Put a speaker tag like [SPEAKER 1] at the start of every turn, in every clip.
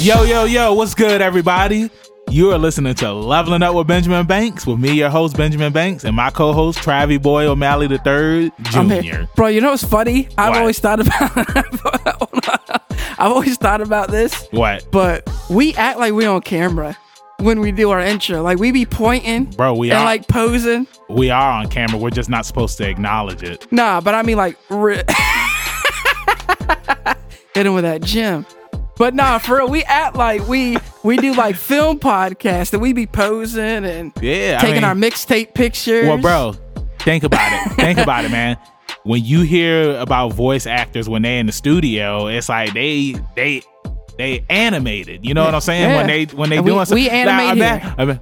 [SPEAKER 1] Yo, yo, yo, what's good, everybody? You are listening to Leveling Up with Benjamin Banks with me, your host, Benjamin Banks, and my co host, Travie Boy O'Malley III
[SPEAKER 2] I'm here.
[SPEAKER 1] Jr.
[SPEAKER 2] Bro, you know what's funny? I've
[SPEAKER 1] What?
[SPEAKER 2] always thought about I've always thought about this,
[SPEAKER 1] What?
[SPEAKER 2] but we act like we on camera when we do our intro. Like we be pointing
[SPEAKER 1] Bro, we
[SPEAKER 2] and
[SPEAKER 1] are-
[SPEAKER 2] like posing.
[SPEAKER 1] We are on camera. We're just not supposed to acknowledge it.
[SPEAKER 2] Nah, but I mean like re- hit him with that gym. But nah, for real, we act like we we do like film podcasts and we be posing and
[SPEAKER 1] Yeah. I
[SPEAKER 2] taking
[SPEAKER 1] mean-
[SPEAKER 2] our mixtape pictures.
[SPEAKER 1] Well, bro, think about it. think about it, man. When you hear about voice actors when they in the studio, it's like they they they animated. You know what I'm saying? When they
[SPEAKER 2] Yeah.
[SPEAKER 1] when they
[SPEAKER 2] And we-
[SPEAKER 1] doing something.
[SPEAKER 2] we animate
[SPEAKER 1] ima-
[SPEAKER 2] here.
[SPEAKER 1] ima-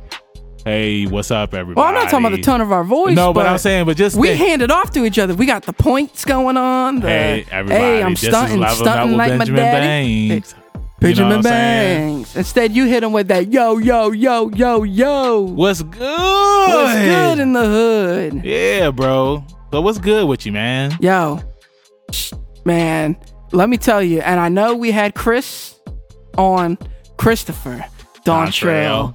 [SPEAKER 1] hey, what's up, everybody?
[SPEAKER 2] Well, I'm not talking about the tone of our voice.
[SPEAKER 1] No, but I'm saying, but just
[SPEAKER 2] we
[SPEAKER 1] think-
[SPEAKER 2] hand it off to each other. We got the points going on. The,
[SPEAKER 1] Hey, everybody,
[SPEAKER 2] hey, I'm
[SPEAKER 1] this is
[SPEAKER 2] stunting,
[SPEAKER 1] Leveling Up
[SPEAKER 2] stunting
[SPEAKER 1] with
[SPEAKER 2] like
[SPEAKER 1] Benjamin
[SPEAKER 2] my daddy.
[SPEAKER 1] Bangs.
[SPEAKER 2] Hey,
[SPEAKER 1] You know what
[SPEAKER 2] Benjamin
[SPEAKER 1] I'm saying?
[SPEAKER 2] Bangs. Instead, you hit him with that yo, yo, yo, yo, yo.
[SPEAKER 1] What's good?
[SPEAKER 2] What's good in the hood?
[SPEAKER 1] yeah, bro. So what's good with you, man?
[SPEAKER 2] Yo, Shh, man, let me tell you. And I know we had Chris on Christopher Dontrell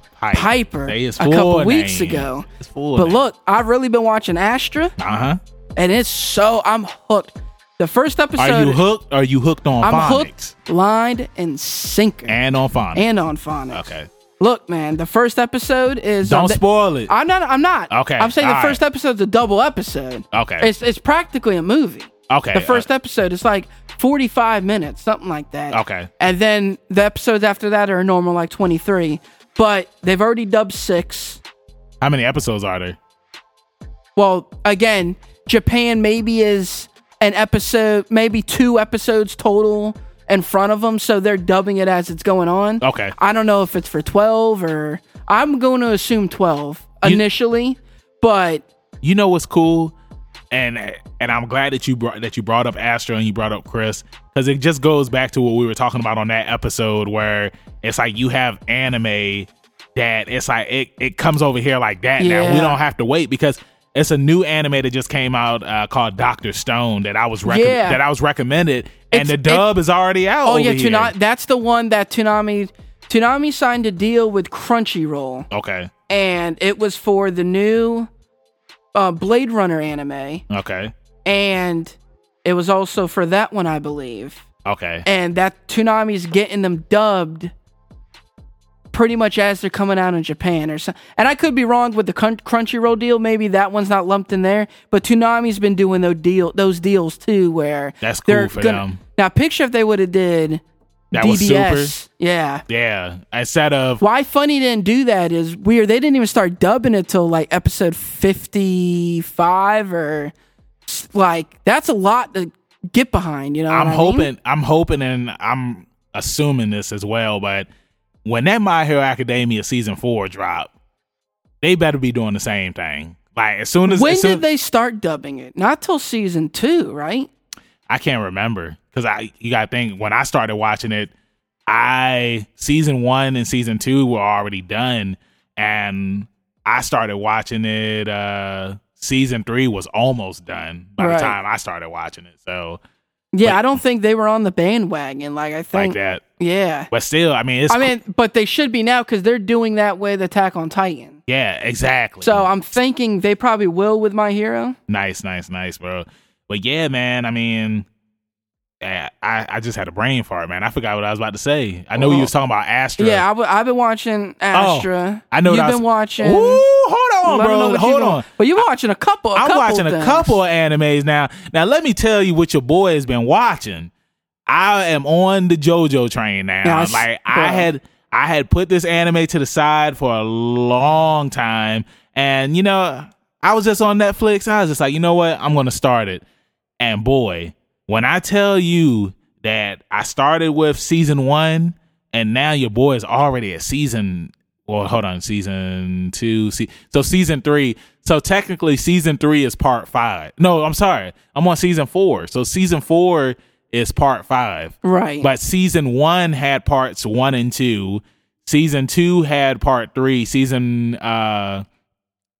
[SPEAKER 1] Dontrell Pipe.
[SPEAKER 2] Piper
[SPEAKER 1] Say
[SPEAKER 2] a
[SPEAKER 1] his full
[SPEAKER 2] couple weeks
[SPEAKER 1] name.
[SPEAKER 2] ago.
[SPEAKER 1] It's full.
[SPEAKER 2] But look, I've really been watching Astra.
[SPEAKER 1] uh huh.
[SPEAKER 2] and it's so I'm hooked. The first episode,
[SPEAKER 1] Are you hooked? Are you hooked on
[SPEAKER 2] I'm
[SPEAKER 1] phonics
[SPEAKER 2] hooked, lined, and sinker,
[SPEAKER 1] and
[SPEAKER 2] and,
[SPEAKER 1] on phonics?
[SPEAKER 2] on phonics.
[SPEAKER 1] okay.
[SPEAKER 2] Look, man, the first episode is
[SPEAKER 1] Don't
[SPEAKER 2] um, the-
[SPEAKER 1] spoil it.
[SPEAKER 2] I'm not. I'm not.
[SPEAKER 1] Okay,
[SPEAKER 2] I'm saying the
[SPEAKER 1] all
[SPEAKER 2] first episode's a double episode.
[SPEAKER 1] Okay.
[SPEAKER 2] It's it's practically a movie.
[SPEAKER 1] okay. uh,
[SPEAKER 2] The first episode is like 45 minutes, something like that.
[SPEAKER 1] Okay.
[SPEAKER 2] And then the episodes after that are a normal like 23, but they've already dubbed six.
[SPEAKER 1] How many episodes are there?
[SPEAKER 2] well again japan maybe is an episode maybe two episodes total in front of them so they're dubbing it as it's going on
[SPEAKER 1] Okay.
[SPEAKER 2] i don't know if it's for 12 or i'm going to assume 12 initially but
[SPEAKER 1] You know what's cool, and and I'm glad that you brought that you brought up Astro and you brought up Chris because it just goes back to what we were talking about on that episode where it's like you have anime that it's like it it comes over here like that now we
[SPEAKER 2] Yeah.
[SPEAKER 1] don't have to wait because. It's a new anime that just came out uh, called Doctor Stone that I was recom-
[SPEAKER 2] Yeah.
[SPEAKER 1] that I was recommended, and
[SPEAKER 2] It's-
[SPEAKER 1] the
[SPEAKER 2] it-
[SPEAKER 1] dub is already out.
[SPEAKER 2] oh
[SPEAKER 1] over
[SPEAKER 2] yeah
[SPEAKER 1] here.
[SPEAKER 2] Tuna that's the one that tsunami tsunami signed a deal with crunchyroll
[SPEAKER 1] Okay,
[SPEAKER 2] and it was for the new uh, blade runner anime
[SPEAKER 1] okay,
[SPEAKER 2] and it was also for that one i believe
[SPEAKER 1] okay.
[SPEAKER 2] and that Toonami's getting them dubbed pretty much as they're coming out in Japan or something. And I could be wrong with the crun- Crunchyroll deal. Maybe that one's not lumped in there, but Toonami's been doing those deal those deals too, where
[SPEAKER 1] That's cool
[SPEAKER 2] they're
[SPEAKER 1] for them.
[SPEAKER 2] Now, picture if they would have did
[SPEAKER 1] That
[SPEAKER 2] DBS.
[SPEAKER 1] was
[SPEAKER 2] Yeah.
[SPEAKER 1] Yeah, instead of
[SPEAKER 2] Why Funny didn't do that is weird. They didn't even start dubbing it till like episode 55 or s- like that's a lot to get behind, you know?
[SPEAKER 1] I'm
[SPEAKER 2] what I mean?
[SPEAKER 1] hoping, I'm hoping, and I'm assuming this as well. But when that My Hero Academia season four drop, they better be doing the same thing. Like as soon as,
[SPEAKER 2] when
[SPEAKER 1] as soon-
[SPEAKER 2] did they start dubbing it? Not till season two, right?
[SPEAKER 1] I can't remember because I you got to think when I started watching it, I season one and season two were already done, and I started watching it. uh Season three was almost done by
[SPEAKER 2] Right.
[SPEAKER 1] the time I started watching it. So
[SPEAKER 2] Yeah, I don't think they were on the bandwagon. Like I
[SPEAKER 1] like
[SPEAKER 2] think,
[SPEAKER 1] that,
[SPEAKER 2] yeah.
[SPEAKER 1] but still, I mean, it's
[SPEAKER 2] I mean, but they should be now because they're doing that with Attack on Titan.
[SPEAKER 1] yeah, exactly.
[SPEAKER 2] So I'm thinking they probably will with My Hero.
[SPEAKER 1] Nice, nice, nice, bro. But yeah, man. I mean, eh, I I just had a brain fart, man. I forgot what I was about to say. I know you
[SPEAKER 2] Oh.
[SPEAKER 1] was talking about Astra.
[SPEAKER 2] Yeah, i w- I've been watching
[SPEAKER 1] Oh,
[SPEAKER 2] Astra.
[SPEAKER 1] I know
[SPEAKER 2] you've
[SPEAKER 1] that I
[SPEAKER 2] been
[SPEAKER 1] was-
[SPEAKER 2] watching.
[SPEAKER 1] Ooh, hold on,
[SPEAKER 2] Let me know
[SPEAKER 1] bro.
[SPEAKER 2] what
[SPEAKER 1] Hold
[SPEAKER 2] you-
[SPEAKER 1] on.
[SPEAKER 2] But you're watching a couple. a
[SPEAKER 1] I'm
[SPEAKER 2] couple
[SPEAKER 1] watching a
[SPEAKER 2] things.
[SPEAKER 1] couple of animes now. Now let me tell you what your boy has been watching. I am on the JoJo train now.
[SPEAKER 2] Yes,
[SPEAKER 1] like
[SPEAKER 2] bro.
[SPEAKER 1] I had I had put this anime to the side for a long time. And you know, I was just on Netflix. I was just like, you know what? I'm gonna start it. And boy, when I tell you that I started with season one and now your boy is already at season well, hold on, season two, se- so season three. So technically, season three is part five. No, I'm sorry, I'm on season four. So season four is part five.
[SPEAKER 2] Right.
[SPEAKER 1] But season one had parts one and two. Season two had part three. Season uh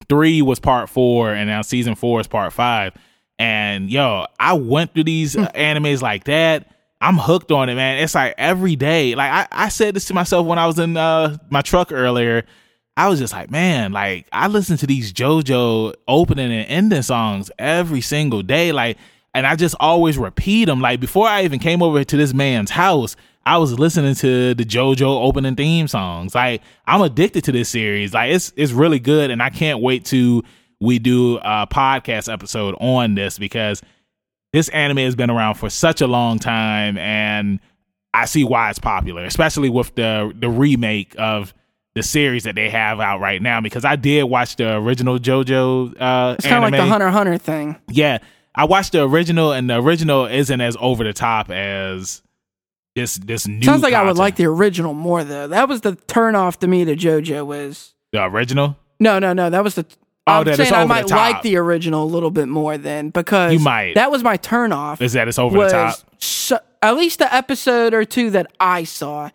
[SPEAKER 1] three was part four, and now season four is part five. And yo, I went through these uh, animes like that. I'm hooked on it, man. It's like every day. Like I, I said this to myself when I was in uh, my truck earlier. I was just like, man, like I listen to these JoJo opening and ending songs every single day. Like, and I just always repeat them. Like before I even came over to this man's house, I was listening to the JoJo opening theme songs. Like I'm addicted to this series. Like it's it's really good, and I can't wait to we do a podcast episode on this because this anime has been around for such a long time, and I see why it's popular, especially with the the remake of the series that they have out right now. Because I did watch the original JoJo. Uh,
[SPEAKER 2] It's kind of like the
[SPEAKER 1] anime.
[SPEAKER 2] Hunter x Hunter thing.
[SPEAKER 1] Yeah, I watched the original, and the original isn't as over the top as this this new.
[SPEAKER 2] Sounds like I would
[SPEAKER 1] content.
[SPEAKER 2] like the original more though. That was the turn off to me to JoJo was
[SPEAKER 1] the original.
[SPEAKER 2] no, no, no. That was the.
[SPEAKER 1] Oh,
[SPEAKER 2] I'm
[SPEAKER 1] that it's
[SPEAKER 2] saying I
[SPEAKER 1] over the
[SPEAKER 2] might
[SPEAKER 1] top.
[SPEAKER 2] like the original a little bit more then because
[SPEAKER 1] You might.
[SPEAKER 2] That was my turn off.
[SPEAKER 1] Is that it's over
[SPEAKER 2] was
[SPEAKER 1] the top?
[SPEAKER 2] so- at least the episode or two that I saw.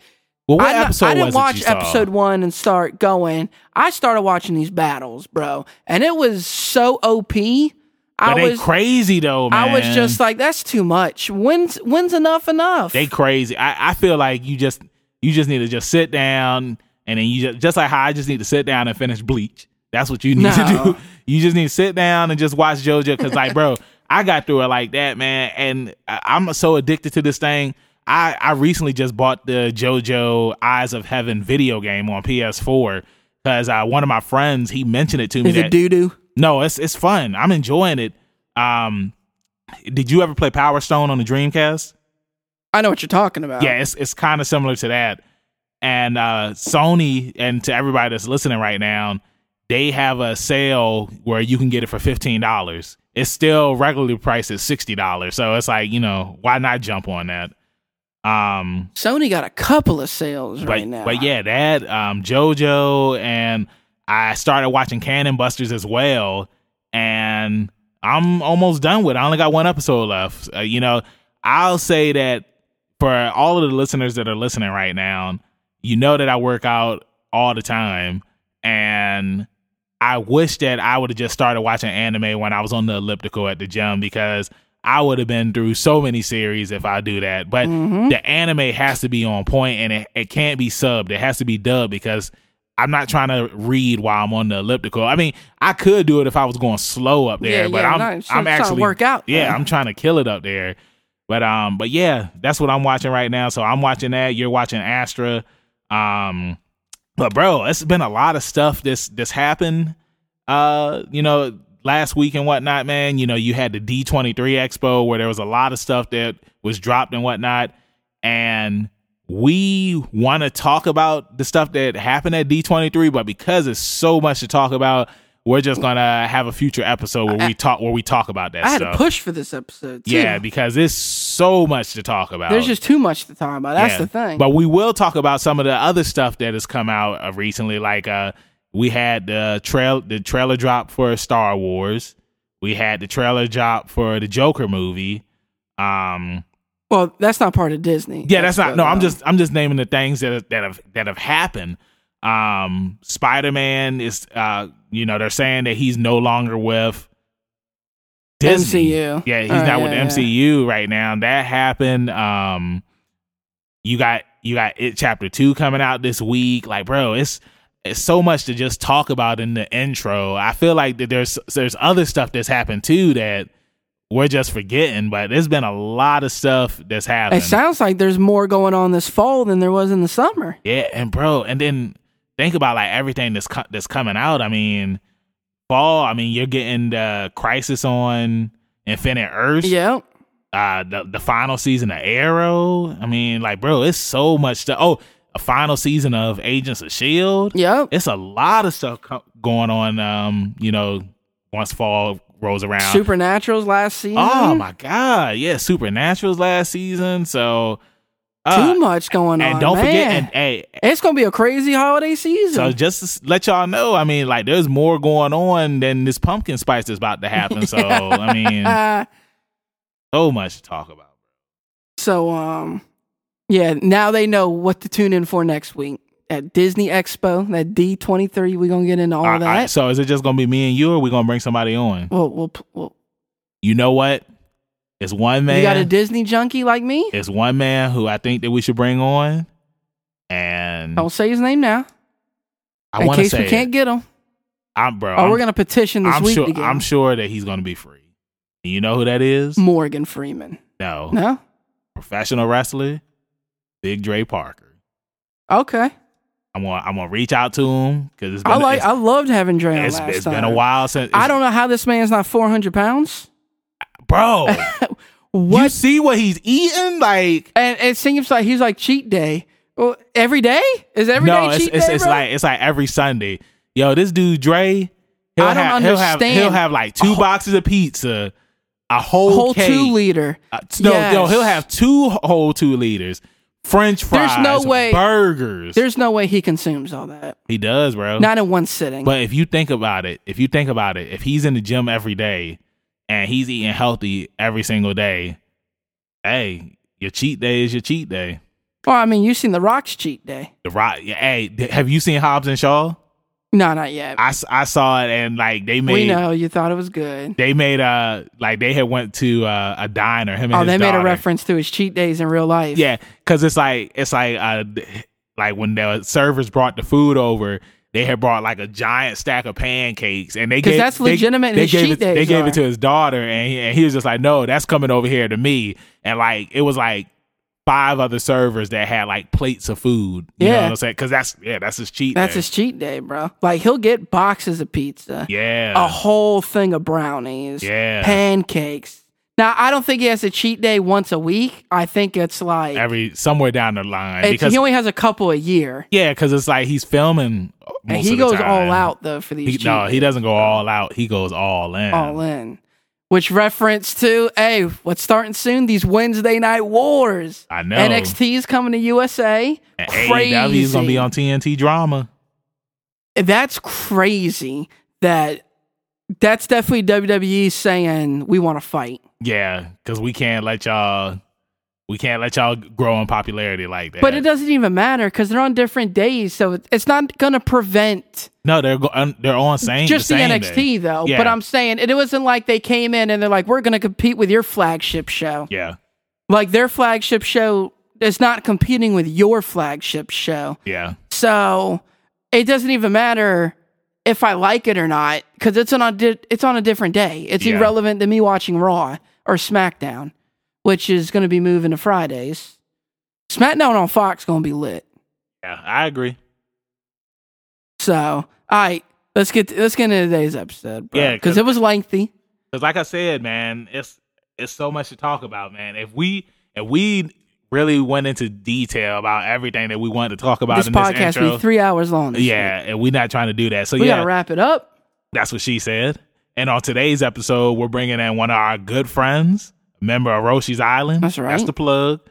[SPEAKER 1] Well, what
[SPEAKER 2] I,
[SPEAKER 1] episode
[SPEAKER 2] I didn't
[SPEAKER 1] was
[SPEAKER 2] watch
[SPEAKER 1] it you saw?
[SPEAKER 2] episode one and start going. I started watching these battles, bro, and it was so op.
[SPEAKER 1] But
[SPEAKER 2] I
[SPEAKER 1] they
[SPEAKER 2] was
[SPEAKER 1] crazy though, man.
[SPEAKER 2] I was just like, that's too much. When's when's enough enough?
[SPEAKER 1] they crazy. I, I feel like you just you just need to just sit down and then you just just like how I just need to sit down and finish Bleach. That's what you need
[SPEAKER 2] No.
[SPEAKER 1] to do. You just need to sit down and just watch JoJo because like bro, I got through it like that, man, and I, I'm so addicted to this thing. I I recently just bought the JoJo Eyes of Heaven video game on PS4 because uh, one of my friends he mentioned it to me.
[SPEAKER 2] Is
[SPEAKER 1] that,
[SPEAKER 2] it doo doo?
[SPEAKER 1] no, it's it's fun. I'm enjoying it. Um, did you ever play Power Stone on the Dreamcast?
[SPEAKER 2] I know what you're talking about.
[SPEAKER 1] yeah, it's it's kind of similar to that. And uh, Sony and to everybody that's listening right now, they have a sale where you can get it for fifteen dollars. It's still regularly priced at sixty dollars, so it's like you know why not jump on that? Um,
[SPEAKER 2] Sony got a couple of sales
[SPEAKER 1] but,
[SPEAKER 2] right now.
[SPEAKER 1] But yeah, that um, JoJo and I started watching Cannon Busters as well, and I'm almost done with. it. I only got one episode left. Uh, you know, I'll say that for all of the listeners that are listening right now, you know that I work out all the time, and I wish that I would have just started watching anime when I was on the elliptical at the gym because I would have been through so many series if I do that. But
[SPEAKER 2] Mhm.
[SPEAKER 1] the anime has to be on point and it, it can't be subbed. It has to be dubbed because I'm not trying to read while I'm on the elliptical. I mean, I could do it if I was going slow up there,
[SPEAKER 2] Yeah,
[SPEAKER 1] but
[SPEAKER 2] yeah,
[SPEAKER 1] I'm
[SPEAKER 2] no, it's-
[SPEAKER 1] I'm
[SPEAKER 2] it's trying to
[SPEAKER 1] actually
[SPEAKER 2] work out,
[SPEAKER 1] Yeah,
[SPEAKER 2] man.
[SPEAKER 1] I'm trying to kill it up there. But um, but yeah, that's what I'm watching right now. So I'm watching that. You're watching Astra. Um, but bro, it's been a lot of stuff this this happened. Uh, you know, last week and whatnot, man. You know, you had the D twenty three Expo where there was a lot of stuff that was dropped and whatnot, and we want to talk about the stuff that happened at D twenty three, but because it's so much to talk about, we're just gonna have a future episode where we talk where we talk about that
[SPEAKER 2] I had
[SPEAKER 1] stuff.
[SPEAKER 2] to push for this episode. Too.
[SPEAKER 1] Yeah, because there's so much to talk about.
[SPEAKER 2] there's just too much to talk about. That's
[SPEAKER 1] Yeah.
[SPEAKER 2] the thing.
[SPEAKER 1] But we will talk about some of the other stuff that has come out uh, recently. Like uh, we had the trail, the trailer drop for Star Wars. We had the trailer drop for the Joker movie. Um,
[SPEAKER 2] well, that's not part of Disney.
[SPEAKER 1] yeah, that's not.
[SPEAKER 2] the-
[SPEAKER 1] No,
[SPEAKER 2] uh,
[SPEAKER 1] I'm just I'm just naming the things that that have that have happened. Um, Spider Man is uh, you know, they're saying that he's no longer with Disney.
[SPEAKER 2] MCU.
[SPEAKER 1] Yeah, he's
[SPEAKER 2] Oh,
[SPEAKER 1] not with
[SPEAKER 2] yeah,
[SPEAKER 1] the MCU right now. That happened. Um, you got you got it chapter two coming out this week. Like, bro, it's it's so much to just talk about in the intro. I feel like that there's there's other stuff that's happened too that we're just forgetting. But there's been a lot of stuff that's
[SPEAKER 2] It
[SPEAKER 1] happened.
[SPEAKER 2] sounds like there's more going on this fall than there was in the summer.
[SPEAKER 1] Yeah, and bro, and then think about like everything that's co- that's coming out. I mean, fall. I mean, you're getting the Crisis on Infinite Earth.
[SPEAKER 2] Yeah.
[SPEAKER 1] Uh, the the final season of Arrow. I mean, like, bro, it's so much stuff. Oh, a final season of Agents of Shield.
[SPEAKER 2] Yep.
[SPEAKER 1] E It's a lot of stuff co- going on. Um, you know, once fall rolls around.
[SPEAKER 2] Supernatural's last season.
[SPEAKER 1] oh my god, yeah, Supernatural's last season. So uh,
[SPEAKER 2] too much going on.
[SPEAKER 1] and don't forget,
[SPEAKER 2] man.
[SPEAKER 1] and hey,
[SPEAKER 2] it's gonna be a crazy holiday
[SPEAKER 1] So
[SPEAKER 2] season.
[SPEAKER 1] just to s- let y'all know, I mean, like there's more going on than this pumpkin spice that's about to happen. So I mean,
[SPEAKER 2] Uh,
[SPEAKER 1] so much to talk about.
[SPEAKER 2] so um, yeah. Now they know what to tune in for next week at Disney Expo. That D twenty three. We gonna get into all
[SPEAKER 1] I-
[SPEAKER 2] that.
[SPEAKER 1] I- so is it just gonna be me and you, or we gonna bring somebody on?
[SPEAKER 2] Well, we'll, p- we'll
[SPEAKER 1] You know what? It's one man.
[SPEAKER 2] You got a Disney junkie like me?
[SPEAKER 1] it's one man who I think that we should bring on, and
[SPEAKER 2] Don't say his name now.
[SPEAKER 1] I
[SPEAKER 2] Oh, in
[SPEAKER 1] want to
[SPEAKER 2] case
[SPEAKER 1] say,
[SPEAKER 2] we can't get him.
[SPEAKER 1] I'm bro.
[SPEAKER 2] Or
[SPEAKER 1] I'm,
[SPEAKER 2] we're going to petition this
[SPEAKER 1] I'm
[SPEAKER 2] week
[SPEAKER 1] sure.
[SPEAKER 2] to get
[SPEAKER 1] I'm
[SPEAKER 2] him.
[SPEAKER 1] sure that he's gonna be free. You know who that is?
[SPEAKER 2] Morgan Freeman.
[SPEAKER 1] No,
[SPEAKER 2] Mm. No?
[SPEAKER 1] professional wrestler, Big Dre Parker.
[SPEAKER 2] Okay.
[SPEAKER 1] I'm gonna I'm gonna reach out to him because it's been,
[SPEAKER 2] I like.
[SPEAKER 1] it's-
[SPEAKER 2] I loved having Dre on
[SPEAKER 1] it's-
[SPEAKER 2] last
[SPEAKER 1] it's
[SPEAKER 2] time.
[SPEAKER 1] been a while since
[SPEAKER 2] I don't know how this man's not 400 pounds.
[SPEAKER 1] bro.
[SPEAKER 2] What?
[SPEAKER 1] You see what he's eating? Like
[SPEAKER 2] and it seems like he's like cheat day. Well, every day is every day
[SPEAKER 1] no, it's
[SPEAKER 2] cheat
[SPEAKER 1] it's,
[SPEAKER 2] day.
[SPEAKER 1] it's
[SPEAKER 2] bro?
[SPEAKER 1] like it's like every Sunday. Yo, this dude Dre, he'll
[SPEAKER 2] I don't
[SPEAKER 1] have, he'll have
[SPEAKER 2] understand.
[SPEAKER 1] he'll have like two boxes of pizza, a whole,
[SPEAKER 2] whole
[SPEAKER 1] cake.
[SPEAKER 2] two liter.
[SPEAKER 1] Uh, no, no,
[SPEAKER 2] Yes.
[SPEAKER 1] he'll have two whole two liters, French
[SPEAKER 2] There's
[SPEAKER 1] fries,
[SPEAKER 2] no way-
[SPEAKER 1] burgers.
[SPEAKER 2] There's no way he consumes all that.
[SPEAKER 1] he does, bro.
[SPEAKER 2] Not in one sitting.
[SPEAKER 1] But if you think about it, if you think about it, if he's in the gym every day and he's eating healthy every single day, hey, your cheat day is your cheat day.
[SPEAKER 2] well, I mean, you've seen The Rock's cheat day.
[SPEAKER 1] The rock, yeah, hey, th- have you seen Hobbs and Shaw?
[SPEAKER 2] No, not yet.
[SPEAKER 1] I, s- I saw it and like they
[SPEAKER 2] we
[SPEAKER 1] made
[SPEAKER 2] know you thought it was good.
[SPEAKER 1] they made uh like they had went to uh, a diner. Him and
[SPEAKER 2] Oh,
[SPEAKER 1] his
[SPEAKER 2] they made a
[SPEAKER 1] daughter.
[SPEAKER 2] reference to his cheat days in real life.
[SPEAKER 1] Yeah, because it's like it's like uh th- like when the servers brought the food over, they had brought like a giant stack of pancakes, and they
[SPEAKER 2] 'Cause
[SPEAKER 1] gave
[SPEAKER 2] that's
[SPEAKER 1] they-
[SPEAKER 2] legitimate
[SPEAKER 1] They
[SPEAKER 2] his
[SPEAKER 1] gave
[SPEAKER 2] cheat
[SPEAKER 1] it they
[SPEAKER 2] days
[SPEAKER 1] gave
[SPEAKER 2] are.
[SPEAKER 1] it to his daughter, and he, and he was just like, "No, that's coming over here to me." And like it was like five other servers that had like plates of food. You know
[SPEAKER 2] Yeah.
[SPEAKER 1] what I'm saying? Because that's yeah, that's his cheat.
[SPEAKER 2] That's
[SPEAKER 1] day.
[SPEAKER 2] his cheat day, bro. Like he'll get boxes of pizza, a Oh,
[SPEAKER 1] yeah
[SPEAKER 2] whole thing of brownies,
[SPEAKER 1] yeah
[SPEAKER 2] pancakes. Now I don't think he has a cheat day once a week. I think it's like
[SPEAKER 1] every somewhere down the line
[SPEAKER 2] it's,
[SPEAKER 1] because
[SPEAKER 2] he only has a couple a year,
[SPEAKER 1] yeah because it's like he's filming.
[SPEAKER 2] and
[SPEAKER 1] most
[SPEAKER 2] he
[SPEAKER 1] of the
[SPEAKER 2] goes
[SPEAKER 1] time.
[SPEAKER 2] all out though for these.
[SPEAKER 1] He,
[SPEAKER 2] cheat
[SPEAKER 1] no, he
[SPEAKER 2] days.
[SPEAKER 1] doesn't go all out. He goes all in.
[SPEAKER 2] all in. Which reference to hey, what's starting soon? These Wednesday night wars.
[SPEAKER 1] I know.
[SPEAKER 2] NXT is coming to USA.
[SPEAKER 1] And
[SPEAKER 2] Crazy.
[SPEAKER 1] AEW is gonna be on TNT drama.
[SPEAKER 2] That's crazy. That that's definitely WWE saying we want to fight.
[SPEAKER 1] Yeah, because we can't let y'all, we can't let y'all grow in popularity like that.
[SPEAKER 2] But it doesn't even matter because they're on different days, so it- it's not going to prevent
[SPEAKER 1] no, they're go, um, they're on same
[SPEAKER 2] just the,
[SPEAKER 1] the, same
[SPEAKER 2] NXT
[SPEAKER 1] day.
[SPEAKER 2] though.
[SPEAKER 1] Yeah.
[SPEAKER 2] But I'm saying it wasn't like they came in and they're like, we're going to compete with your flagship show.
[SPEAKER 1] Yeah,
[SPEAKER 2] Like their flagship show is not competing with your flagship show.
[SPEAKER 1] yeah,
[SPEAKER 2] So it doesn't even matter if I like it or not because it's on a di- it's on a different day. It's
[SPEAKER 1] Yeah.
[SPEAKER 2] irrelevant to me watching Raw or SmackDown, which is going to be moving to Fridays. SmackDown on Fox going to be lit.
[SPEAKER 1] yeah. I agree.
[SPEAKER 2] So all right, let's get let's get into today's episode, bro,
[SPEAKER 1] Yeah,
[SPEAKER 2] because it was lengthy.
[SPEAKER 1] Because like I said, man, it's it's so much to talk about, man. If we if we really went into detail about everything that we wanted to talk about
[SPEAKER 2] This
[SPEAKER 1] in
[SPEAKER 2] podcast
[SPEAKER 1] this intro,
[SPEAKER 2] be three hours long. this week.
[SPEAKER 1] yeah, and we're not trying to do that. So
[SPEAKER 2] we
[SPEAKER 1] yeah,
[SPEAKER 2] got to wrap it up.
[SPEAKER 1] That's what she said. And on today's episode, we're bringing in one of our good friends, a member of Roshi's Island.
[SPEAKER 2] That's right.
[SPEAKER 1] That's the plug.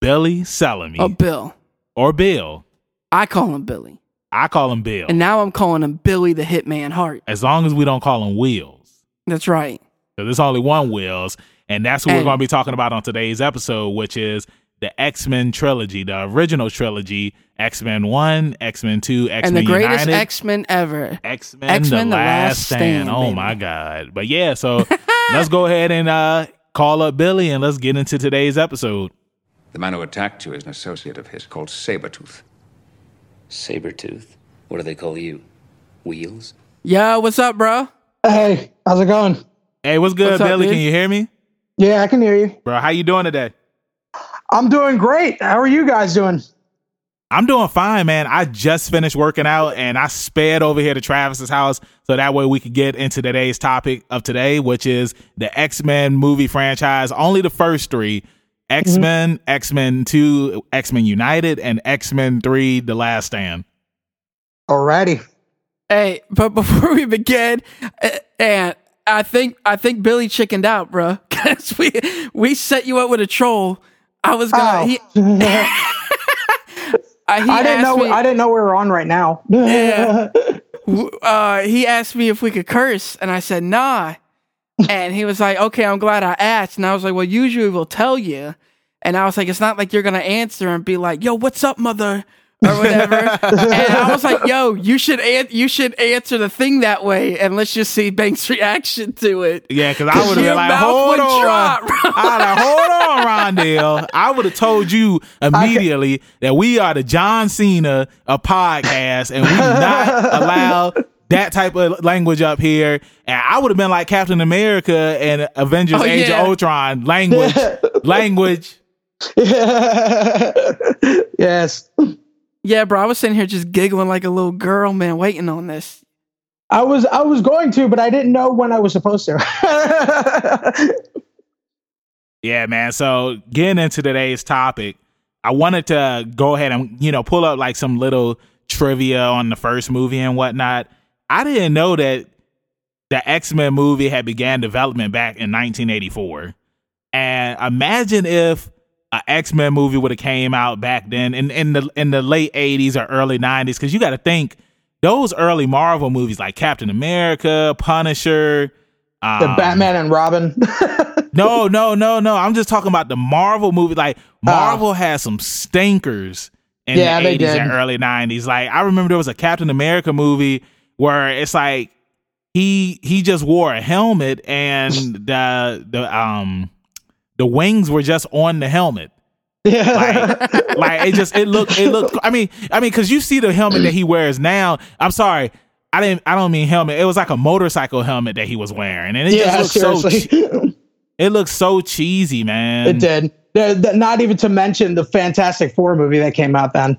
[SPEAKER 1] Billy Salami
[SPEAKER 2] Oh, Bill,
[SPEAKER 1] or Bill.
[SPEAKER 2] I call him Billy,
[SPEAKER 1] I call him Bill.
[SPEAKER 2] and now I'm calling him Billy the Hitman Hart.
[SPEAKER 1] as long as we don't call him Wheels,
[SPEAKER 2] That's right.
[SPEAKER 1] because there's only one Wheels, and that's what we're
[SPEAKER 2] And-
[SPEAKER 1] going to be talking about on today's episode, which is the X Men trilogy, the original trilogy: X Men One, X Men Two, X
[SPEAKER 2] and the
[SPEAKER 1] Men
[SPEAKER 2] greatest
[SPEAKER 1] United,
[SPEAKER 2] X Men ever.
[SPEAKER 1] X Men: The,
[SPEAKER 2] X-Men: The
[SPEAKER 1] Last
[SPEAKER 2] Last
[SPEAKER 1] Stand.
[SPEAKER 2] Stand,
[SPEAKER 1] Oh
[SPEAKER 2] baby.
[SPEAKER 1] my God! But yeah, so let's go ahead and uh, call up Billy and let's get into today's episode.
[SPEAKER 3] The man who attacked you is an associate of his called Sabretooth.
[SPEAKER 4] Sabretooth. What do they call you? Wheels?
[SPEAKER 2] Yo, what's up, bro?
[SPEAKER 5] Hey, how's it going?
[SPEAKER 1] Hey, what's good,
[SPEAKER 2] What's up,
[SPEAKER 1] Billy?
[SPEAKER 2] dude?
[SPEAKER 1] Can you hear me,
[SPEAKER 5] Yeah, I can hear you.
[SPEAKER 1] bro? How you doing today?
[SPEAKER 5] I'm doing great. How are you guys doing?
[SPEAKER 1] I'm doing fine, man. I just finished working out and I sped over here to Travis's house so that way we could get into today's topic of today, which is the X Men movie franchise. Only the first three
[SPEAKER 2] Mm-hmm.
[SPEAKER 1] X Men, X Men 2, X Men United, and X Men 3 The Last Stand.
[SPEAKER 5] Alrighty.
[SPEAKER 2] Hey, but before we begin, uh, and I think I think Billy chickened out, bro, because we we set you up with a troll. I was gonna.
[SPEAKER 5] Oh.
[SPEAKER 2] He, uh, he
[SPEAKER 5] I didn't
[SPEAKER 2] asked
[SPEAKER 5] know.
[SPEAKER 2] Me,
[SPEAKER 5] I didn't know we were on right now.
[SPEAKER 2] Yeah. w- uh, he asked me if we could curse, and I said nah. And he was like, "Okay, I'm glad I asked." And I was like, "Well, usually we'll tell you." And I was like, "It's not like you're gonna answer and be like, yo, what's up, mother?'" or whatever. and I was like, "Yo, you should an- you should answer the thing that way, and let's just see Banks' reaction to it."
[SPEAKER 1] Yeah, because I would have
[SPEAKER 2] Your
[SPEAKER 1] been like,
[SPEAKER 2] mouth
[SPEAKER 1] hold
[SPEAKER 2] would
[SPEAKER 1] on.
[SPEAKER 2] drop,
[SPEAKER 1] Ron- I'd have, hold on, Rondell. I would have told you immediately that we are the John Cena of podcasts and we do not allow that type of language up here. And I would have been like Captain America and Avengers
[SPEAKER 2] Oh,
[SPEAKER 1] Age
[SPEAKER 2] yeah.
[SPEAKER 1] of Ultron language, language.
[SPEAKER 5] yes.
[SPEAKER 2] Yeah, bro, I was sitting here just giggling like a little girl, man, waiting on this.
[SPEAKER 5] I was I was going to, but I didn't know when I was supposed to.
[SPEAKER 1] Yeah, man. So getting into today's topic, I wanted to go ahead and you know pull up like some little trivia on the first movie and whatnot. I didn't know that the X Men movie had began development back in 1984. And imagine if a X Men movie would have came out back then in, in the in the late 80s or early 90s, because you got to think those early Marvel movies like Captain America, Punisher, um,
[SPEAKER 5] the Batman and Robin.
[SPEAKER 1] no, no, no, no. I'm just talking about the Marvel movie. Like Marvel had some stinkers in
[SPEAKER 5] Oh. Yeah,
[SPEAKER 1] the
[SPEAKER 5] they
[SPEAKER 1] 80s and
[SPEAKER 5] did.
[SPEAKER 1] early 90s. Like I remember there was a Captain America movie where it's like he he just wore a helmet and the the um the wings were just on the helmet. Like, like it just it looked it looked I mean I mean cuz you see the helmet that he wears now. I'm sorry. I didn't I don't mean helmet. It was like a motorcycle helmet that he was wearing and it
[SPEAKER 5] yeah,
[SPEAKER 1] just looked so
[SPEAKER 5] seriously.
[SPEAKER 1] che- it looks so cheesy, man.
[SPEAKER 5] it did. The- the- not even to mention the Fantastic Four movie that came out then.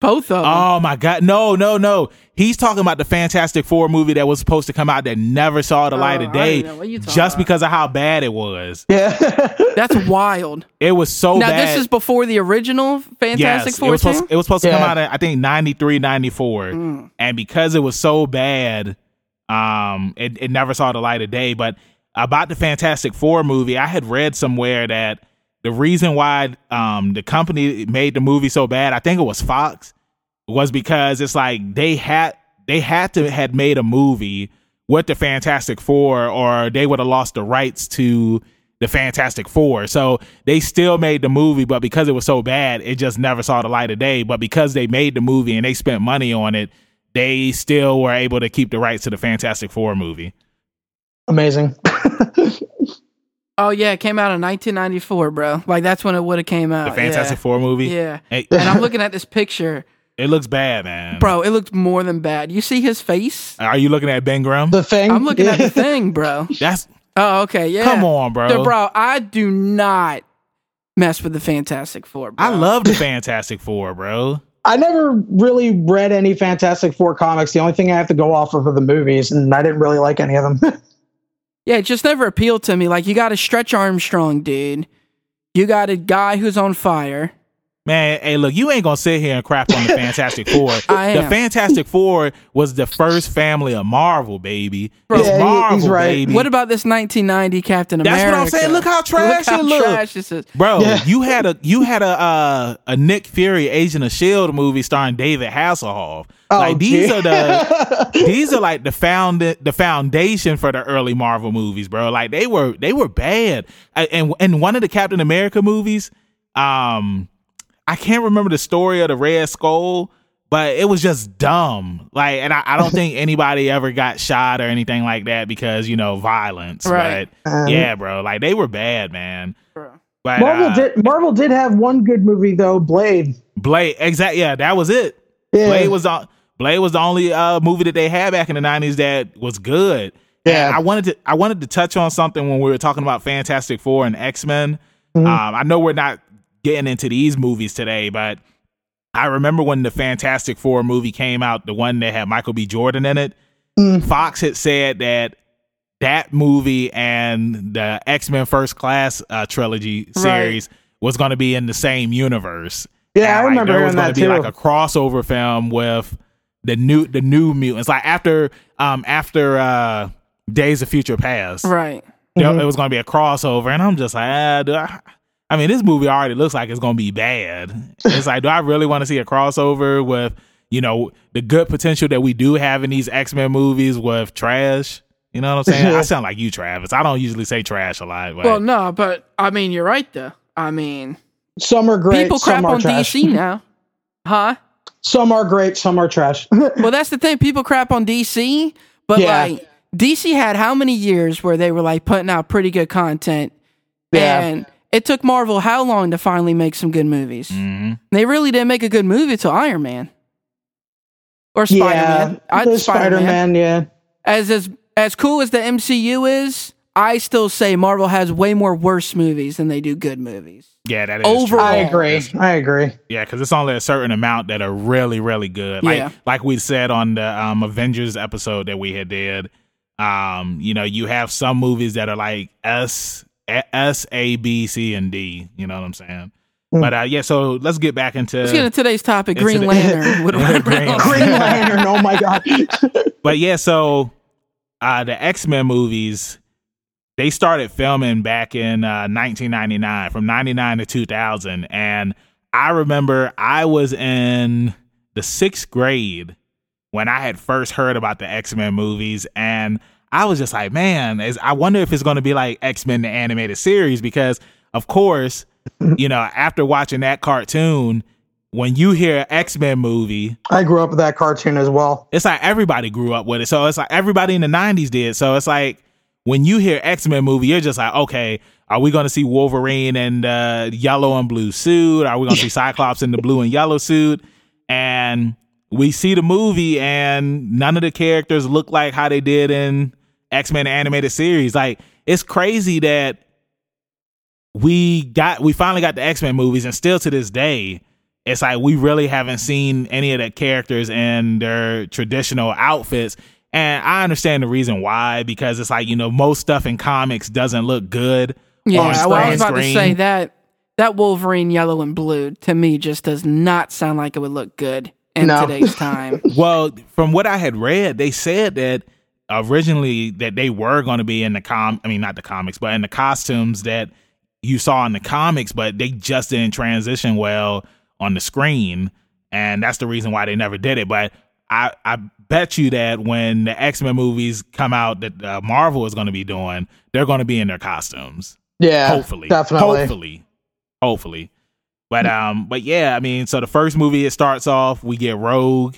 [SPEAKER 2] Both of them.
[SPEAKER 1] Oh my god. No, no, no. He's talking about the Fantastic Four movie that was supposed to come out that never saw the light of
[SPEAKER 2] Oh, I already
[SPEAKER 1] day
[SPEAKER 2] know what you talking
[SPEAKER 1] just
[SPEAKER 2] about.
[SPEAKER 1] because of how bad it was.
[SPEAKER 5] Yeah.
[SPEAKER 2] That's wild.
[SPEAKER 1] It was so
[SPEAKER 2] now
[SPEAKER 1] bad.
[SPEAKER 2] this is before the original Fantastic
[SPEAKER 1] Oh, yes, it
[SPEAKER 2] Four.
[SPEAKER 1] was supposed
[SPEAKER 2] team?
[SPEAKER 1] it was supposed to
[SPEAKER 5] Yeah.
[SPEAKER 1] come out in, I think 93 94.
[SPEAKER 2] Hmm.
[SPEAKER 1] And because it was so bad, um it, it never saw the light of day, but about the Fantastic Four movie, I had read somewhere that the reason why um the company made the movie so bad, I think it was Fox, was because it's like they had they had to had made a movie with the Fantastic Four, or they would have lost the rights to the Fantastic Four. So they still made the movie, but because it was so bad, it just never saw the light of day. But because they made the movie and they spent money on it, they still were able to keep the rights to the Fantastic Four movie.
[SPEAKER 5] Amazing.
[SPEAKER 2] oh yeah, it came out in 1994, bro. Like that's when it would have came out.
[SPEAKER 1] The Fantastic
[SPEAKER 2] yeah.
[SPEAKER 1] Four movie.
[SPEAKER 2] Yeah.
[SPEAKER 1] It,
[SPEAKER 2] And I'm looking at this picture,
[SPEAKER 1] it looks bad, man.
[SPEAKER 2] bro. It looked more than bad. You see his face?
[SPEAKER 1] Are you looking at Ben Grimm?
[SPEAKER 5] the thing.
[SPEAKER 2] I'm looking at
[SPEAKER 5] Yeah.
[SPEAKER 2] the thing, bro.
[SPEAKER 1] That's
[SPEAKER 2] Oh, okay, yeah.
[SPEAKER 1] Come on, bro.
[SPEAKER 2] Dude, bro, I do not mess with the Fantastic Four. Bro.
[SPEAKER 1] I love the Fantastic Four, bro.
[SPEAKER 5] I never really read any Fantastic Four comics. The only thing I have to go off of are the movies, and I didn't really like any of them.
[SPEAKER 2] Yeah, it just never appealed to me. Like you got a Stretch Armstrong, dude. You got a guy who's on fire.
[SPEAKER 1] Man, hey, look, you ain't gonna sit here and crap on the Fantastic Four.
[SPEAKER 2] I
[SPEAKER 1] the
[SPEAKER 2] am.
[SPEAKER 1] Fantastic Four was the first family of Marvel, baby.
[SPEAKER 2] Bro.
[SPEAKER 1] it's
[SPEAKER 5] Yeah, he-
[SPEAKER 1] Marvel,
[SPEAKER 5] he's right.
[SPEAKER 1] baby.
[SPEAKER 2] What about this 1990 Captain
[SPEAKER 1] That's
[SPEAKER 2] America?
[SPEAKER 1] what I'm saying. Look how trash
[SPEAKER 2] how
[SPEAKER 1] it looked.
[SPEAKER 2] trash this is.
[SPEAKER 1] Bro,
[SPEAKER 5] Yeah.
[SPEAKER 1] you had a you had a uh, a Nick Fury Agent of Shield E movie starring David Hasselhoff. like these are
[SPEAKER 5] Oh, gee.
[SPEAKER 1] the these are like the found the foundation for the early Marvel movies, bro. Like they were they were bad. A- And and one of the Captain America movies, um, I can't remember the story of the Red Skull, but it was just dumb. Like, and I, I don't think anybody ever got shot or anything like that because you know violence.
[SPEAKER 2] Right.
[SPEAKER 1] But yeah, bro, like they were bad, man. But
[SPEAKER 5] Um, Marvel
[SPEAKER 1] uh,
[SPEAKER 5] did. Marvel did have one good movie though, Blade.
[SPEAKER 1] Blade, exactly. Yeah, that was it.
[SPEAKER 5] Yeah.
[SPEAKER 1] Blade was on. Blade was the only uh, movie that they had back in the nineties that was good.
[SPEAKER 5] Yeah.
[SPEAKER 1] And I wanted to. I wanted to touch on something when we were talking about Fantastic Four and X Men.
[SPEAKER 5] Mm-hmm.
[SPEAKER 1] Um, I know we're not getting into these movies today, but I remember when the Fantastic Four movie came out, the one that had Michael B. Jordan in it.
[SPEAKER 5] Mm.
[SPEAKER 1] Fox had said that that movie and the X Men First Class uh, trilogy series was going to be in the same universe. And,
[SPEAKER 5] Yeah, I
[SPEAKER 1] like,
[SPEAKER 5] remember
[SPEAKER 1] there was
[SPEAKER 5] hearing
[SPEAKER 1] gonna
[SPEAKER 5] that
[SPEAKER 1] be
[SPEAKER 5] too.
[SPEAKER 1] like a crossover film with the new the new mutants. Like after um after uh Days of Future Past,
[SPEAKER 2] Right. Mm-hmm.
[SPEAKER 1] there- it was going to be a crossover, and I'm just like, ah, do I? I mean, this movie already looks like it's going to be bad. It's like, do I really want to see a crossover with you know the good potential that we do have in these X Men movies with trash? You know what I'm saying? I sound like you, Travis. I don't usually say trash a lot. But
[SPEAKER 2] Well, no, but I mean, you're right though. I mean,
[SPEAKER 5] some are great.
[SPEAKER 2] people
[SPEAKER 5] some
[SPEAKER 2] crap
[SPEAKER 5] are
[SPEAKER 2] on
[SPEAKER 5] trash.
[SPEAKER 2] DC now. huh?
[SPEAKER 5] Some are great, some are trash.
[SPEAKER 2] Well, that's the thing. People crap on DC, but
[SPEAKER 5] Yeah.
[SPEAKER 2] like DC had how many years where they were like putting out pretty good content,
[SPEAKER 5] Yeah.
[SPEAKER 2] and it took Marvel how long to finally make some good movies?
[SPEAKER 5] Mm-hmm.
[SPEAKER 2] They really didn't make a good movie till Iron Man or Spider Man.
[SPEAKER 5] yeah, the Spider Man. Yeah,
[SPEAKER 2] As as as cool as the MCU is, I still say Marvel has way more worse movies than they do good movies.
[SPEAKER 1] Yeah, that is
[SPEAKER 2] Overall.
[SPEAKER 1] true.
[SPEAKER 5] I agree. I agree.
[SPEAKER 1] Yeah, because it's only a certain amount that are really, really good. Like
[SPEAKER 2] Yeah.
[SPEAKER 1] like we said on the um, Avengers episode that we had did. Um, you know, you have some movies that are like S A- S A B C and D. You know what I'm saying? But uh, yeah, so let's get back into.
[SPEAKER 2] Hmm. Let's get into today's topic:
[SPEAKER 1] Into
[SPEAKER 2] Green
[SPEAKER 1] the-
[SPEAKER 2] Lantern. with Ryan
[SPEAKER 1] Green
[SPEAKER 2] Reynolds.
[SPEAKER 1] Lantern.
[SPEAKER 5] Green Lantern. oh my god.
[SPEAKER 1] but yeah, so uh, the X Men movies they started filming back in uh, 1999, from 99 to 2000, and I remember I was in the sixth grade when I had first heard about the X Men movies, and I was just like, man, is, I wonder if it's going to be like X Men the animated series because, of course, you know, after watching that cartoon, when you hear X Men movie,
[SPEAKER 5] I grew up with that cartoon as well.
[SPEAKER 1] it's like everybody grew up with it. So it's like everybody in the 90s did. So it's like when you hear X-Men movie, you're just like, okay, are we going to see Wolverine in the yellow and blue suit? Are we going to see Cyclops in the blue and yellow suit? And we see the movie and none of the characters look like how they did in X-Men animated series. Like it's crazy that we got we finally got the X-Men movies and still to this day it's like we really haven't seen any of the characters in their traditional outfits. And I understand the reason why, because it's like, you know, most stuff in comics doesn't look good.
[SPEAKER 2] Yeah,
[SPEAKER 1] on
[SPEAKER 2] well, I
[SPEAKER 1] screen.
[SPEAKER 2] was about to say that that Wolverine yellow and blue to me just does not sound like it would look good in
[SPEAKER 5] No.
[SPEAKER 2] today's time.
[SPEAKER 1] Well, from what I had read, they said that originally that they were going to be in the com I mean not the comics, but in the costumes that you saw in the comics, but they just didn't transition well on the screen, and that's the reason why they never did it. But I I bet you that when the X-Men movies come out that uh, Marvel is going to be doing, they're going to be in their costumes
[SPEAKER 5] Yeah,
[SPEAKER 1] hopefully
[SPEAKER 5] definitely.
[SPEAKER 1] hopefully hopefully but um but yeah i mean so the first movie it starts off we get rogue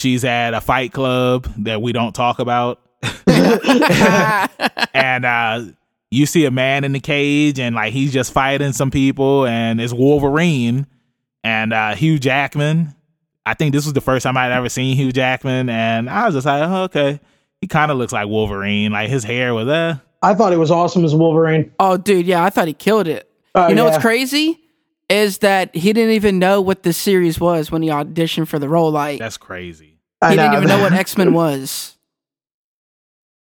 [SPEAKER 1] she's at a fight club that we don't talk about and uh you see a man in the cage and like he's just fighting some people and it's wolverine and uh hugh jackman i think this was the first time i'd ever seen hugh jackman and i was just like oh, okay he kind of looks like wolverine like his hair was uh
[SPEAKER 5] I thought it was awesome as Wolverine.
[SPEAKER 2] oh, dude, yeah, I thought he killed it.
[SPEAKER 5] Oh,
[SPEAKER 2] you know
[SPEAKER 5] yeah.
[SPEAKER 2] what's crazy is that he didn't even know what the series was when he auditioned for the role. Like
[SPEAKER 1] that's crazy
[SPEAKER 5] I
[SPEAKER 2] he didn't even know what X Men was.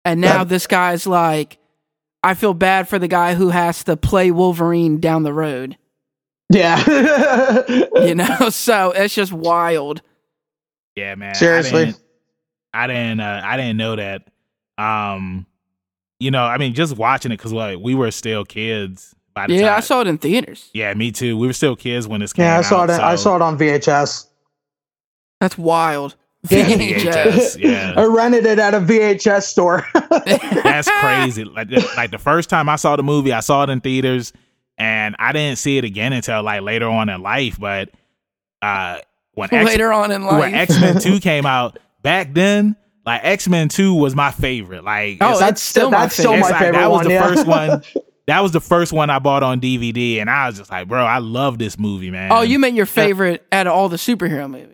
[SPEAKER 2] And now this guy's like, I feel bad for the guy who has to play Wolverine down the road.
[SPEAKER 5] yeah.
[SPEAKER 2] You know, so it's just wild.
[SPEAKER 1] Yeah, man. I
[SPEAKER 5] Seriously.
[SPEAKER 1] didn't. I didn't, uh, I didn't know that. Um, you know, I mean, just watching it because like we were still kids by the
[SPEAKER 2] Yeah,
[SPEAKER 1] time.
[SPEAKER 2] I saw it in theaters.
[SPEAKER 1] Yeah, me too. We were still kids when this came
[SPEAKER 5] yeah, I saw
[SPEAKER 1] out,
[SPEAKER 5] it. I
[SPEAKER 1] so-
[SPEAKER 5] saw it on VHS.
[SPEAKER 2] That's wild.
[SPEAKER 5] Yeah,
[SPEAKER 1] VHS, yeah.
[SPEAKER 5] I rented it at a VHS store.
[SPEAKER 1] That's crazy. Like, the- like the first time I saw the movie, I saw it in theaters, and I didn't see it again until like later on in life. But uh, when X-
[SPEAKER 2] Later on in life.
[SPEAKER 1] when X Men Two came out back then, like X Men Two was my favorite. Like
[SPEAKER 2] Oh,
[SPEAKER 1] it's-
[SPEAKER 2] that's still my
[SPEAKER 5] that's still
[SPEAKER 2] favorite.
[SPEAKER 5] my
[SPEAKER 1] It's like,
[SPEAKER 5] favorite
[SPEAKER 1] that was
[SPEAKER 5] one.
[SPEAKER 1] the
[SPEAKER 5] yeah.
[SPEAKER 1] first one. That was the first one I bought on DVD, and I was just like, "Bro, I love this movie, man."
[SPEAKER 2] oh, you meant your favorite out of all the superhero movies.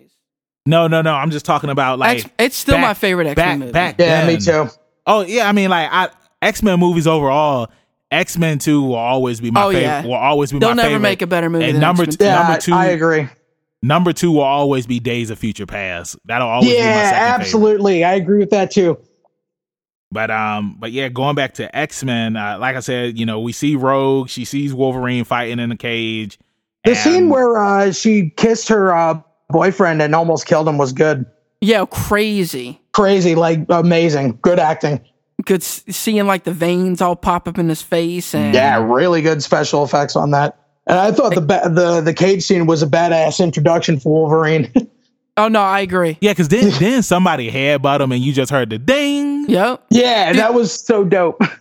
[SPEAKER 1] No, no, no. I'm just talking about like
[SPEAKER 2] X- it's still
[SPEAKER 1] back-
[SPEAKER 2] my favorite X
[SPEAKER 1] back,
[SPEAKER 2] Men movie.
[SPEAKER 1] back.
[SPEAKER 5] yeah, me
[SPEAKER 1] then.
[SPEAKER 5] too.
[SPEAKER 1] Oh yeah, I mean like I X Men movies overall. X Men Two will always be my
[SPEAKER 2] Oh,
[SPEAKER 1] favorite.
[SPEAKER 2] yeah.
[SPEAKER 1] Will always be
[SPEAKER 2] They'll
[SPEAKER 1] my
[SPEAKER 2] never
[SPEAKER 1] favorite.
[SPEAKER 2] make a better movie
[SPEAKER 1] And
[SPEAKER 2] than
[SPEAKER 1] number
[SPEAKER 2] X-Men.
[SPEAKER 1] two,
[SPEAKER 5] Yeah,
[SPEAKER 1] number
[SPEAKER 5] I-
[SPEAKER 1] two,
[SPEAKER 5] I agree.
[SPEAKER 1] number two will always be Days of Future Past. That'll always be my
[SPEAKER 5] Yeah,
[SPEAKER 1] second favorite.
[SPEAKER 5] absolutely. I agree with that too.
[SPEAKER 1] But um, but yeah, going back to X Men, uh, like I said, you know, we see Rogue. She sees Wolverine fighting in the cage.
[SPEAKER 5] The
[SPEAKER 1] and-
[SPEAKER 5] scene where uh, she kissed her uh, boyfriend and almost killed him was good.
[SPEAKER 2] Yeah, crazy.
[SPEAKER 5] Crazy, like amazing. Good acting.
[SPEAKER 2] Good s- seeing like the veins all pop up in his face and
[SPEAKER 5] Yeah, really good special effects on that. And I thought the ba- the the cage scene was a badass introduction for Wolverine.
[SPEAKER 2] Oh no, I agree.
[SPEAKER 1] Yeah, because then then somebody headbutt him and you just heard the ding.
[SPEAKER 2] Yep.
[SPEAKER 5] yeah, that was so dope.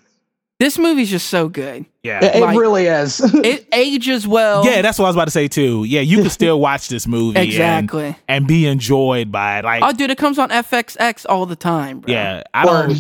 [SPEAKER 2] This movie's just so good.
[SPEAKER 1] Yeah.
[SPEAKER 5] It, it
[SPEAKER 2] Like-
[SPEAKER 5] really is.
[SPEAKER 2] It ages well.
[SPEAKER 1] yeah, that's what I was about to say too. Yeah, you can still watch this movie and-
[SPEAKER 2] Exactly.
[SPEAKER 1] and, be enjoyed by it. Like,
[SPEAKER 2] Oh, dude, it comes on FXX all the time, bro.
[SPEAKER 1] yeah, I don't,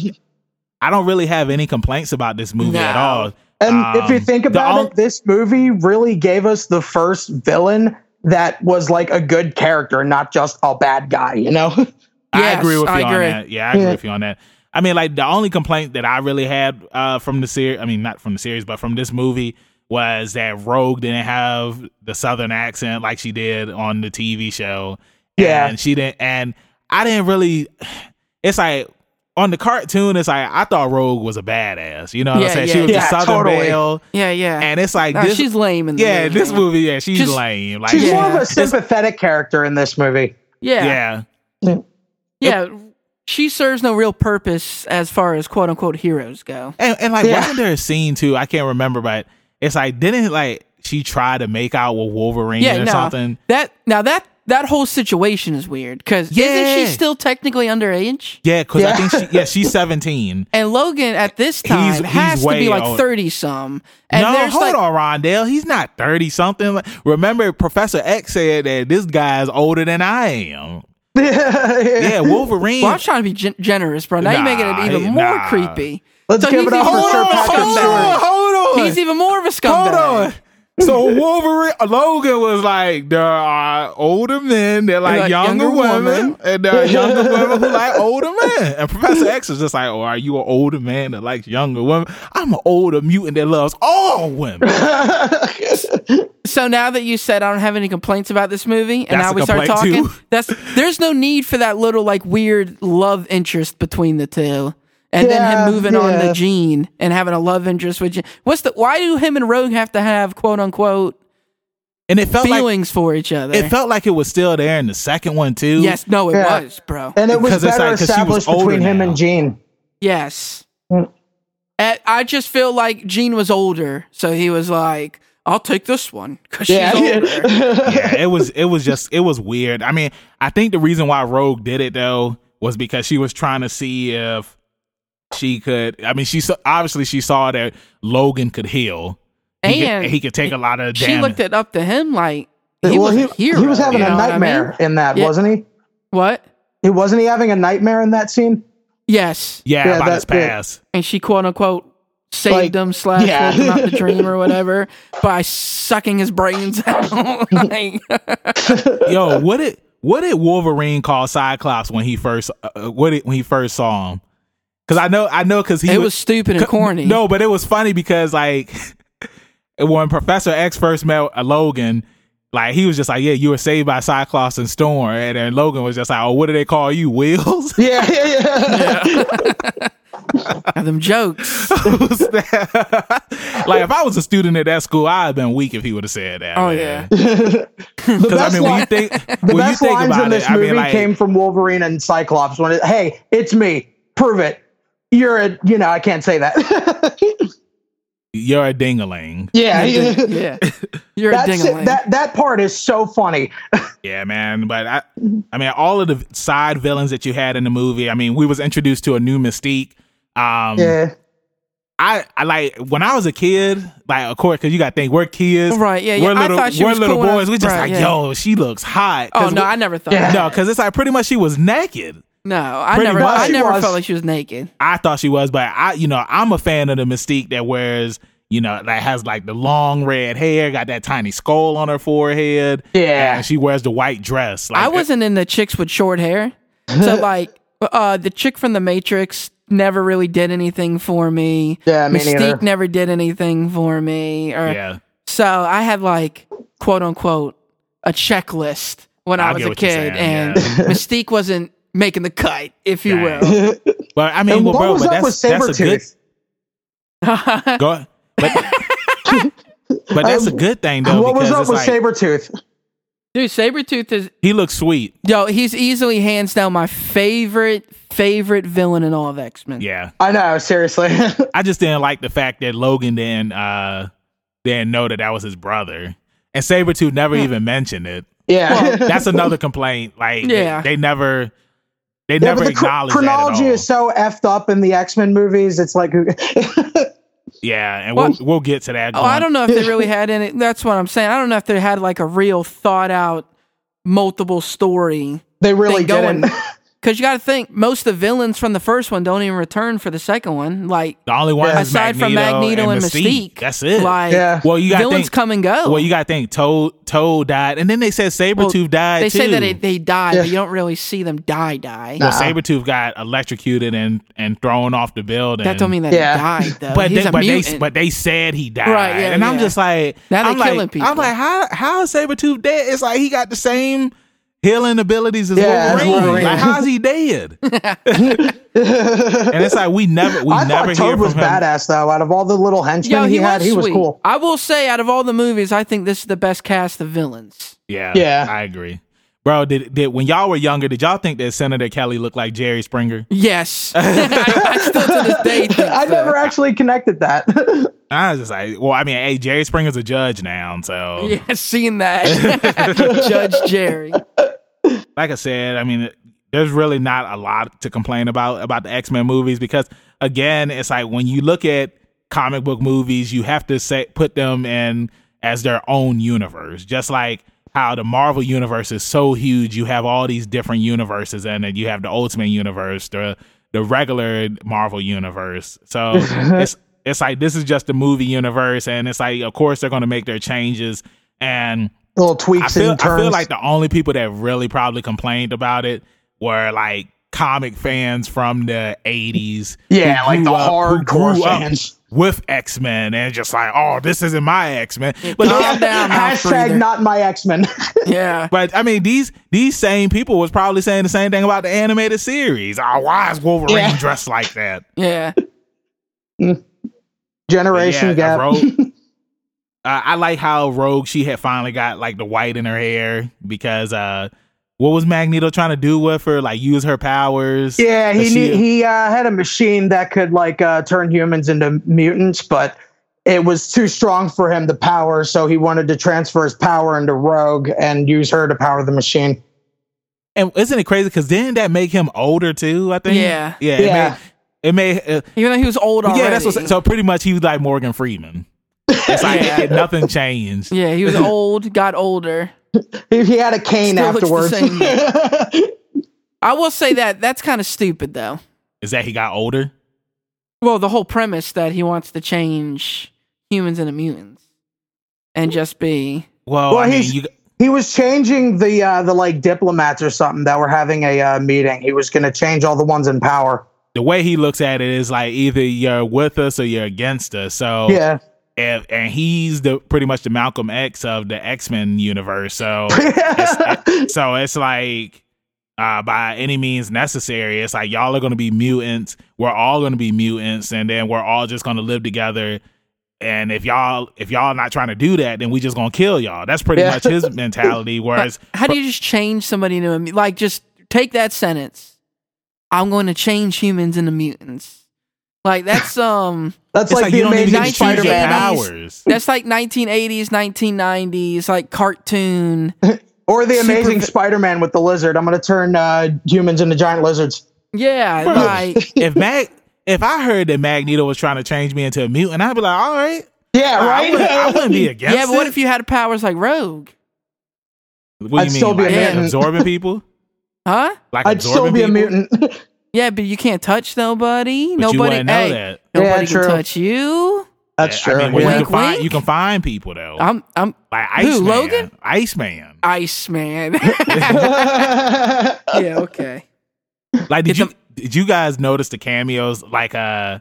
[SPEAKER 1] I don't really have any complaints about this movie at
[SPEAKER 2] No.
[SPEAKER 1] all.
[SPEAKER 5] And
[SPEAKER 1] Um,
[SPEAKER 5] if you think
[SPEAKER 1] the
[SPEAKER 5] about
[SPEAKER 1] on-
[SPEAKER 5] it, this movie really gave us the first villain that was like a good character, not just a bad guy, you know?
[SPEAKER 1] I
[SPEAKER 2] Yes,
[SPEAKER 1] agree with you
[SPEAKER 2] I
[SPEAKER 1] on
[SPEAKER 2] agree.
[SPEAKER 1] that. Yeah, I agree
[SPEAKER 5] Yeah.
[SPEAKER 1] with you on that. I mean, like the only complaint that I really had uh, from the series, I mean, not from the series, but from this movie was that Rogue didn't have the Southern accent like she did on the TV show.
[SPEAKER 5] Yeah.
[SPEAKER 1] And she didn't, and I didn't really, it's like, on the cartoon, it's like I thought Rogue was a badass. You know what
[SPEAKER 2] Yeah,
[SPEAKER 1] I'm saying?
[SPEAKER 2] yeah,
[SPEAKER 1] she was
[SPEAKER 5] yeah.
[SPEAKER 1] the Southern
[SPEAKER 5] Totally.
[SPEAKER 1] Belle,
[SPEAKER 2] yeah, yeah.
[SPEAKER 1] and it's like
[SPEAKER 2] Nah,
[SPEAKER 1] this.
[SPEAKER 2] she's lame in the
[SPEAKER 1] yeah,
[SPEAKER 2] movie,
[SPEAKER 1] this
[SPEAKER 2] man.
[SPEAKER 1] movie. Yeah, she's
[SPEAKER 2] Just-
[SPEAKER 1] lame. Like,
[SPEAKER 5] She's
[SPEAKER 1] yeah,
[SPEAKER 5] more of
[SPEAKER 2] Yeah.
[SPEAKER 5] a sympathetic character in this movie.
[SPEAKER 2] Yeah, yeah,
[SPEAKER 1] yeah,
[SPEAKER 2] She serves no real purpose as far as quote unquote heroes go.
[SPEAKER 1] And, and like,
[SPEAKER 5] Yeah.
[SPEAKER 1] wasn't there a scene too? I can't remember, but it's like, didn't like she try to make out with Wolverine
[SPEAKER 2] Yeah,
[SPEAKER 1] or
[SPEAKER 2] no.
[SPEAKER 1] something?
[SPEAKER 2] That now that that whole situation is weird because
[SPEAKER 1] Yeah.
[SPEAKER 2] isn't she still technically underage?
[SPEAKER 1] Yeah, because I
[SPEAKER 5] Yeah.
[SPEAKER 1] think she, yeah, she's 17.
[SPEAKER 2] And Logan at this time
[SPEAKER 1] he's
[SPEAKER 2] has to
[SPEAKER 1] way
[SPEAKER 2] be like
[SPEAKER 1] old.
[SPEAKER 2] thirty some. And
[SPEAKER 1] no,
[SPEAKER 2] there's
[SPEAKER 1] hold
[SPEAKER 2] like,
[SPEAKER 1] on, Rondell. He's not 30 something. Like, Remember, Professor X said that this guy is older than I am. Yeah, Wolverine.
[SPEAKER 2] Well, I'm trying to be gen- generous, bro. Now you're making
[SPEAKER 1] Nah,
[SPEAKER 2] it even
[SPEAKER 1] he-
[SPEAKER 2] more
[SPEAKER 1] nah.
[SPEAKER 2] creepy.
[SPEAKER 5] Let's give
[SPEAKER 2] he's
[SPEAKER 5] it up
[SPEAKER 2] even
[SPEAKER 5] for
[SPEAKER 2] more
[SPEAKER 1] hold
[SPEAKER 5] Sir
[SPEAKER 1] on,
[SPEAKER 2] of a
[SPEAKER 5] Patrick
[SPEAKER 1] hold
[SPEAKER 2] scumbag.
[SPEAKER 1] on, hold on.
[SPEAKER 2] He's even more of a scumbag.
[SPEAKER 1] Hold on. So Wolverine Logan was like, there are older men, they're like,
[SPEAKER 2] like
[SPEAKER 1] younger,
[SPEAKER 2] younger
[SPEAKER 1] women,
[SPEAKER 2] woman.
[SPEAKER 1] and there are younger women who like older men. And Professor X is just like, oh, are you an older man that likes younger women? I'm an older mutant that loves all women.
[SPEAKER 2] So now that you said I don't have any complaints about this movie, and
[SPEAKER 1] That's
[SPEAKER 2] now
[SPEAKER 1] a
[SPEAKER 2] we start
[SPEAKER 1] complaint,
[SPEAKER 2] talking,
[SPEAKER 1] too.
[SPEAKER 2] that's there's no need for that little like weird love interest between the two, and then
[SPEAKER 5] Yeah,
[SPEAKER 2] him moving on to
[SPEAKER 5] yeah.
[SPEAKER 2] Jean and having a love interest with Jean. What's the why do him and Rogue have to have quote unquote
[SPEAKER 1] And it felt like
[SPEAKER 2] feelings for each other?
[SPEAKER 1] it felt like it was still there in the second one too.
[SPEAKER 2] yes, no, it
[SPEAKER 5] Yeah.
[SPEAKER 2] was, bro.
[SPEAKER 5] And it was
[SPEAKER 1] Because it's
[SPEAKER 5] better
[SPEAKER 1] like- 'cause she was
[SPEAKER 5] established
[SPEAKER 1] older
[SPEAKER 5] between him
[SPEAKER 1] now.
[SPEAKER 5] and Gene.
[SPEAKER 2] Yes.
[SPEAKER 5] Mm.
[SPEAKER 2] And I just feel like Gene was older, so he was like, "I'll take this one because
[SPEAKER 5] Yeah.
[SPEAKER 2] she's older."
[SPEAKER 1] yeah, it was it was just it was weird. I mean, I think the reason why Rogue did it though was because she was trying to see if she could. I mean, she saw, obviously she saw that Logan could heal. He
[SPEAKER 2] And
[SPEAKER 1] could, he could take a lot of
[SPEAKER 2] she
[SPEAKER 1] damage.
[SPEAKER 2] looked it up to him like he
[SPEAKER 5] well,
[SPEAKER 2] was
[SPEAKER 5] he,
[SPEAKER 2] a hero.
[SPEAKER 5] he was having
[SPEAKER 2] you
[SPEAKER 5] a
[SPEAKER 2] know what I mean?
[SPEAKER 5] nightmare in that,
[SPEAKER 2] Yeah.
[SPEAKER 5] wasn't he?
[SPEAKER 2] What?
[SPEAKER 5] He wasn't he having a nightmare in that scene?
[SPEAKER 2] Yes,
[SPEAKER 1] yeah,
[SPEAKER 5] yeah,
[SPEAKER 1] about
[SPEAKER 5] that-
[SPEAKER 1] his past.
[SPEAKER 2] and she quote unquote saved
[SPEAKER 5] Like,
[SPEAKER 2] him slash
[SPEAKER 5] yeah.
[SPEAKER 2] woke him out the dream or whatever by sucking his brains out. like,
[SPEAKER 1] Yo, what did what did Wolverine call Cyclops when he first uh, uh, what did, when he first saw him? Because I know I know because he
[SPEAKER 2] it
[SPEAKER 1] was-
[SPEAKER 2] was stupid and
[SPEAKER 1] C-
[SPEAKER 2] corny.
[SPEAKER 1] No, but it was funny because like when Professor X first met uh, Logan, like he was just like, "Yeah, you were saved by Cyclops and Storm," and then Logan was just like, "Oh, what do they call you, Wheels?"
[SPEAKER 5] Yeah, yeah, yeah.
[SPEAKER 2] them jokes.
[SPEAKER 1] Who's that? like if I was a student at that school, I'd have been weak if he would have said that.
[SPEAKER 2] Oh
[SPEAKER 1] man.
[SPEAKER 2] yeah,
[SPEAKER 5] The
[SPEAKER 1] Because I
[SPEAKER 5] best
[SPEAKER 1] mean, when
[SPEAKER 5] line-
[SPEAKER 1] you think,
[SPEAKER 5] The
[SPEAKER 1] when you
[SPEAKER 5] best
[SPEAKER 1] think
[SPEAKER 5] lines
[SPEAKER 1] about
[SPEAKER 5] in this
[SPEAKER 1] it,
[SPEAKER 5] movie
[SPEAKER 1] I mean, like,
[SPEAKER 5] came from Wolverine and Cyclops. When it, hey, it's me, prove it. You're a, you know, I can't say that.
[SPEAKER 1] you're a dingaling.
[SPEAKER 5] yeah,
[SPEAKER 2] yeah. You're a
[SPEAKER 5] That's
[SPEAKER 2] dingaling.
[SPEAKER 5] it, that that part is so funny.
[SPEAKER 1] Yeah, man. But I, I mean, all of the side villains that you had in the movie. I mean, we was introduced to a new Mystique. Um,
[SPEAKER 5] Yeah,
[SPEAKER 1] I, I like when I was a kid, like of course, because you got to think we're kids,
[SPEAKER 2] Right, yeah, yeah.
[SPEAKER 1] We're
[SPEAKER 2] I
[SPEAKER 1] little,
[SPEAKER 2] thought she
[SPEAKER 1] we're
[SPEAKER 2] was
[SPEAKER 1] little
[SPEAKER 2] cool when I
[SPEAKER 1] boys.
[SPEAKER 2] was-
[SPEAKER 1] we just
[SPEAKER 2] right,
[SPEAKER 1] like,
[SPEAKER 2] yeah.
[SPEAKER 1] yo, she looks hot.
[SPEAKER 2] oh
[SPEAKER 1] 'Cause
[SPEAKER 2] no,
[SPEAKER 1] we-
[SPEAKER 2] I never thought.
[SPEAKER 5] Yeah.
[SPEAKER 2] that.
[SPEAKER 1] no, because it's like pretty much she was naked.
[SPEAKER 2] No, I
[SPEAKER 1] Pretty
[SPEAKER 2] never.
[SPEAKER 1] much.
[SPEAKER 2] I
[SPEAKER 5] She
[SPEAKER 2] never
[SPEAKER 5] was.
[SPEAKER 2] felt like she was naked.
[SPEAKER 1] I thought she was, but I, you know, I'm a fan of the Mystique that wears, you know, that has like the long red hair, got that tiny skull on her forehead.
[SPEAKER 5] Yeah.
[SPEAKER 1] and she wears the white dress. Like, uh,
[SPEAKER 2] I wasn't in the chicks with short hair. So like, uh, the chick from the Matrix never really did anything for me.
[SPEAKER 5] Yeah, me
[SPEAKER 2] Mystique
[SPEAKER 5] neither.
[SPEAKER 2] never did anything for me. Or
[SPEAKER 1] uh, Yeah,
[SPEAKER 2] so I had like quote unquote a checklist when i
[SPEAKER 1] I
[SPEAKER 2] was
[SPEAKER 1] get
[SPEAKER 2] a
[SPEAKER 1] what you're saying,
[SPEAKER 2] kid, and
[SPEAKER 1] yeah.
[SPEAKER 2] Mystique wasn't making the cut, if you
[SPEAKER 1] Dang.
[SPEAKER 2] will.
[SPEAKER 1] but I mean,
[SPEAKER 5] and
[SPEAKER 1] well,
[SPEAKER 5] what
[SPEAKER 1] bro,
[SPEAKER 5] was
[SPEAKER 1] but
[SPEAKER 5] up with
[SPEAKER 1] that's, that's a good.
[SPEAKER 5] Sabretooth?
[SPEAKER 1] Go ahead. But, but that's a good thing though.
[SPEAKER 5] What was
[SPEAKER 1] because
[SPEAKER 5] up
[SPEAKER 1] it's
[SPEAKER 5] with
[SPEAKER 1] like,
[SPEAKER 5] Sabretooth?
[SPEAKER 2] Dude, Sabretooth is
[SPEAKER 1] He looks sweet.
[SPEAKER 2] yo. He's easily hands down my favorite favorite villain in all of X Men.
[SPEAKER 1] Yeah.
[SPEAKER 5] I know, seriously.
[SPEAKER 1] I just didn't like the fact that Logan didn't uh didn't know that that was his brother, and Sabretooth never
[SPEAKER 2] Hmm.
[SPEAKER 1] even mentioned it.
[SPEAKER 5] yeah.
[SPEAKER 1] That's another complaint. Like, they-
[SPEAKER 2] Yeah.
[SPEAKER 1] they, never, they
[SPEAKER 5] Yeah,
[SPEAKER 1] never
[SPEAKER 5] but the chro-
[SPEAKER 1] acknowledge that at
[SPEAKER 5] chronology
[SPEAKER 1] all.
[SPEAKER 5] is so effed up in the X Men movies. It's like,
[SPEAKER 1] Yeah, and
[SPEAKER 2] Well,
[SPEAKER 1] we'll we'll get to that.
[SPEAKER 2] Oh, I don't know if they really had any. That's what I'm saying. I don't know if they had like a real thought out, multiple story.
[SPEAKER 5] They really
[SPEAKER 2] thing going.
[SPEAKER 5] didn't.
[SPEAKER 2] Because you got to think, most of the villains from the first one don't even return for the second one. Like,
[SPEAKER 1] The only one is
[SPEAKER 2] aside from Magneto and Mystique,
[SPEAKER 1] That's it.
[SPEAKER 2] Like,
[SPEAKER 5] Yeah.
[SPEAKER 1] well, you got
[SPEAKER 2] villains
[SPEAKER 1] think,
[SPEAKER 2] come and go.
[SPEAKER 1] Well, you got to think Toad Toad died, and then they said Sabretooth
[SPEAKER 2] Well,
[SPEAKER 1] died.
[SPEAKER 2] They
[SPEAKER 1] too.
[SPEAKER 2] say that it, they die,
[SPEAKER 5] Yeah.
[SPEAKER 2] but you don't really see them die. Die.
[SPEAKER 1] Well, Sabretooth got electrocuted and and thrown off the building.
[SPEAKER 2] That don't mean that
[SPEAKER 5] Yeah.
[SPEAKER 2] he died though.
[SPEAKER 1] But
[SPEAKER 2] He's
[SPEAKER 1] they,
[SPEAKER 2] a
[SPEAKER 1] but
[SPEAKER 2] mutant.
[SPEAKER 1] they but they said he died,
[SPEAKER 2] Right, yeah,
[SPEAKER 1] and I'm
[SPEAKER 2] yeah.
[SPEAKER 1] just like
[SPEAKER 2] Now they
[SPEAKER 1] I'm like,
[SPEAKER 2] killing people.
[SPEAKER 1] I'm like, how how is Sabretooth dead? It's like he got the same healing abilities as
[SPEAKER 5] Yeah, as
[SPEAKER 1] Wolverine.
[SPEAKER 5] Wolverine.
[SPEAKER 1] Like, how's he dead? and it's like we never we
[SPEAKER 5] I
[SPEAKER 1] never
[SPEAKER 5] thought
[SPEAKER 1] hear
[SPEAKER 5] Toad
[SPEAKER 1] from
[SPEAKER 5] was
[SPEAKER 1] him.
[SPEAKER 5] badass though. Out of all the little henchmen
[SPEAKER 2] Yo,
[SPEAKER 5] he,
[SPEAKER 2] he,
[SPEAKER 5] had,
[SPEAKER 2] was
[SPEAKER 5] he was
[SPEAKER 2] sweet.
[SPEAKER 5] cool.
[SPEAKER 2] I will say, out of all the movies, I think this is the best cast of villains.
[SPEAKER 1] Yeah,
[SPEAKER 5] Yeah.
[SPEAKER 1] I agree, bro. Did did when y'all were younger, did y'all think that Senator Kelly looked like Jerry Springer?
[SPEAKER 2] Yes, I, I still to this day. Think
[SPEAKER 5] I
[SPEAKER 2] so.
[SPEAKER 5] never actually connected that.
[SPEAKER 1] I was just like, well, I mean, hey, Jerry Springer's a judge now, so
[SPEAKER 2] Yeah, seen that. Judge Jerry.
[SPEAKER 1] like I said, I mean, there's really not a lot to complain about about the X Men movies because again, it's like when you look at comic book movies, you have to say put them in as their own universe, just like. How the Marvel universe is so huge, you have all these different universes, and then you have the Ultimate universe, the the regular Marvel universe. So it's it's like this is just the movie universe, and it's like of course they're going to make their changes, and
[SPEAKER 5] little
[SPEAKER 1] I
[SPEAKER 5] tweaks
[SPEAKER 1] feel,
[SPEAKER 5] and
[SPEAKER 1] I
[SPEAKER 5] turns.
[SPEAKER 1] feel like the only people that really probably complained about it were like comic fans from the 80s.
[SPEAKER 5] yeah, like the
[SPEAKER 1] grew up- who
[SPEAKER 5] hardcore
[SPEAKER 1] grew up
[SPEAKER 5] fans.
[SPEAKER 1] With X Men and just like, oh, this isn't my X Men. But
[SPEAKER 2] Mm, Calm down, mouth breather.
[SPEAKER 5] Hashtag not my X Men.
[SPEAKER 2] Yeah.
[SPEAKER 1] but I mean, these these same people was probably saying the same thing about the animated series. Oh, why is Wolverine
[SPEAKER 5] Yeah.
[SPEAKER 1] dressed like that?
[SPEAKER 2] Yeah.
[SPEAKER 1] But
[SPEAKER 5] Generation
[SPEAKER 1] yeah,
[SPEAKER 5] gap.
[SPEAKER 1] Rogue- uh, I like how Rogue she had finally got like the white in her hair because uh, what was Magneto trying to do with her? Like use her powers?
[SPEAKER 5] Yeah, he
[SPEAKER 1] But she-
[SPEAKER 5] knew, he uh, had a machine that could like uh, turn humans into mutants, but it was too strong for him the power, so he wanted to transfer his power into Rogue and use her to power the machine.
[SPEAKER 1] And isn't it crazy? Because didn't that make him older too? I think.
[SPEAKER 2] Yeah.
[SPEAKER 1] Yeah. It
[SPEAKER 5] Yeah.
[SPEAKER 1] Made, it made. Uh,
[SPEAKER 2] Even though he was old already.
[SPEAKER 1] yeah. That's what. So pretty much he was like Morgan Freeman. It's like
[SPEAKER 2] Yeah.
[SPEAKER 1] nothing changed.
[SPEAKER 2] Yeah, he was old, got older.
[SPEAKER 5] He, he had a cane
[SPEAKER 2] Still looks
[SPEAKER 5] afterwards.
[SPEAKER 2] the I will say that that's kind of stupid though.
[SPEAKER 1] Is that he got older?
[SPEAKER 2] Well, the whole premise that he wants to change humans into mutants and just be
[SPEAKER 1] Well,
[SPEAKER 5] Well,
[SPEAKER 1] I mean,
[SPEAKER 5] he's-
[SPEAKER 1] you,
[SPEAKER 5] he was changing the uh, the like diplomats or something that were having a uh, meeting. He was going to change all the ones in power.
[SPEAKER 1] the way he looks at it is like either you're with us or you're against us. So
[SPEAKER 5] Yeah,
[SPEAKER 1] and, and he's the pretty much the Malcolm X of the X Men universe. So it's, it- so it's like uh, by any means necessary. It's like y'all are gonna be mutants. We're all gonna be mutants, and then we're all just gonna live together. And if y'all if y'all not trying to do that, then we just gonna kill y'all. That's pretty
[SPEAKER 5] Yeah.
[SPEAKER 1] much his mentality. Whereas
[SPEAKER 2] How do you just change somebody into a mu- like? Just take that sentence. I'm going to change humans into mutants. Like that's um,
[SPEAKER 5] that's
[SPEAKER 1] it's like,
[SPEAKER 5] like, the
[SPEAKER 1] you don't even
[SPEAKER 5] amazing
[SPEAKER 1] get to change your
[SPEAKER 5] Spider-Man
[SPEAKER 2] Spider-Man.
[SPEAKER 1] powers.
[SPEAKER 2] that's like 1980s, 1990s, like cartoon.
[SPEAKER 5] or the
[SPEAKER 2] Super-
[SPEAKER 5] amazing Spider-Man with the lizard. I'm going to turn uh, humans into giant lizards.
[SPEAKER 2] Yeah,
[SPEAKER 1] Bro.
[SPEAKER 2] like
[SPEAKER 1] If Mag if I heard that Magneto was trying to change me into a mutant, I'd be like, all right.
[SPEAKER 5] Yeah,
[SPEAKER 1] I wouldn't, I wouldn't be against
[SPEAKER 2] yeah. But what
[SPEAKER 1] it.
[SPEAKER 2] if you had powers like Rogue?
[SPEAKER 1] What do you
[SPEAKER 5] I'd
[SPEAKER 1] mean?
[SPEAKER 5] still be a
[SPEAKER 1] like
[SPEAKER 5] mutant.
[SPEAKER 1] absorbing people?
[SPEAKER 2] Huh?
[SPEAKER 1] Like
[SPEAKER 5] I'd still
[SPEAKER 1] absorbing
[SPEAKER 5] be a
[SPEAKER 1] people?
[SPEAKER 5] mutant.
[SPEAKER 2] Yeah, but you can't touch nobody.
[SPEAKER 1] But you
[SPEAKER 2] nobody.
[SPEAKER 1] wouldn't know
[SPEAKER 2] hey,
[SPEAKER 1] that.
[SPEAKER 5] Yeah,
[SPEAKER 2] Nobody can
[SPEAKER 5] true.
[SPEAKER 2] touch you.
[SPEAKER 5] That's
[SPEAKER 1] I
[SPEAKER 5] true.
[SPEAKER 1] mean, well,
[SPEAKER 5] yeah.
[SPEAKER 1] you, can
[SPEAKER 2] Wink,
[SPEAKER 1] find,
[SPEAKER 2] wink.
[SPEAKER 1] you can find people though.
[SPEAKER 2] I'm I'm
[SPEAKER 1] like
[SPEAKER 2] who,
[SPEAKER 1] Iceman.
[SPEAKER 2] Logan?
[SPEAKER 1] Iceman.
[SPEAKER 2] Iceman. yeah. Okay.
[SPEAKER 1] Like did
[SPEAKER 2] Get
[SPEAKER 1] you did you guys notice the cameos? Like uh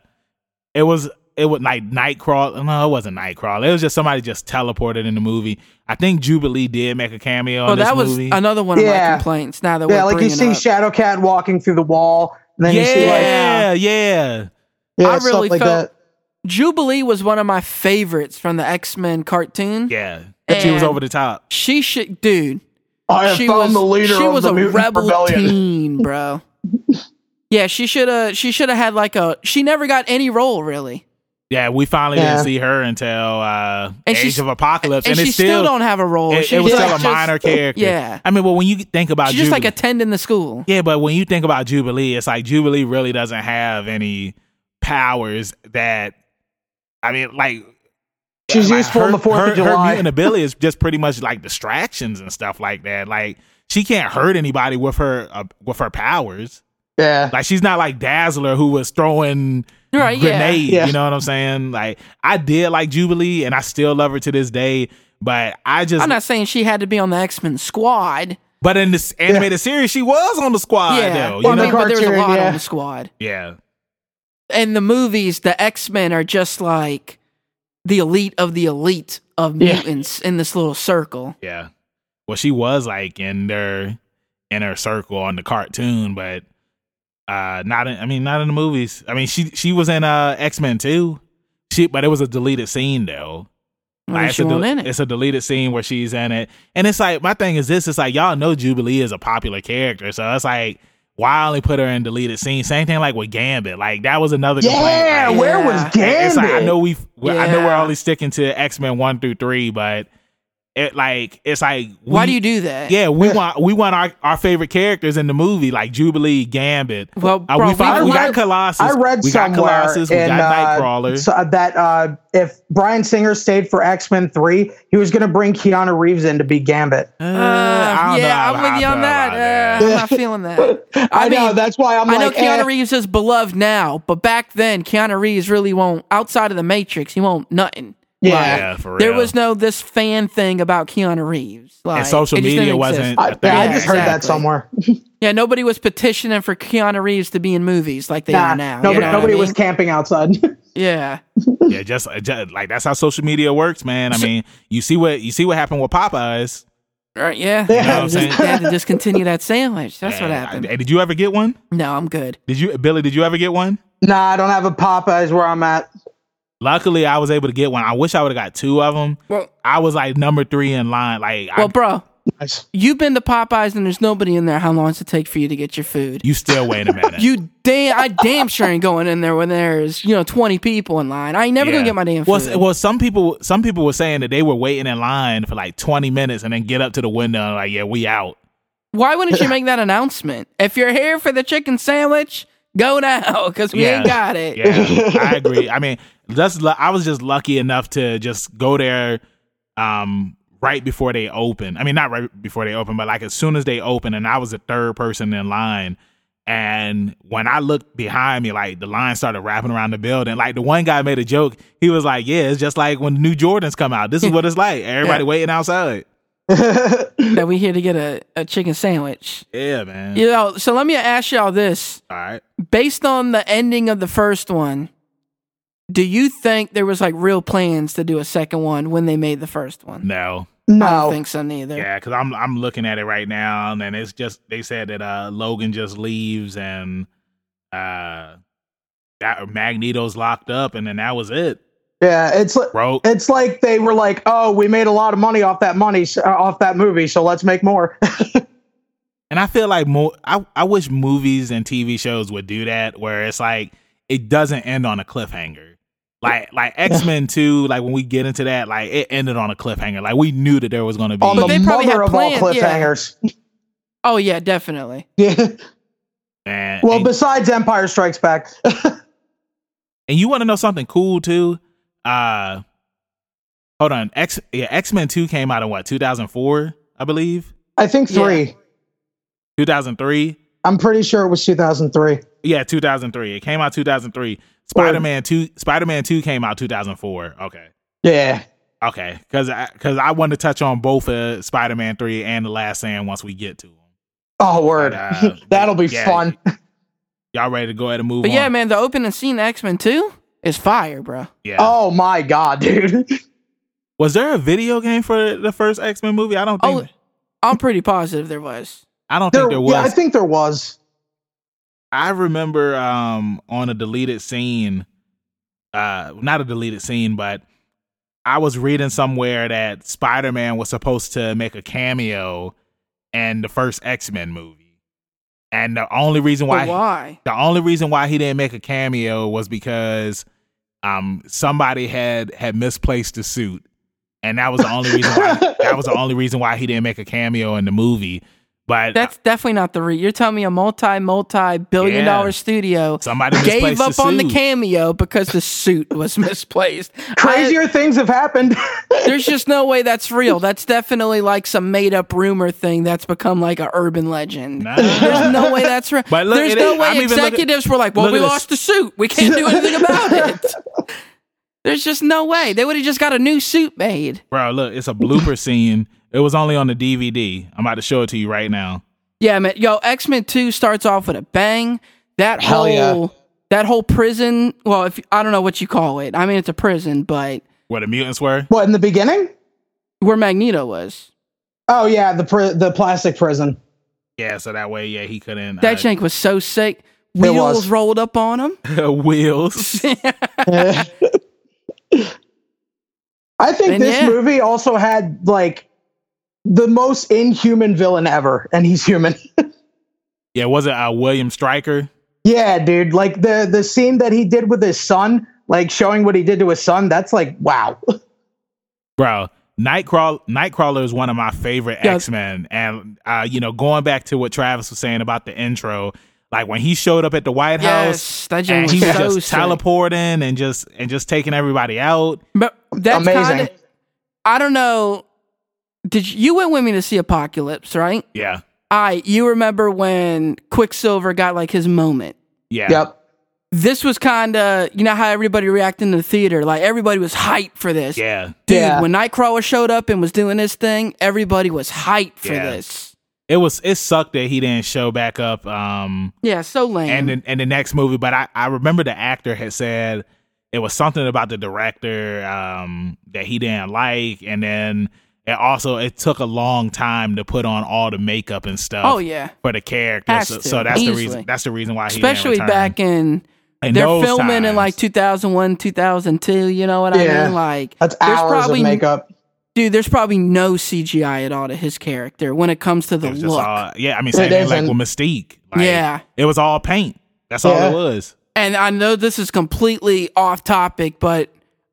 [SPEAKER 1] it was it was like Nightcrawler. No, it wasn't Nightcrawler. It was just somebody just teleported in the movie. I think Jubilee did make a cameo
[SPEAKER 2] Well,
[SPEAKER 1] in this
[SPEAKER 2] Oh, that was
[SPEAKER 1] movie.
[SPEAKER 2] another one of my
[SPEAKER 5] Yeah.
[SPEAKER 2] complaints. Now that
[SPEAKER 5] yeah,
[SPEAKER 2] we're
[SPEAKER 5] like you
[SPEAKER 2] bringing
[SPEAKER 5] see
[SPEAKER 2] up.
[SPEAKER 5] Shadow Cat walking through the wall, and then you see like
[SPEAKER 1] yeah, yeah.
[SPEAKER 5] yeah,
[SPEAKER 2] I
[SPEAKER 5] stuff
[SPEAKER 2] really
[SPEAKER 5] like
[SPEAKER 2] felt-
[SPEAKER 5] that.
[SPEAKER 2] Jubilee was one of my favorites from the X Men cartoon.
[SPEAKER 1] Yeah. But she was
[SPEAKER 2] And-
[SPEAKER 1] over the top.
[SPEAKER 2] She should, dude.
[SPEAKER 5] I have
[SPEAKER 2] she
[SPEAKER 5] found
[SPEAKER 2] was
[SPEAKER 5] the leader
[SPEAKER 2] she
[SPEAKER 5] of
[SPEAKER 2] was
[SPEAKER 5] the
[SPEAKER 2] a
[SPEAKER 5] mutant
[SPEAKER 2] rebel
[SPEAKER 5] rebellion.
[SPEAKER 2] teen, bro. yeah, she should have. She should have had like a. She never got any role really,
[SPEAKER 1] Yeah, we finally
[SPEAKER 5] Yeah.
[SPEAKER 1] didn't see her until uh
[SPEAKER 2] And
[SPEAKER 1] Age
[SPEAKER 2] she's-
[SPEAKER 1] of Apocalypse.
[SPEAKER 2] and,
[SPEAKER 1] And,
[SPEAKER 2] she
[SPEAKER 1] it's still,
[SPEAKER 2] still, don't have a role.
[SPEAKER 1] it,
[SPEAKER 2] she
[SPEAKER 1] it was
[SPEAKER 2] just-
[SPEAKER 1] still a
[SPEAKER 2] just-
[SPEAKER 1] minor character.
[SPEAKER 2] yeah.
[SPEAKER 1] I mean, well, when you think about
[SPEAKER 2] She's just like
[SPEAKER 1] Jubilee-
[SPEAKER 2] attending the school.
[SPEAKER 1] Yeah, but when you think about Jubilee, it's like Jubilee really doesn't have any powers that I mean, like
[SPEAKER 5] She's
[SPEAKER 1] like,
[SPEAKER 5] useful on the Fourth
[SPEAKER 1] her,
[SPEAKER 5] of July.
[SPEAKER 1] Her mutant ability is just pretty much like distractions and stuff like that. Like she can't hurt anybody with her uh, with her powers.
[SPEAKER 5] yeah,
[SPEAKER 1] Like she's not like Dazzler who was throwing
[SPEAKER 2] Right, yeah.
[SPEAKER 1] grenades.
[SPEAKER 5] Yeah.
[SPEAKER 1] You know what I'm saying? Like I did like Jubilee, and I still love her to this day. But I just,
[SPEAKER 2] I'm not saying she had to be on the X Men squad.
[SPEAKER 1] but in this animated series, she was on the squad
[SPEAKER 2] yeah,
[SPEAKER 1] though.
[SPEAKER 2] well,
[SPEAKER 1] You
[SPEAKER 2] I
[SPEAKER 1] know?
[SPEAKER 2] mean, but there's a
[SPEAKER 5] cartoon,
[SPEAKER 2] lot
[SPEAKER 5] yeah.
[SPEAKER 2] on the squad.
[SPEAKER 1] yeah,
[SPEAKER 2] In the movies, the X Men are just like the elite of the elite of
[SPEAKER 5] Yeah.
[SPEAKER 2] mutants in this little circle.
[SPEAKER 1] yeah. Well, she was like in their in her circle on the cartoon, but uh, not in. I mean, not in the movies. I mean, she she was in uh X Men too. She, but it was a deleted scene though.
[SPEAKER 2] Why
[SPEAKER 1] Like,
[SPEAKER 2] is she
[SPEAKER 1] a del-
[SPEAKER 2] not in it?
[SPEAKER 1] it's a deleted scene where she's in it. And it's like, my thing is this it's like, y'all know Jubilee is a popular character. So it's like, why only put her in deleted scenes? Same thing like with Gambit. Like, that was another
[SPEAKER 5] yeah.
[SPEAKER 1] complaint. Like,
[SPEAKER 5] Where was Gambit?
[SPEAKER 1] It's like, I know we, we I know we're
[SPEAKER 2] Yeah.
[SPEAKER 1] only sticking to X Men 1 through 3, but it like, it's like,
[SPEAKER 2] Why
[SPEAKER 1] we-
[SPEAKER 2] do you do that?
[SPEAKER 1] yeah, we want we want our, our favorite characters in the movie like Jubilee, Gambit.
[SPEAKER 2] Well,
[SPEAKER 1] Uh,
[SPEAKER 2] bro,
[SPEAKER 1] we,
[SPEAKER 2] we,
[SPEAKER 1] found- we got
[SPEAKER 5] read-
[SPEAKER 1] Colossus.
[SPEAKER 5] I read
[SPEAKER 1] we got
[SPEAKER 5] somewhere
[SPEAKER 1] Colossus. We
[SPEAKER 5] in,
[SPEAKER 1] got
[SPEAKER 5] uh,
[SPEAKER 1] Nightcrawler.
[SPEAKER 5] so- that uh, if Brian Singer stayed for X Men Three, he was going to bring Keanu Reeves in to be Gambit.
[SPEAKER 1] Uh, I
[SPEAKER 2] Uh,
[SPEAKER 1] don't know
[SPEAKER 2] yeah,
[SPEAKER 1] about-
[SPEAKER 2] I'm with you
[SPEAKER 1] I don't
[SPEAKER 2] on
[SPEAKER 1] know about
[SPEAKER 2] that. Uh, I'm not feeling that.
[SPEAKER 5] I, know
[SPEAKER 2] mean,
[SPEAKER 5] that's why I'm
[SPEAKER 2] I know
[SPEAKER 5] like eh.
[SPEAKER 2] Keanu Reeves is beloved now, but back then Keanu Reeves really won't. Outside of the Matrix, he won't nothing.
[SPEAKER 5] Yeah.
[SPEAKER 1] Yeah, for real.
[SPEAKER 2] There was no this fan thing about Keanu Reeves. Like
[SPEAKER 1] and social
[SPEAKER 2] it just didn't
[SPEAKER 1] media
[SPEAKER 2] exist.
[SPEAKER 1] wasn't.
[SPEAKER 5] I,
[SPEAKER 1] a thing
[SPEAKER 5] I
[SPEAKER 2] Yeah,
[SPEAKER 5] just heard that
[SPEAKER 2] exactly.
[SPEAKER 5] somewhere.
[SPEAKER 2] Yeah, nobody was petitioning for Keanu Reeves to be in movies like they
[SPEAKER 5] Nah,
[SPEAKER 2] are now.
[SPEAKER 5] nobody,
[SPEAKER 2] you know what I
[SPEAKER 5] nobody
[SPEAKER 2] mean?
[SPEAKER 5] was camping outside.
[SPEAKER 2] Yeah,
[SPEAKER 1] yeah, just, just- like that's how social media works, man. I mean, you see what you see what happened with Popeyes.
[SPEAKER 2] right. Yeah,
[SPEAKER 5] You know what I'm
[SPEAKER 2] Just-
[SPEAKER 1] saying?
[SPEAKER 2] they had to discontinue that sandwich. That's
[SPEAKER 1] And-
[SPEAKER 2] what happened.
[SPEAKER 1] and did you ever get one?
[SPEAKER 2] no, I'm good.
[SPEAKER 1] Did you, Billy? Did you ever get one?
[SPEAKER 5] nah, I don't have a Popeyes where I'm at.
[SPEAKER 1] Luckily, I was able to get one. I wish I would have got two of them.
[SPEAKER 2] Well,
[SPEAKER 1] I was like number three in line. Like, I,
[SPEAKER 2] well, bro,
[SPEAKER 5] Nice.
[SPEAKER 2] you've been to Popeyes and there's nobody in there. How long does it take for you to get your food?
[SPEAKER 1] you still wait a minute.
[SPEAKER 2] You damn, I damn sure ain't going in there when there's you know twenty people in line. I ain't never
[SPEAKER 1] Yeah.
[SPEAKER 2] gonna get my damn
[SPEAKER 1] Well,
[SPEAKER 2] food.
[SPEAKER 1] s- well, some people, some people were saying that they were waiting in line for like twenty minutes and then get up to the window and like, yeah, we out.
[SPEAKER 2] Why wouldn't you make that announcement? If you're here for the chicken sandwich, go now because we
[SPEAKER 1] Yeah.
[SPEAKER 2] ain't got it.
[SPEAKER 1] Yeah, I agree. I mean, that's lu- I was just lucky enough to just go there um right before they open. I mean, not right before they open, but like as soon as they open and I was the third person in line and when I looked behind me, like the line started wrapping around the building. Like the one guy made a joke. He was like, "Yeah, it's just like when new Jordans come out. This is what it's like. Everybody
[SPEAKER 2] Yeah.
[SPEAKER 1] waiting outside."
[SPEAKER 2] That we here to get a, a chicken sandwich.
[SPEAKER 1] Yeah, man.
[SPEAKER 2] You know, so let me ask y'all this.
[SPEAKER 1] All right.
[SPEAKER 2] Based on the ending of the first one, do you think there was like real plans to do a second one when they made the first one?
[SPEAKER 1] No.
[SPEAKER 2] I don't
[SPEAKER 5] No,
[SPEAKER 2] think so neither.
[SPEAKER 1] Yeah, because I'm I'm looking at it right now, and it's just they said that uh Logan just leaves and uh that Magneto's locked up, and then that was it,
[SPEAKER 5] yeah, it's like
[SPEAKER 1] bro.
[SPEAKER 5] it's like they were like, oh, we made a lot of money off that money uh, off that movie, so let's make more.
[SPEAKER 1] And I feel like mo- I I wish movies and TV shows would do that, where it's like it doesn't end on a cliffhanger. Like like X Men Two, like when we get into that, like it ended on a cliffhanger. Like we knew that there was going to be.
[SPEAKER 5] On
[SPEAKER 2] they
[SPEAKER 5] the
[SPEAKER 2] probably
[SPEAKER 5] mother
[SPEAKER 2] had
[SPEAKER 5] of all
[SPEAKER 2] plans, yeah.
[SPEAKER 5] cliffhangers.
[SPEAKER 2] Oh yeah, definitely.
[SPEAKER 5] Yeah.
[SPEAKER 1] and,
[SPEAKER 5] Well,
[SPEAKER 1] and-
[SPEAKER 5] besides Empire Strikes Back,
[SPEAKER 1] And you want to know something cool too? Uh hold on. X yeah, X-Men 2 came out in what, 2004, I believe?
[SPEAKER 5] I think
[SPEAKER 2] Yeah.
[SPEAKER 5] three.
[SPEAKER 1] 2003?
[SPEAKER 5] I'm pretty sure it was 2003.
[SPEAKER 1] Yeah, 2003. It came out 2003. Spider-Man 2 Spider-Man 2 came out 2004. Okay.
[SPEAKER 5] Yeah.
[SPEAKER 1] Okay. Cuz I cuz I want to touch on both uh Spider-Man 3 and The Last Stand once we get to them.
[SPEAKER 5] Oh, word.
[SPEAKER 1] But, uh,
[SPEAKER 5] That'll be
[SPEAKER 1] yeah.
[SPEAKER 5] fun.
[SPEAKER 1] Y'all ready to go ahead and move
[SPEAKER 2] But
[SPEAKER 1] on?
[SPEAKER 2] yeah, man, the opening scene X Men Two is fire, bro.
[SPEAKER 1] Yeah.
[SPEAKER 5] Oh my god, dude.
[SPEAKER 1] Was there a video game for the first X-Men movie? I don't think
[SPEAKER 2] Oh, I'm pretty positive there was.
[SPEAKER 1] I don't
[SPEAKER 5] There,
[SPEAKER 1] think there was.
[SPEAKER 5] Yeah, I think there was.
[SPEAKER 1] I remember um on a deleted scene, uh not a deleted scene, but I was reading somewhere that Spider Man was supposed to make a cameo in the first X Men movie. And the only reason
[SPEAKER 2] Why?
[SPEAKER 1] why
[SPEAKER 2] But
[SPEAKER 1] the
[SPEAKER 2] why?
[SPEAKER 1] only reason why he didn't make a cameo was because um somebody had had misplaced the suit. And that was the only reason why that was the only reason why he didn't make a cameo in the movie. But
[SPEAKER 2] That's definitely not the route. You're telling me a multi multi billion
[SPEAKER 1] Yeah.
[SPEAKER 2] dollar studio
[SPEAKER 1] Somebody
[SPEAKER 2] gave
[SPEAKER 1] misplaced
[SPEAKER 2] up
[SPEAKER 1] the
[SPEAKER 2] on the
[SPEAKER 1] suit.
[SPEAKER 2] cameo because the suit was misplaced.
[SPEAKER 5] Crazier things have happened.
[SPEAKER 2] There's just no way that's real. That's definitely like some made up rumor thing that's become like a urban legend.
[SPEAKER 1] Nah.
[SPEAKER 2] There's no way that's real.
[SPEAKER 1] But look,
[SPEAKER 2] There's
[SPEAKER 1] it
[SPEAKER 2] no
[SPEAKER 1] ain't-
[SPEAKER 2] way
[SPEAKER 1] I'm even looking-
[SPEAKER 2] executives were like, well,
[SPEAKER 1] look
[SPEAKER 2] we
[SPEAKER 1] at this.
[SPEAKER 2] lost the suit. We can't do anything about it. There's just no way. They would have just got a new suit made.
[SPEAKER 1] bro, look, it's a blooper scene. It was only on the DVD. I'm about to show it to you right now.
[SPEAKER 2] Yeah, man. Yo, X Men Two starts off with a bang. That
[SPEAKER 5] Hell
[SPEAKER 2] whole
[SPEAKER 5] yeah.
[SPEAKER 2] that whole prison. Well, if I don't know what you call it. I mean, it's a prison, but
[SPEAKER 1] Where the mutants were.
[SPEAKER 5] what in the beginning?
[SPEAKER 2] where Magneto was.
[SPEAKER 5] Oh yeah, the pri- the plastic prison.
[SPEAKER 1] Yeah, so that way, yeah, he couldn't.
[SPEAKER 2] That jank was so sick. Wheels
[SPEAKER 5] was.
[SPEAKER 2] rolled up on him.
[SPEAKER 1] uh, wheels.
[SPEAKER 5] I think
[SPEAKER 2] And
[SPEAKER 5] this
[SPEAKER 2] yeah.
[SPEAKER 5] movie also had like the most inhuman villain ever, and he's human.
[SPEAKER 1] Yeah, was it uh, William Stryker?
[SPEAKER 5] yeah, dude. Like the the scene that he did with his son, like showing what he did to his son. That's like wow.
[SPEAKER 1] Bro, Nightcrawler, Nightcrawler is one of my favorite
[SPEAKER 2] Yeah.
[SPEAKER 1] X Men, and uh, you know, going back to what Travis was saying about the intro, like when he showed up at the White House,
[SPEAKER 2] Yes, that jank
[SPEAKER 1] and
[SPEAKER 2] was
[SPEAKER 1] he was
[SPEAKER 2] so
[SPEAKER 1] just
[SPEAKER 2] sick.
[SPEAKER 1] teleporting and just and just taking everybody out.
[SPEAKER 2] But that's
[SPEAKER 5] Amazing.
[SPEAKER 2] Kinda, I don't know. Did you, you went with me to see Apocalypse, right?
[SPEAKER 1] Yeah,
[SPEAKER 2] I you remember when Quicksilver got like his moment.
[SPEAKER 1] yeah,
[SPEAKER 5] Yep.
[SPEAKER 2] This was kind of you know how everybody reacted in the theater, like everybody was hyped for this.
[SPEAKER 1] yeah.
[SPEAKER 2] Dude,
[SPEAKER 5] Yeah.
[SPEAKER 2] when Nightcrawler showed up and was doing this thing, everybody was hyped for
[SPEAKER 1] Yeah.
[SPEAKER 2] this.
[SPEAKER 1] It was it sucked that he didn't show back up. Um,
[SPEAKER 2] Yeah, so lame.
[SPEAKER 1] and in, in the next movie, but I, I remember the actor had said it was something about the director um, that he didn't like, and then it also it took a long time to put on all the makeup and stuff.
[SPEAKER 2] oh yeah,
[SPEAKER 1] for the character,
[SPEAKER 2] Has
[SPEAKER 1] so,
[SPEAKER 2] to,
[SPEAKER 1] so that's the
[SPEAKER 2] easily.
[SPEAKER 1] reason. That's the reason why, he didn't
[SPEAKER 2] especially
[SPEAKER 1] return.
[SPEAKER 2] back in
[SPEAKER 1] In
[SPEAKER 2] they're
[SPEAKER 1] those
[SPEAKER 2] filming in
[SPEAKER 1] times.
[SPEAKER 2] like 2001, 2002. You know what I
[SPEAKER 5] Yeah.
[SPEAKER 2] mean? Like
[SPEAKER 5] That's
[SPEAKER 2] there's
[SPEAKER 5] hours
[SPEAKER 2] probably
[SPEAKER 5] of makeup.
[SPEAKER 2] dude, there's probably no CGI at all to his character when it comes to the
[SPEAKER 1] It was just
[SPEAKER 2] look.
[SPEAKER 1] all- yeah, I mean, same thing like
[SPEAKER 5] isn't.
[SPEAKER 1] with Mystique. Like,
[SPEAKER 2] Yeah.
[SPEAKER 1] it was all paint. That's all
[SPEAKER 5] Yeah.
[SPEAKER 1] it was.
[SPEAKER 2] and I know this is completely off topic, but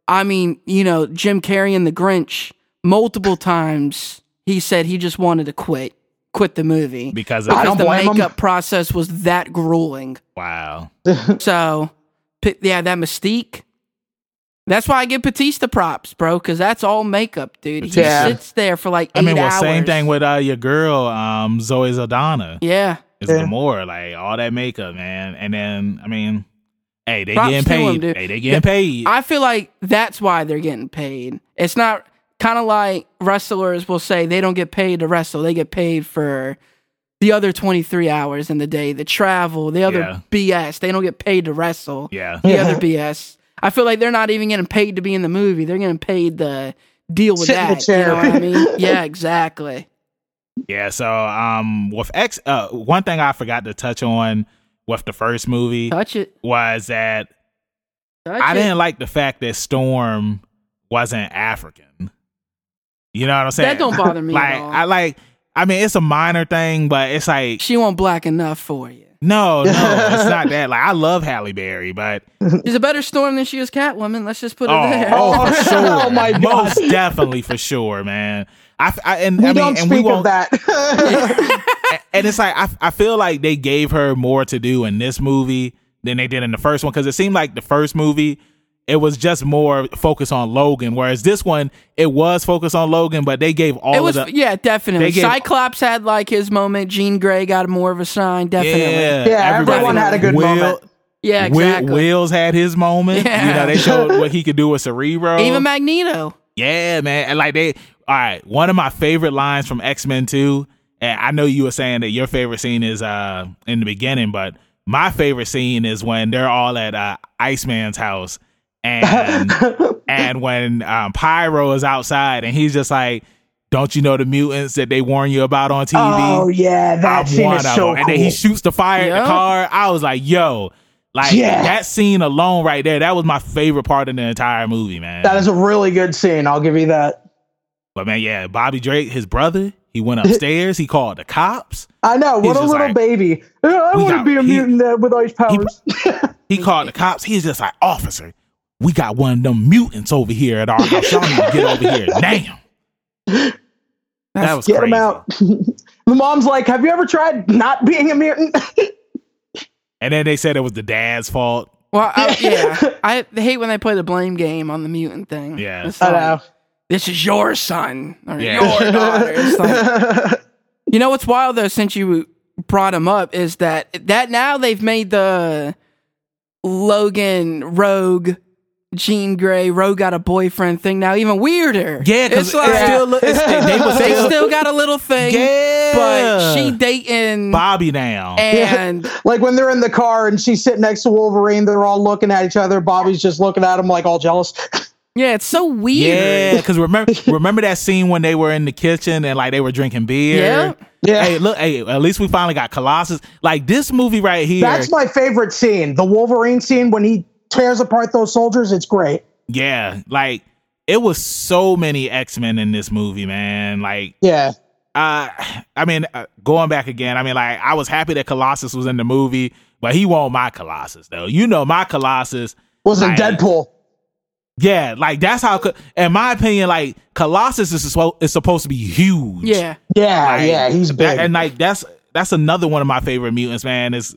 [SPEAKER 2] I mean, you know, Jim Carrey and the Grinch, multiple times he said he just wanted to quit, quit the movie
[SPEAKER 1] Because
[SPEAKER 5] I
[SPEAKER 1] of,
[SPEAKER 2] because
[SPEAKER 5] don't
[SPEAKER 2] the
[SPEAKER 5] blame him.
[SPEAKER 2] makeup process was that grueling.
[SPEAKER 1] wow,
[SPEAKER 2] So, pi- yeah, that mystique. That's why I give Batista props, bro, because that's all makeup, dude. He
[SPEAKER 5] Batista.
[SPEAKER 2] sits there for like eight
[SPEAKER 1] I mean, well,
[SPEAKER 2] hours.
[SPEAKER 1] same thing with uh, your girl, um, Zoe Zaldana.
[SPEAKER 2] yeah,
[SPEAKER 1] It's
[SPEAKER 5] Yeah.
[SPEAKER 1] Gamora, like all that makeup, man. And then I mean, hey, they
[SPEAKER 2] Props
[SPEAKER 1] getting
[SPEAKER 2] to
[SPEAKER 1] paid.
[SPEAKER 2] him, dude.
[SPEAKER 1] hey, they getting paid.
[SPEAKER 2] I feel like that's why they're getting paid. It's not kind of like wrestlers will say they don't get paid to wrestle; they get paid for the other twenty three hours in the day, the travel, the other
[SPEAKER 1] Yeah.
[SPEAKER 2] BS. They don't get paid to wrestle.
[SPEAKER 1] yeah,
[SPEAKER 2] The other BS. I feel like they're not even getting paid to be in the movie. They're getting paid to deal with
[SPEAKER 5] Sit in the
[SPEAKER 2] that. You know
[SPEAKER 5] chair.
[SPEAKER 2] what I mean? Yeah, exactly.
[SPEAKER 1] yeah. So um, with X, uh, one thing I forgot to touch on with the first movie
[SPEAKER 2] Touch it.
[SPEAKER 1] was that
[SPEAKER 2] Touch
[SPEAKER 1] I
[SPEAKER 2] it.
[SPEAKER 1] didn't like the fact that Storm wasn't African. You know what I'm saying?
[SPEAKER 2] That don't bother me
[SPEAKER 1] like
[SPEAKER 2] at all.
[SPEAKER 1] I like. I mean, it's a minor thing, but it's like
[SPEAKER 2] she won't black enough for you.
[SPEAKER 1] no, no, it's not that. Like I love Halle Berry, but
[SPEAKER 2] She's a better storm than she is Catwoman. Let's just put it
[SPEAKER 1] Oh,
[SPEAKER 2] there.
[SPEAKER 1] oh, for sure.
[SPEAKER 5] Oh, my God.
[SPEAKER 1] Most definitely for sure, man. I, I and
[SPEAKER 5] We
[SPEAKER 1] I mean,
[SPEAKER 5] don't
[SPEAKER 1] and
[SPEAKER 5] speak
[SPEAKER 1] we won't,
[SPEAKER 5] of that.
[SPEAKER 1] And it's like I, I feel like they gave her more to do in this movie than they did in the first one because it seemed like the first movie it was just more focused on Logan, whereas this one it was focused on Logan, but they gave all
[SPEAKER 2] it was
[SPEAKER 1] of the
[SPEAKER 2] yeah, definitely.
[SPEAKER 1] they gave-
[SPEAKER 2] Cyclops had like his moment. Jean Grey got more of a shine, definitely.
[SPEAKER 1] yeah,
[SPEAKER 2] Yeah,
[SPEAKER 5] Yeah, everyone
[SPEAKER 2] had a
[SPEAKER 5] good moment.
[SPEAKER 1] Will-
[SPEAKER 2] exactly.
[SPEAKER 1] Will's had his moment. You
[SPEAKER 2] Yeah.
[SPEAKER 1] know, they showed what he could do with Cerebro.
[SPEAKER 2] Even Magneto.
[SPEAKER 1] Yeah, man. And like they, all right. One of my favorite lines from X Men Two, and I know you were saying that your favorite scene is uh in the beginning, but my favorite scene is when they're all at uh, Iceman's house, and and when um, Pyro is outside, and he's just like, "Don't you know the mutants that they warn you about on TV?"
[SPEAKER 5] oh yeah, that
[SPEAKER 1] I'm
[SPEAKER 5] scene
[SPEAKER 1] one
[SPEAKER 5] is
[SPEAKER 1] of
[SPEAKER 5] so
[SPEAKER 1] them. And then he
[SPEAKER 5] cool.
[SPEAKER 1] shoots the fire at
[SPEAKER 2] Yup.
[SPEAKER 1] the car. I was like, "Yo." Like
[SPEAKER 5] Yeah.
[SPEAKER 1] that scene alone, right there, that was my favorite part of the entire movie, man.
[SPEAKER 5] That is a really good scene. I'll give you that.
[SPEAKER 1] But man, yeah, Bobby Drake, his brother, he went upstairs. he called the cops.
[SPEAKER 5] I know. What a
[SPEAKER 1] just
[SPEAKER 5] little
[SPEAKER 1] like,
[SPEAKER 5] baby. Uh, I
[SPEAKER 1] "We
[SPEAKER 5] want to
[SPEAKER 1] got-
[SPEAKER 5] be a
[SPEAKER 1] he-
[SPEAKER 5] mutant uh, with ice powers.
[SPEAKER 1] He called the cops. He's just like, officer, we got one of them mutants over here at our house. Y'all need to get over here. Damn. that was
[SPEAKER 5] Get
[SPEAKER 1] crazy.
[SPEAKER 5] him out. the mom's like, "Have you ever tried not being a mutant?"
[SPEAKER 1] And then they said it was the dad's fault.
[SPEAKER 2] Well, I, yeah, I hate when they play the blame game on the mutant thing.
[SPEAKER 1] Yeah.
[SPEAKER 2] It's
[SPEAKER 5] I
[SPEAKER 2] like,
[SPEAKER 5] know.
[SPEAKER 2] This is your son or
[SPEAKER 1] Yeah.
[SPEAKER 2] your daughter. It's like- you know what's wild though, since you brought him up, is that that now they've made the Logan Rogue. Jean Grey, Rogue got a boyfriend thing now, even weirder.
[SPEAKER 1] Yeah, because
[SPEAKER 2] it's like
[SPEAKER 1] still, look- it's, they, they was
[SPEAKER 2] they
[SPEAKER 1] still,
[SPEAKER 2] still got a little thing,
[SPEAKER 1] yeah,
[SPEAKER 2] but she dating
[SPEAKER 1] Bobby now.
[SPEAKER 2] and
[SPEAKER 5] Like when they're in the car and she's sitting next to Wolverine, they're all looking at each other. Bobby's just looking at him like all jealous.
[SPEAKER 2] yeah, it's so
[SPEAKER 1] yeah,
[SPEAKER 2] weird.
[SPEAKER 1] because remember, remember that scene when they were in the kitchen and like they were drinking beer.
[SPEAKER 2] Yeah.
[SPEAKER 5] Yeah.
[SPEAKER 1] Hey, look. Hey, at least we finally got Colossus. Like this movie right here.
[SPEAKER 5] That's my favorite scene. The Wolverine scene when he tears apart those soldiers, it's great.
[SPEAKER 1] yeah. Like it was so many X Men in this movie, man. Like
[SPEAKER 5] Yeah.
[SPEAKER 1] uh, I mean, uh, going back again, I mean, like, I was happy that Colossus was in the movie, but he won't my Colossus, though. You know, my Colossus,
[SPEAKER 5] Was in
[SPEAKER 1] Right.
[SPEAKER 5] Deadpool.
[SPEAKER 1] yeah, like, that's how, co- in my opinion, like, Colossus is, suppo- is supposed to be huge.
[SPEAKER 2] Yeah,
[SPEAKER 5] Yeah,
[SPEAKER 1] Like,
[SPEAKER 5] yeah, he's
[SPEAKER 1] that-
[SPEAKER 5] big.
[SPEAKER 1] and, like, that's that's another one of my favorite mutants, man. Is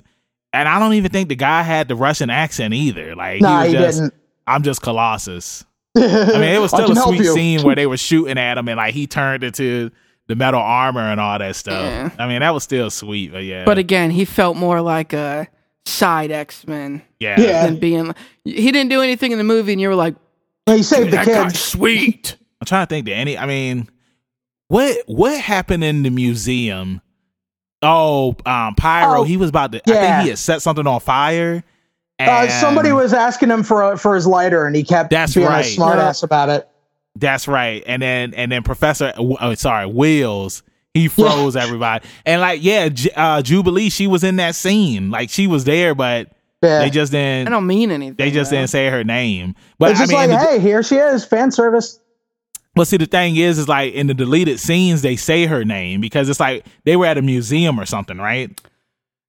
[SPEAKER 1] And I don't even think the guy had the Russian accent either. Like,
[SPEAKER 5] Nah,
[SPEAKER 1] was
[SPEAKER 5] he
[SPEAKER 1] just,
[SPEAKER 5] didn't.
[SPEAKER 1] I'm just Colossus. I mean, it was
[SPEAKER 5] I
[SPEAKER 1] still a
[SPEAKER 5] can help
[SPEAKER 1] sweet
[SPEAKER 5] you.
[SPEAKER 1] scene where they were shooting at him and like he turned into the metal armor and all that stuff.
[SPEAKER 2] Yeah.
[SPEAKER 1] I mean, that was still sweet, but yeah,
[SPEAKER 2] but again, he felt more like a side X Men
[SPEAKER 1] yeah,
[SPEAKER 5] Yeah.
[SPEAKER 2] than being. He didn't do anything in the movie, and you were like,
[SPEAKER 5] he saved the kids.
[SPEAKER 2] sweet."
[SPEAKER 1] I'm trying to think. Did any? I mean, what what happened in the museum? Oh, um, Pyro.
[SPEAKER 5] Oh,
[SPEAKER 1] he was about to. I
[SPEAKER 5] yeah.
[SPEAKER 1] think he had set something on fire.
[SPEAKER 5] Uh,
[SPEAKER 1] and
[SPEAKER 5] somebody was asking him for for his lighter, and he kept
[SPEAKER 1] That's
[SPEAKER 5] being
[SPEAKER 1] right.
[SPEAKER 5] a smart ass about it.
[SPEAKER 1] That's right. And then and then Professor, oh, sorry, Wheels. He froze everybody. And like, yeah, J- uh, Jubilee. She was in that scene. Like she was there, but
[SPEAKER 5] Yeah.
[SPEAKER 1] they just didn't.
[SPEAKER 2] I don't mean anything.
[SPEAKER 1] They just
[SPEAKER 2] though.
[SPEAKER 1] didn't say her name. But
[SPEAKER 5] it's
[SPEAKER 1] I
[SPEAKER 5] just
[SPEAKER 1] mean, in
[SPEAKER 5] like,
[SPEAKER 1] the,
[SPEAKER 5] hey, here she is, fan service.
[SPEAKER 1] but see, the thing is, is like in the deleted scenes, they say her name because it's like they were at a museum or something, right?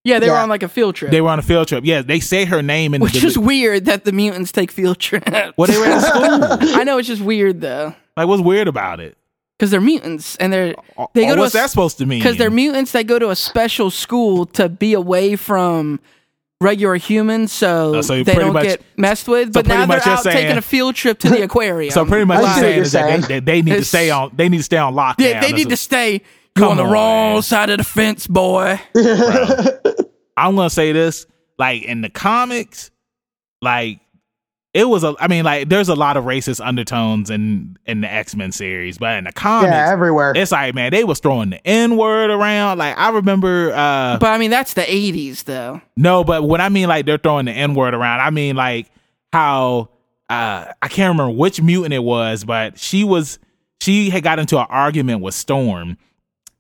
[SPEAKER 2] Yeah, they were
[SPEAKER 5] Yeah.
[SPEAKER 2] on like a field trip,
[SPEAKER 1] They were on a field trip. Yeah, they say her name in the
[SPEAKER 2] which is
[SPEAKER 1] dele-
[SPEAKER 2] weird that the mutants take field trips.
[SPEAKER 1] well, they were at school.
[SPEAKER 2] I know it's just weird though,
[SPEAKER 1] like, what's weird about it?
[SPEAKER 2] because they're mutants and they're
[SPEAKER 1] Or-
[SPEAKER 2] they
[SPEAKER 1] or
[SPEAKER 2] go to
[SPEAKER 1] Oh, what's
[SPEAKER 2] a
[SPEAKER 1] that supposed to mean?
[SPEAKER 2] because they're mutants. They go to a special school to be away from regular humans, so,
[SPEAKER 1] Uh, so
[SPEAKER 2] they
[SPEAKER 1] pretty
[SPEAKER 2] don't
[SPEAKER 1] much-
[SPEAKER 2] get messed with. But
[SPEAKER 1] pretty
[SPEAKER 2] now they're
[SPEAKER 1] much you're
[SPEAKER 2] out
[SPEAKER 1] saying-
[SPEAKER 2] taking a field trip to the aquarium.
[SPEAKER 1] so pretty much
[SPEAKER 5] I
[SPEAKER 1] what you're
[SPEAKER 5] see what
[SPEAKER 1] saying
[SPEAKER 5] you're
[SPEAKER 1] is that
[SPEAKER 5] saying.
[SPEAKER 1] They, they, they need to
[SPEAKER 2] It's-
[SPEAKER 1] stay on. They need to stay on lockdown.
[SPEAKER 2] Yeah, they
[SPEAKER 1] That's
[SPEAKER 2] need
[SPEAKER 1] a-
[SPEAKER 2] to stay. You
[SPEAKER 1] Come
[SPEAKER 2] on the
[SPEAKER 1] on,
[SPEAKER 2] wrong
[SPEAKER 1] man.
[SPEAKER 2] side of the fence, boy.
[SPEAKER 1] I'm gonna say this, like in the comics, like it was a. I mean, like there's a lot of racist undertones in in the X Men series, but in the comics,
[SPEAKER 5] yeah, everywhere.
[SPEAKER 1] it's like man, they was throwing the N word around. Like I remember, uh
[SPEAKER 2] But I mean, that's the '80s, though.
[SPEAKER 1] no, but when I mean like they're throwing the N word around, I mean like how uh I can't remember which mutant it was, but she was she had got into an argument with Storm,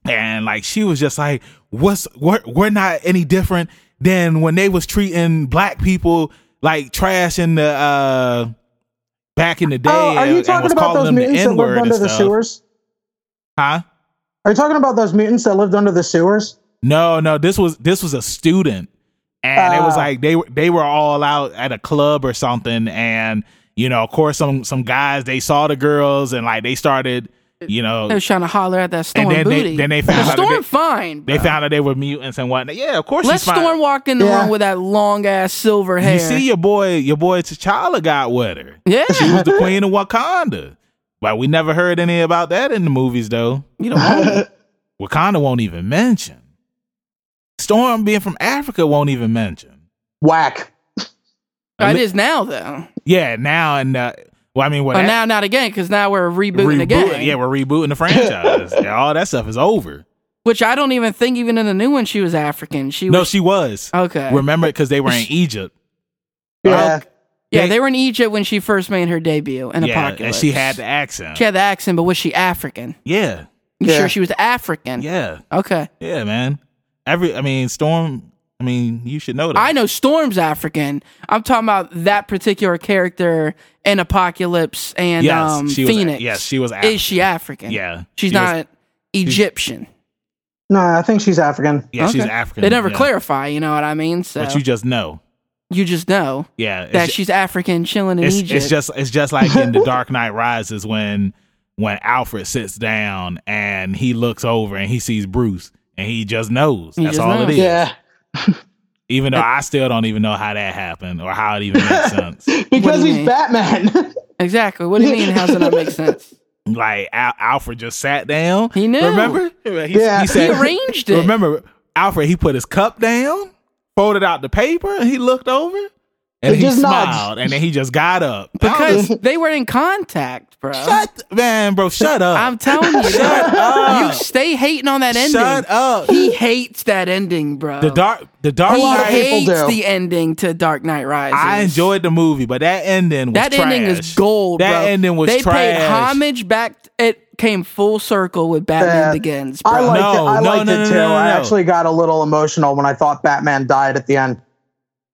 [SPEAKER 1] and like she was just like, "What's we're we're not any different than when they was treating black people like trash in the uh back in the day."
[SPEAKER 5] oh, are
[SPEAKER 1] and- and
[SPEAKER 5] you
[SPEAKER 1] was
[SPEAKER 5] talking about
[SPEAKER 1] calling
[SPEAKER 5] those
[SPEAKER 1] them the
[SPEAKER 5] mutants that
[SPEAKER 1] N-word
[SPEAKER 5] lived
[SPEAKER 1] and
[SPEAKER 5] under the
[SPEAKER 1] stuff.
[SPEAKER 5] sewers?
[SPEAKER 1] Huh?
[SPEAKER 5] Are you talking about those mutants that lived under the sewers?
[SPEAKER 1] No, no, this was this was a student, and it was
[SPEAKER 5] Oh.
[SPEAKER 1] like they were they were all out at a club or something, and you know, of course, some some guys they saw the girls and like they started, you
[SPEAKER 2] They
[SPEAKER 1] know,
[SPEAKER 2] was trying to holler at that storm
[SPEAKER 1] and then
[SPEAKER 2] booty.
[SPEAKER 1] they then they found out that
[SPEAKER 2] storm
[SPEAKER 1] they,
[SPEAKER 2] fine.
[SPEAKER 1] they
[SPEAKER 2] bro.
[SPEAKER 1] found out they were mutants and whatnot. Yeah, of course,
[SPEAKER 2] Let
[SPEAKER 1] she's fine.
[SPEAKER 2] storm walk in the
[SPEAKER 5] Yeah.
[SPEAKER 2] room with that long ass silver hair.
[SPEAKER 1] You see your boy, your boy T'Challa got with her. She
[SPEAKER 2] yeah,
[SPEAKER 1] was the queen of Wakanda, but we never heard any about that in the movies though.
[SPEAKER 2] you know,
[SPEAKER 1] Wakanda won't even mention. Storm being from Africa won't even mention.
[SPEAKER 5] Whack.
[SPEAKER 2] it is now though.
[SPEAKER 1] Yeah, now and uh, well, I mean, what
[SPEAKER 2] Oh,
[SPEAKER 1] that-
[SPEAKER 2] now not again because now we're rebooting
[SPEAKER 1] rebooting-
[SPEAKER 2] again.
[SPEAKER 1] Yeah, we're rebooting the franchise. Yeah, all that stuff is over.
[SPEAKER 2] which I don't even think even in the new one she was African. She
[SPEAKER 1] No,
[SPEAKER 2] was
[SPEAKER 1] she was.
[SPEAKER 2] okay.
[SPEAKER 1] Remember, because they were in Egypt.
[SPEAKER 5] Yeah.
[SPEAKER 2] yeah,
[SPEAKER 1] they-
[SPEAKER 2] they were in Egypt when she first made her debut in
[SPEAKER 1] Yeah,
[SPEAKER 2] Apocalypse.
[SPEAKER 1] and she had the accent.
[SPEAKER 2] she had the accent, but was she African?
[SPEAKER 1] yeah,
[SPEAKER 2] You
[SPEAKER 5] Yeah.
[SPEAKER 2] sure she was African?
[SPEAKER 1] yeah,
[SPEAKER 2] Okay.
[SPEAKER 1] yeah, man. Every, I mean, Storm. I mean, you should know that.
[SPEAKER 2] I know Storm's African. I'm talking about that particular character in Apocalypse and
[SPEAKER 1] Yes,
[SPEAKER 2] um,
[SPEAKER 1] she was-
[SPEAKER 2] Phoenix.
[SPEAKER 1] yes, she was
[SPEAKER 2] Is she African?
[SPEAKER 1] Yeah,
[SPEAKER 2] She's
[SPEAKER 1] she was-
[SPEAKER 2] not Egyptian.
[SPEAKER 5] No, I think she's African.
[SPEAKER 1] yeah, she's
[SPEAKER 2] Okay.
[SPEAKER 1] African.
[SPEAKER 2] They never
[SPEAKER 1] yeah.
[SPEAKER 2] clarify, you know what I mean? So
[SPEAKER 1] but
[SPEAKER 2] you,
[SPEAKER 1] you just know.
[SPEAKER 2] just know
[SPEAKER 1] Yeah, it's
[SPEAKER 2] that
[SPEAKER 1] ju-
[SPEAKER 2] she's African chilling in
[SPEAKER 1] it's,
[SPEAKER 2] Egypt.
[SPEAKER 1] it's just it's just like in the Dark Knight Rises when when Alfred sits down and he looks over and he sees Bruce and he just knows.
[SPEAKER 2] He
[SPEAKER 1] That's
[SPEAKER 2] just
[SPEAKER 1] all
[SPEAKER 2] knows.
[SPEAKER 1] it is.
[SPEAKER 5] Yeah.
[SPEAKER 1] Even though I still don't even know how that happened or how it even makes sense.
[SPEAKER 2] What do
[SPEAKER 5] Because
[SPEAKER 2] you
[SPEAKER 5] he's
[SPEAKER 2] mean?
[SPEAKER 5] Batman.
[SPEAKER 2] Exactly. What do you mean? How does that not make sense?
[SPEAKER 1] Like Al- Alfred just sat down.
[SPEAKER 2] He knew.
[SPEAKER 1] Remember? He,
[SPEAKER 5] Yeah.
[SPEAKER 2] He arranged it.
[SPEAKER 1] Remember, Alfred? He put his cup down, folded out the paper, and he looked over, and he,
[SPEAKER 5] He just nods.
[SPEAKER 1] smiled, and then he just got up. Oh,
[SPEAKER 2] Because they were in contact, bro.
[SPEAKER 1] shut, man, bro, shut up.
[SPEAKER 2] I'm telling you,
[SPEAKER 1] shut
[SPEAKER 2] you
[SPEAKER 1] up.
[SPEAKER 2] stay hating on that ending.
[SPEAKER 1] Shut up.
[SPEAKER 2] He hates that ending, bro.
[SPEAKER 1] The dark, the dark
[SPEAKER 2] He
[SPEAKER 5] lot of
[SPEAKER 1] Knight.
[SPEAKER 5] hate-
[SPEAKER 2] hates
[SPEAKER 5] people do.
[SPEAKER 2] the ending to Dark Knight Rises.
[SPEAKER 1] I enjoyed the movie, but that ending was
[SPEAKER 2] that
[SPEAKER 1] trash.
[SPEAKER 2] ending is gold.
[SPEAKER 1] That
[SPEAKER 2] bro.
[SPEAKER 1] ending was
[SPEAKER 2] they
[SPEAKER 1] trash.
[SPEAKER 2] paid homage back. It came full circle with Batman
[SPEAKER 5] Yeah.
[SPEAKER 2] Begins, bro.
[SPEAKER 5] I liked
[SPEAKER 1] No,
[SPEAKER 5] it. I
[SPEAKER 1] no,
[SPEAKER 5] liked
[SPEAKER 1] no,
[SPEAKER 5] it
[SPEAKER 1] no,
[SPEAKER 5] too.
[SPEAKER 1] no, no,
[SPEAKER 5] I
[SPEAKER 1] no.
[SPEAKER 5] actually got a little emotional when I thought Batman died at the end.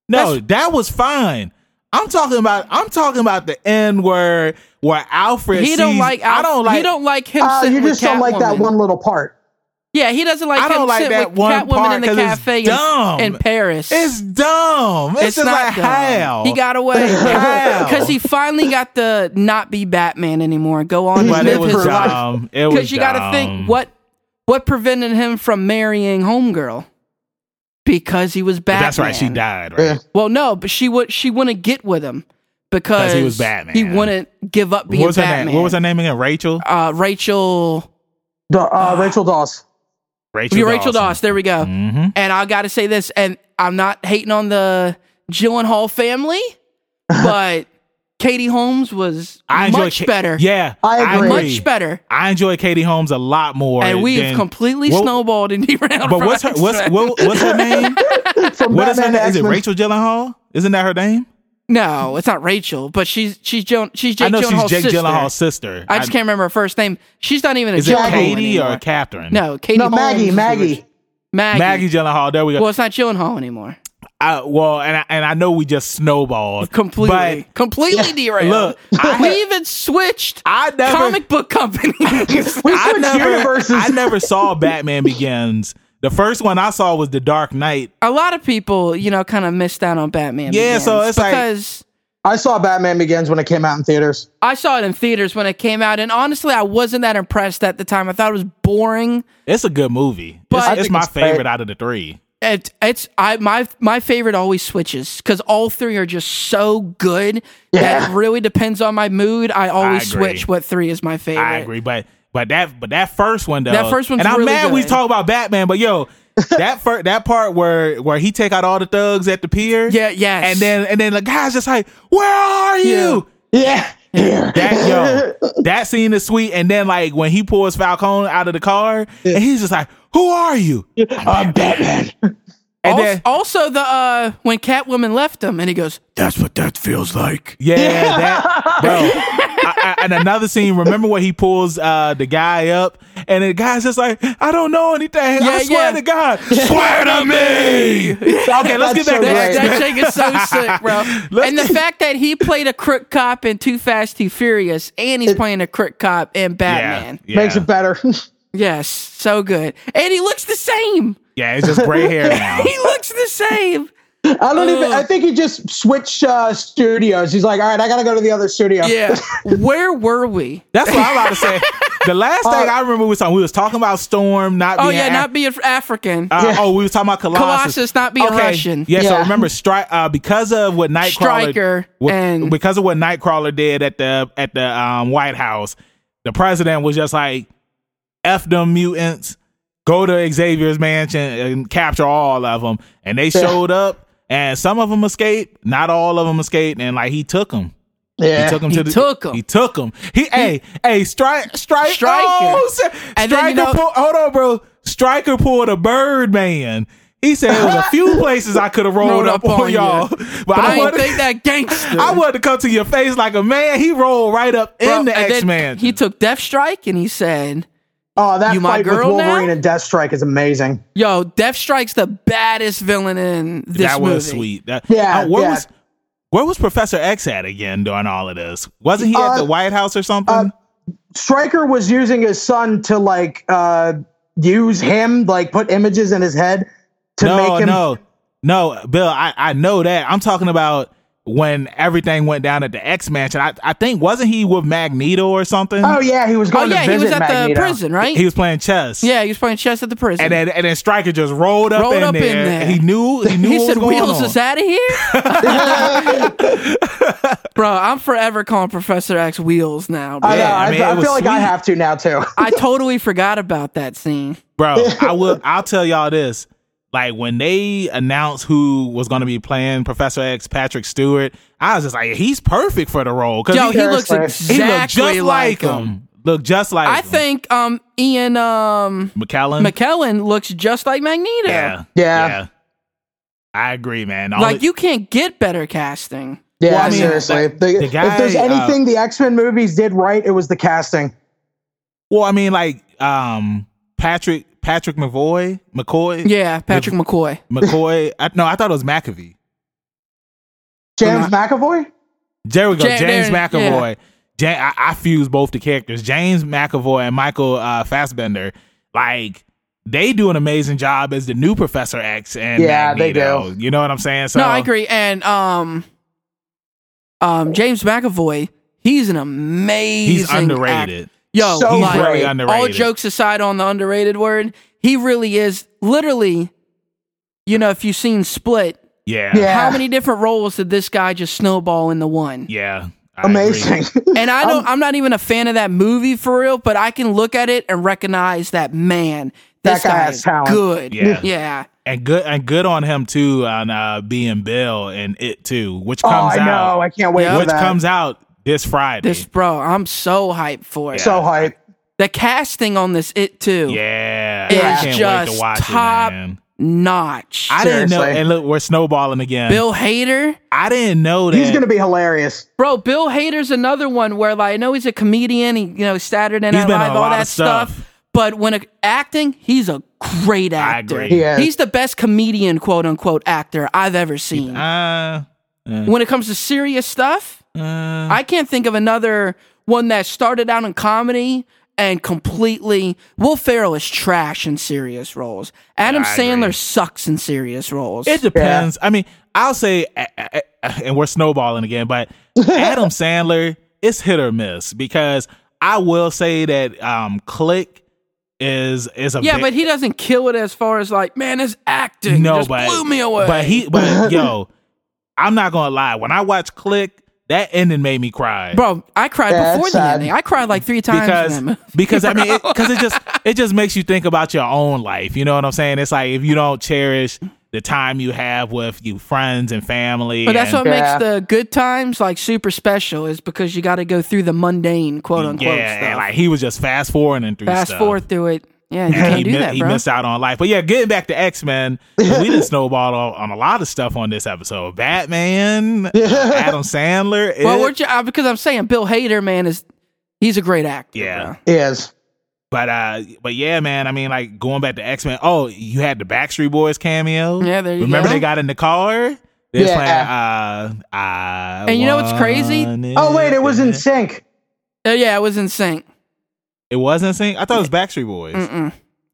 [SPEAKER 1] No,
[SPEAKER 2] That's-
[SPEAKER 1] that was fine. I'm talking about I'm talking about the end where where Alfred
[SPEAKER 2] he don't
[SPEAKER 1] sees-
[SPEAKER 2] like.
[SPEAKER 1] I don't like
[SPEAKER 2] He don't like him.
[SPEAKER 5] Uh,
[SPEAKER 2] sitting
[SPEAKER 5] you
[SPEAKER 2] with
[SPEAKER 5] just don't like that
[SPEAKER 2] Catwoman.
[SPEAKER 5] one little part.
[SPEAKER 2] Yeah, he doesn't like.
[SPEAKER 1] I don't
[SPEAKER 2] him
[SPEAKER 1] like
[SPEAKER 2] sitting
[SPEAKER 1] that
[SPEAKER 2] with
[SPEAKER 1] one
[SPEAKER 2] Catwoman
[SPEAKER 1] part
[SPEAKER 2] in the
[SPEAKER 1] 'cause it's
[SPEAKER 2] cafe in-
[SPEAKER 1] dumb.
[SPEAKER 2] in Paris.
[SPEAKER 1] It's dumb. It's,
[SPEAKER 2] It's
[SPEAKER 1] just
[SPEAKER 2] not
[SPEAKER 1] like
[SPEAKER 2] dumb.
[SPEAKER 1] how
[SPEAKER 2] He got away
[SPEAKER 1] How?
[SPEAKER 2] because he finally got to not be Batman anymore and go on
[SPEAKER 1] But
[SPEAKER 2] and
[SPEAKER 1] it
[SPEAKER 2] live
[SPEAKER 1] was
[SPEAKER 2] his life.
[SPEAKER 1] dumb. It was
[SPEAKER 2] you gotta
[SPEAKER 1] dumb.
[SPEAKER 2] think what what prevented him from marrying Homegirl because he was Batman.
[SPEAKER 1] That's right. She died. Right.
[SPEAKER 5] Yeah.
[SPEAKER 2] Well, no, but she would she wouldn't get with him because
[SPEAKER 1] he was Batman.
[SPEAKER 2] He wouldn't give up being
[SPEAKER 1] What was her
[SPEAKER 2] Batman.
[SPEAKER 1] name? What was her name again? Rachel.
[SPEAKER 2] Uh, Rachel.
[SPEAKER 5] Da- uh, Rachel Dawes.
[SPEAKER 1] Rachel.
[SPEAKER 2] Rachel, Rachel Doss. There we go.
[SPEAKER 1] Mm-hmm.
[SPEAKER 2] And I got to say this, and I'm not hating on the Gyllenhaal family, but Katie Holmes was
[SPEAKER 1] I enjoy
[SPEAKER 2] much better.
[SPEAKER 1] Yeah,
[SPEAKER 5] I agree.
[SPEAKER 2] much better.
[SPEAKER 1] I enjoy Katie Holmes a lot more.
[SPEAKER 2] And we've
[SPEAKER 1] than-
[SPEAKER 2] completely
[SPEAKER 1] Well,
[SPEAKER 2] snowballed in the round.
[SPEAKER 1] But what's her
[SPEAKER 2] for
[SPEAKER 1] what's
[SPEAKER 2] X-Men.
[SPEAKER 1] what, what's her name?
[SPEAKER 5] From
[SPEAKER 1] What is her
[SPEAKER 5] Batman
[SPEAKER 1] name?
[SPEAKER 5] to
[SPEAKER 1] Is it
[SPEAKER 5] X-Men.
[SPEAKER 1] Rachel Gyllenhaal? Isn't that her name?
[SPEAKER 2] No, it's not Rachel, but she's she's Joan she's Jake
[SPEAKER 1] I know
[SPEAKER 2] Gyllenhaal's
[SPEAKER 1] she's Jake
[SPEAKER 2] sister.
[SPEAKER 1] Gyllenhaal's sister.
[SPEAKER 2] I just can't remember her first name. She's not even a
[SPEAKER 1] Is it
[SPEAKER 2] Gyllenhaal
[SPEAKER 1] Katie
[SPEAKER 2] anymore.
[SPEAKER 1] or Catherine?
[SPEAKER 2] no Katie?
[SPEAKER 5] No, Maggie.
[SPEAKER 2] Holmes is
[SPEAKER 5] Maggie.
[SPEAKER 2] the- Maggie.
[SPEAKER 1] Maggie Gyllenhaal. There we go.
[SPEAKER 2] Well, it's not Gyllenhaal anymore.
[SPEAKER 1] I, well, and I, and I know we just snowballed
[SPEAKER 2] Completely,
[SPEAKER 1] But
[SPEAKER 2] completely derailed.
[SPEAKER 1] Look, I-
[SPEAKER 2] we even switched
[SPEAKER 1] I never,
[SPEAKER 2] comic book companies.
[SPEAKER 5] We
[SPEAKER 1] I
[SPEAKER 5] switched
[SPEAKER 1] never,
[SPEAKER 5] universes.
[SPEAKER 1] I never saw Batman Begins. The first one I saw was The Dark Knight.
[SPEAKER 2] a lot of people, you know, kind of missed out on Batman.
[SPEAKER 1] Yeah, so
[SPEAKER 2] Begins
[SPEAKER 1] it's like-
[SPEAKER 2] because
[SPEAKER 5] I saw Batman Begins when it came out in theaters.
[SPEAKER 2] I saw it in theaters when it came out, and honestly, I wasn't that impressed at the time. I thought it was boring.
[SPEAKER 1] It's a good movie.
[SPEAKER 2] But- I
[SPEAKER 1] it's, it's
[SPEAKER 5] think
[SPEAKER 1] my
[SPEAKER 5] it's fair.
[SPEAKER 1] favorite out of the three.
[SPEAKER 2] It, it's I my my favorite always switches because all three are just so good that
[SPEAKER 5] Yeah.
[SPEAKER 2] it really depends on my mood. I always
[SPEAKER 1] agree.
[SPEAKER 2] switch what three is my favorite.
[SPEAKER 1] I agree, but but that but that first one though.
[SPEAKER 2] That first one's
[SPEAKER 1] and I'm
[SPEAKER 2] really
[SPEAKER 1] mad we
[SPEAKER 2] good.
[SPEAKER 1] talk about Batman, but yo, that fir- that part where where he take out all the thugs at the pier.
[SPEAKER 2] Yeah, yes.
[SPEAKER 1] And then and then the guy's just like, "Where are you?"
[SPEAKER 5] Yeah. Here.
[SPEAKER 1] That yo, that scene is sweet. And then like when he pulls Falcone out of the car, and he's just like, "Who are you?" And
[SPEAKER 5] I'm Batman.
[SPEAKER 2] Al-
[SPEAKER 1] then
[SPEAKER 2] also the uh when Catwoman left him and he goes,
[SPEAKER 1] That's what that feels like. Yeah, that, bro. I, I, and another scene. Remember when he pulls uh, the guy up, and the guy's just like, "I don't know anything.
[SPEAKER 2] Yeah,
[SPEAKER 1] I swear
[SPEAKER 2] yeah.
[SPEAKER 1] to God, swear to me." Okay, let's get
[SPEAKER 5] That's
[SPEAKER 1] back to
[SPEAKER 5] so great.
[SPEAKER 2] That,
[SPEAKER 1] X-Men.
[SPEAKER 2] that chick is so sick, bro.
[SPEAKER 1] Let's
[SPEAKER 2] and the fact that he played a crook cop in Too Fast, Too Furious, and he's playing a crook cop in
[SPEAKER 1] Yeah,
[SPEAKER 2] Batman.
[SPEAKER 1] yeah.
[SPEAKER 5] Makes it better.
[SPEAKER 2] Yes, so good. And he looks the same.
[SPEAKER 1] yeah, it's just gray hair now.
[SPEAKER 2] He looks the same.
[SPEAKER 5] I don't even. I think he just switched uh, studios. He's like, all right, I gotta go to the other studio.
[SPEAKER 2] Yeah. Where were we?
[SPEAKER 1] That's what I'm about to say. The last thing I remember was something we was talking about Storm not.
[SPEAKER 2] Oh
[SPEAKER 1] being
[SPEAKER 2] yeah,
[SPEAKER 1] Af-
[SPEAKER 2] not being African.
[SPEAKER 1] Uh, Oh, we was talking about Colossus.
[SPEAKER 2] Colossus not being Russian.
[SPEAKER 1] Yeah, so
[SPEAKER 5] Yeah.
[SPEAKER 1] remember, stri- uh, because of what Nightcrawler,
[SPEAKER 2] Stryker
[SPEAKER 1] wh-
[SPEAKER 2] and-
[SPEAKER 1] because of what Nightcrawler did at the at the um, White House, the president was just like, "F them mutants, go to Xavier's mansion and capture all of them." And they showed up, and some of them escaped, not all of them escaped, and like he took them. He
[SPEAKER 5] Yeah.
[SPEAKER 1] took him
[SPEAKER 2] He
[SPEAKER 1] to the,
[SPEAKER 2] took 'em.
[SPEAKER 1] He took him. He, hey hey strike strike
[SPEAKER 2] Stryker.
[SPEAKER 1] Oh, s- striker
[SPEAKER 2] And then, you know-
[SPEAKER 1] pull, hold on bro. Striker pulled a bird man. He said it was a few places I could have rolled, up, on, y'all,
[SPEAKER 2] you.
[SPEAKER 1] but,
[SPEAKER 2] But I
[SPEAKER 1] I
[SPEAKER 2] didn't
[SPEAKER 1] wanted
[SPEAKER 2] think that gangster.
[SPEAKER 1] I wanted to come to your face like a man. He rolled right up
[SPEAKER 2] Bro,
[SPEAKER 1] in the
[SPEAKER 2] and then
[SPEAKER 1] X Man.
[SPEAKER 2] He took Death Strike and he said,
[SPEAKER 5] Oh, that
[SPEAKER 2] You my
[SPEAKER 5] fight with
[SPEAKER 2] girl now?
[SPEAKER 5] Wolverine and Deathstrike is amazing.
[SPEAKER 2] Yo, Death Strike's the baddest villain in this
[SPEAKER 1] That
[SPEAKER 2] movie.
[SPEAKER 1] was sweet. That,
[SPEAKER 5] Yeah,
[SPEAKER 1] uh, where
[SPEAKER 5] yeah.
[SPEAKER 1] was where was Professor X at again during all of this? Wasn't he at
[SPEAKER 5] Uh,
[SPEAKER 1] the White House or something?
[SPEAKER 5] Stryker was using his son to like uh, use him, like put images in his head to
[SPEAKER 1] no,
[SPEAKER 5] make him.
[SPEAKER 1] no, no, Bill. I, I know that. I'm talking about when everything went down at the X Mansion. I, I think wasn't he with Magneto or something?
[SPEAKER 5] Oh yeah, he was
[SPEAKER 2] Oh
[SPEAKER 5] going
[SPEAKER 2] yeah,
[SPEAKER 5] to
[SPEAKER 2] he
[SPEAKER 5] visit
[SPEAKER 2] was at
[SPEAKER 5] Magneto.
[SPEAKER 2] the prison, right?
[SPEAKER 1] He was playing chess.
[SPEAKER 2] yeah, he was playing chess at the prison.
[SPEAKER 1] And then and then Stryker just rolled up,
[SPEAKER 2] Rolled
[SPEAKER 1] in,
[SPEAKER 2] up in
[SPEAKER 1] there.
[SPEAKER 2] there.
[SPEAKER 1] He knew he knew
[SPEAKER 2] he
[SPEAKER 1] what
[SPEAKER 2] said,
[SPEAKER 1] was going
[SPEAKER 2] "Wheels
[SPEAKER 1] on.
[SPEAKER 2] is out of here." Bro, I'm forever calling Professor X Wheels now. Bro.
[SPEAKER 5] I know.
[SPEAKER 1] Yeah, I
[SPEAKER 5] I,
[SPEAKER 1] mean,
[SPEAKER 5] I
[SPEAKER 1] it was
[SPEAKER 5] feel like I
[SPEAKER 1] sweet.
[SPEAKER 5] have to now too.
[SPEAKER 2] I totally forgot about that scene.
[SPEAKER 1] Bro, I will I'll tell y'all this. Like when they announced who was going to be playing Professor X, Patrick Stewart, I was just like, he's perfect for the role because
[SPEAKER 2] Yo,
[SPEAKER 1] he,
[SPEAKER 2] he looks
[SPEAKER 5] Seriously.
[SPEAKER 1] he
[SPEAKER 2] exactly
[SPEAKER 1] looked just like him. Looked just like
[SPEAKER 2] I
[SPEAKER 1] him.
[SPEAKER 2] think um Ian um
[SPEAKER 1] McKellen.
[SPEAKER 2] McKellen looks just like Magneto.
[SPEAKER 1] yeah,
[SPEAKER 5] Yeah.
[SPEAKER 1] I agree, man. All
[SPEAKER 2] Like
[SPEAKER 1] it-
[SPEAKER 2] you can't get better casting.
[SPEAKER 5] Yeah,
[SPEAKER 1] Well, I mean,
[SPEAKER 5] seriously.
[SPEAKER 1] the-
[SPEAKER 5] The-
[SPEAKER 1] the guy,
[SPEAKER 5] if there's
[SPEAKER 1] uh,
[SPEAKER 5] anything the X Men movies did right, it was the casting.
[SPEAKER 1] Well, I mean, like um, Patrick Patrick McVoy McCoy
[SPEAKER 2] Yeah, Patrick McCoy.
[SPEAKER 1] McCoy. I, no, I thought it was McAfee.
[SPEAKER 5] James McAvoy.
[SPEAKER 1] There we go,
[SPEAKER 2] Ja-
[SPEAKER 1] James
[SPEAKER 2] there-
[SPEAKER 1] McAvoy. Ja- I, I fused both the characters, James McAvoy and Michael uh, Fassbender. Like they do an amazing job as the new Professor X and
[SPEAKER 5] Yeah, they
[SPEAKER 1] Magneto. You know what I'm saying? So
[SPEAKER 2] no, I agree. And um um James McAvoy, he's an amazing
[SPEAKER 1] He's
[SPEAKER 2] act-
[SPEAKER 1] underrated.
[SPEAKER 2] Yo,
[SPEAKER 5] So
[SPEAKER 1] He's
[SPEAKER 2] like,
[SPEAKER 1] very
[SPEAKER 5] all
[SPEAKER 1] underrated.
[SPEAKER 2] all jokes aside on the underrated word, he really is literally you know, if you've seen Split,
[SPEAKER 1] yeah,
[SPEAKER 5] Yeah.
[SPEAKER 2] how many different roles did this guy just snowball into one?
[SPEAKER 1] yeah, I agree.
[SPEAKER 5] Amazing.
[SPEAKER 2] And I
[SPEAKER 5] Um,
[SPEAKER 2] don't, I'm, not even a fan of that movie for real, but I can look at it and recognize that man.
[SPEAKER 5] That
[SPEAKER 2] This
[SPEAKER 5] guy
[SPEAKER 2] guy,
[SPEAKER 5] has
[SPEAKER 2] is
[SPEAKER 5] talent.
[SPEAKER 2] good.
[SPEAKER 1] Yeah.
[SPEAKER 2] yeah.
[SPEAKER 1] and good and good on him too on uh, being Bill and it too, which
[SPEAKER 5] oh,
[SPEAKER 1] comes
[SPEAKER 5] I
[SPEAKER 1] out
[SPEAKER 5] know. I can't wait
[SPEAKER 2] Yeah.
[SPEAKER 5] for
[SPEAKER 1] which
[SPEAKER 5] that.
[SPEAKER 1] comes out this Friday.
[SPEAKER 2] This bro, I'm so hyped for it.
[SPEAKER 5] so hype.
[SPEAKER 2] The casting on this it too.
[SPEAKER 1] yeah,
[SPEAKER 2] It's
[SPEAKER 1] I can't wait
[SPEAKER 2] just
[SPEAKER 1] to watch
[SPEAKER 2] top-
[SPEAKER 1] it, man.
[SPEAKER 2] Notch.
[SPEAKER 1] I didn't know,
[SPEAKER 5] Seriously.
[SPEAKER 1] and look, we're snowballing again.
[SPEAKER 2] Bill Hader.
[SPEAKER 1] I didn't know that
[SPEAKER 5] He's gonna be hilarious.
[SPEAKER 2] Bro, Bill Hader's another one where like I know he's a comedian, he you know, Saturday
[SPEAKER 1] He's
[SPEAKER 2] Night
[SPEAKER 1] been on
[SPEAKER 2] Live,
[SPEAKER 1] a
[SPEAKER 2] all
[SPEAKER 1] lot
[SPEAKER 2] that
[SPEAKER 1] of stuff.
[SPEAKER 2] But when a, acting, he's a great
[SPEAKER 1] I
[SPEAKER 2] actor.
[SPEAKER 1] agree.
[SPEAKER 5] He is.
[SPEAKER 2] He's the best comedian, quote unquote, actor I've ever seen.
[SPEAKER 1] Uh,
[SPEAKER 2] when it comes to serious stuff,
[SPEAKER 1] uh,
[SPEAKER 2] I can't think of another one that started out in comedy and completely. Will Ferrell is trash in serious roles. Adam
[SPEAKER 1] I
[SPEAKER 2] Sandler
[SPEAKER 1] agree.
[SPEAKER 2] sucks in serious roles.
[SPEAKER 1] it depends. I mean, I'll say, uh, uh, uh, and we're snowballing again, but Adam Sandler, it's hit or miss because I will say that um, Click is is a
[SPEAKER 2] yeah,
[SPEAKER 1] big-
[SPEAKER 2] but he doesn't kill it as far as like, man, his acting
[SPEAKER 1] no,
[SPEAKER 2] just
[SPEAKER 1] but
[SPEAKER 2] blew me away.
[SPEAKER 1] But he, but yo, I'm not gonna lie. When I watch Click, that ending made me cry.
[SPEAKER 2] bro, I cried
[SPEAKER 5] Yeah,
[SPEAKER 2] before
[SPEAKER 5] it's
[SPEAKER 2] the
[SPEAKER 5] sad.
[SPEAKER 2] ending. I cried like three times. in that
[SPEAKER 1] because because
[SPEAKER 2] movie.
[SPEAKER 1] I mean because it, just it just makes you think about your own life. You know what I'm saying? It's like if you don't cherish the time you have with you friends and family.
[SPEAKER 2] But that's
[SPEAKER 1] and-
[SPEAKER 2] what
[SPEAKER 5] Yeah.
[SPEAKER 2] makes the good times like super special is because you got to go through the mundane, quote
[SPEAKER 1] yeah,
[SPEAKER 2] unquote
[SPEAKER 1] and
[SPEAKER 2] stuff.
[SPEAKER 1] like he was just fast forwarding through
[SPEAKER 2] Fast
[SPEAKER 1] stuff.
[SPEAKER 2] forward through it. Yeah,
[SPEAKER 1] And
[SPEAKER 2] you can't
[SPEAKER 1] he,
[SPEAKER 2] do
[SPEAKER 1] mi-
[SPEAKER 2] that,
[SPEAKER 1] he
[SPEAKER 2] bro.
[SPEAKER 1] missed out on life. But yeah, getting back to X Men, we didn't snowball on, on a lot of stuff on this episode. Batman, uh, Adam Sandler.
[SPEAKER 2] Well,
[SPEAKER 1] it-
[SPEAKER 2] we're ju- uh, because I'm saying Bill Hader, man, is he's a great actor.
[SPEAKER 1] Yeah.
[SPEAKER 2] bro.
[SPEAKER 5] He is.
[SPEAKER 1] But uh, but yeah, man. I mean, like going back to X Men. Oh, you had the Backstreet Boys cameo.
[SPEAKER 2] Yeah, there you
[SPEAKER 1] Remember
[SPEAKER 2] go.
[SPEAKER 1] they got in the car. They're yeah. playing. Uh, I
[SPEAKER 2] And you know what's crazy?
[SPEAKER 1] want
[SPEAKER 5] Oh wait, it was in
[SPEAKER 1] it.
[SPEAKER 5] sync.
[SPEAKER 2] Uh, yeah, it was in sync.
[SPEAKER 1] It wasn't sync. I thought it was Backstreet Boys,
[SPEAKER 2] Mm-mm. 'Cause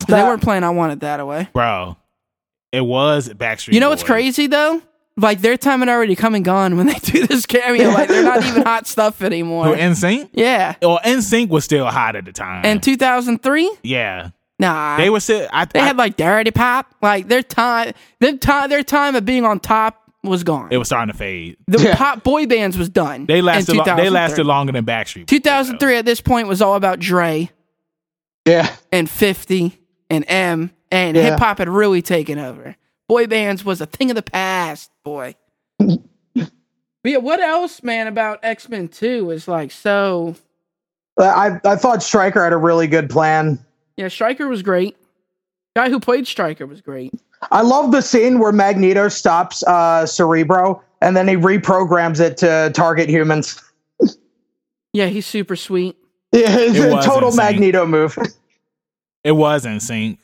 [SPEAKER 2] They
[SPEAKER 5] That-
[SPEAKER 2] weren't playing. I wanted that away.
[SPEAKER 1] bro. It was Backstreet.
[SPEAKER 2] You know what's
[SPEAKER 1] Boys.
[SPEAKER 2] crazy though? Like their time had already come and gone when they do this cameo. Like they're not even hot stuff
[SPEAKER 1] Who
[SPEAKER 2] anymore.
[SPEAKER 1] in sync?
[SPEAKER 2] yeah.
[SPEAKER 1] Or in sync was still hot at the time.
[SPEAKER 2] And 2003?
[SPEAKER 1] yeah,
[SPEAKER 2] Nah.
[SPEAKER 1] they were still. I,
[SPEAKER 2] They
[SPEAKER 1] I-
[SPEAKER 2] had like Dirty Pop. Like their time, them time, their time of being on top was gone.
[SPEAKER 1] it was starting to fade.
[SPEAKER 2] the
[SPEAKER 5] Yeah.
[SPEAKER 2] pop boy bands was done.
[SPEAKER 1] They
[SPEAKER 2] in
[SPEAKER 1] lasted. Lo- they
[SPEAKER 2] 2003.
[SPEAKER 1] lasted longer than Backstreet. Boys, though.
[SPEAKER 2] 2003 at this point was all about Dre
[SPEAKER 5] Yeah.
[SPEAKER 2] and 50 and M and
[SPEAKER 5] Yeah.
[SPEAKER 2] hip hop had really taken over. Boy bands was a thing of the past, boy. but yeah, what else, man, about X Men 2 is like so.
[SPEAKER 5] Uh, I I thought Stryker had a really good plan.
[SPEAKER 2] Yeah, Stryker was great. Guy who played Stryker was great.
[SPEAKER 5] I love the scene where Magneto stops uh, Cerebro and then he reprograms it to target humans.
[SPEAKER 2] Yeah, he's super sweet.
[SPEAKER 5] Yeah, it's
[SPEAKER 1] It
[SPEAKER 5] a
[SPEAKER 1] was
[SPEAKER 5] total
[SPEAKER 1] insane.
[SPEAKER 5] Magneto move.
[SPEAKER 1] It was in sync.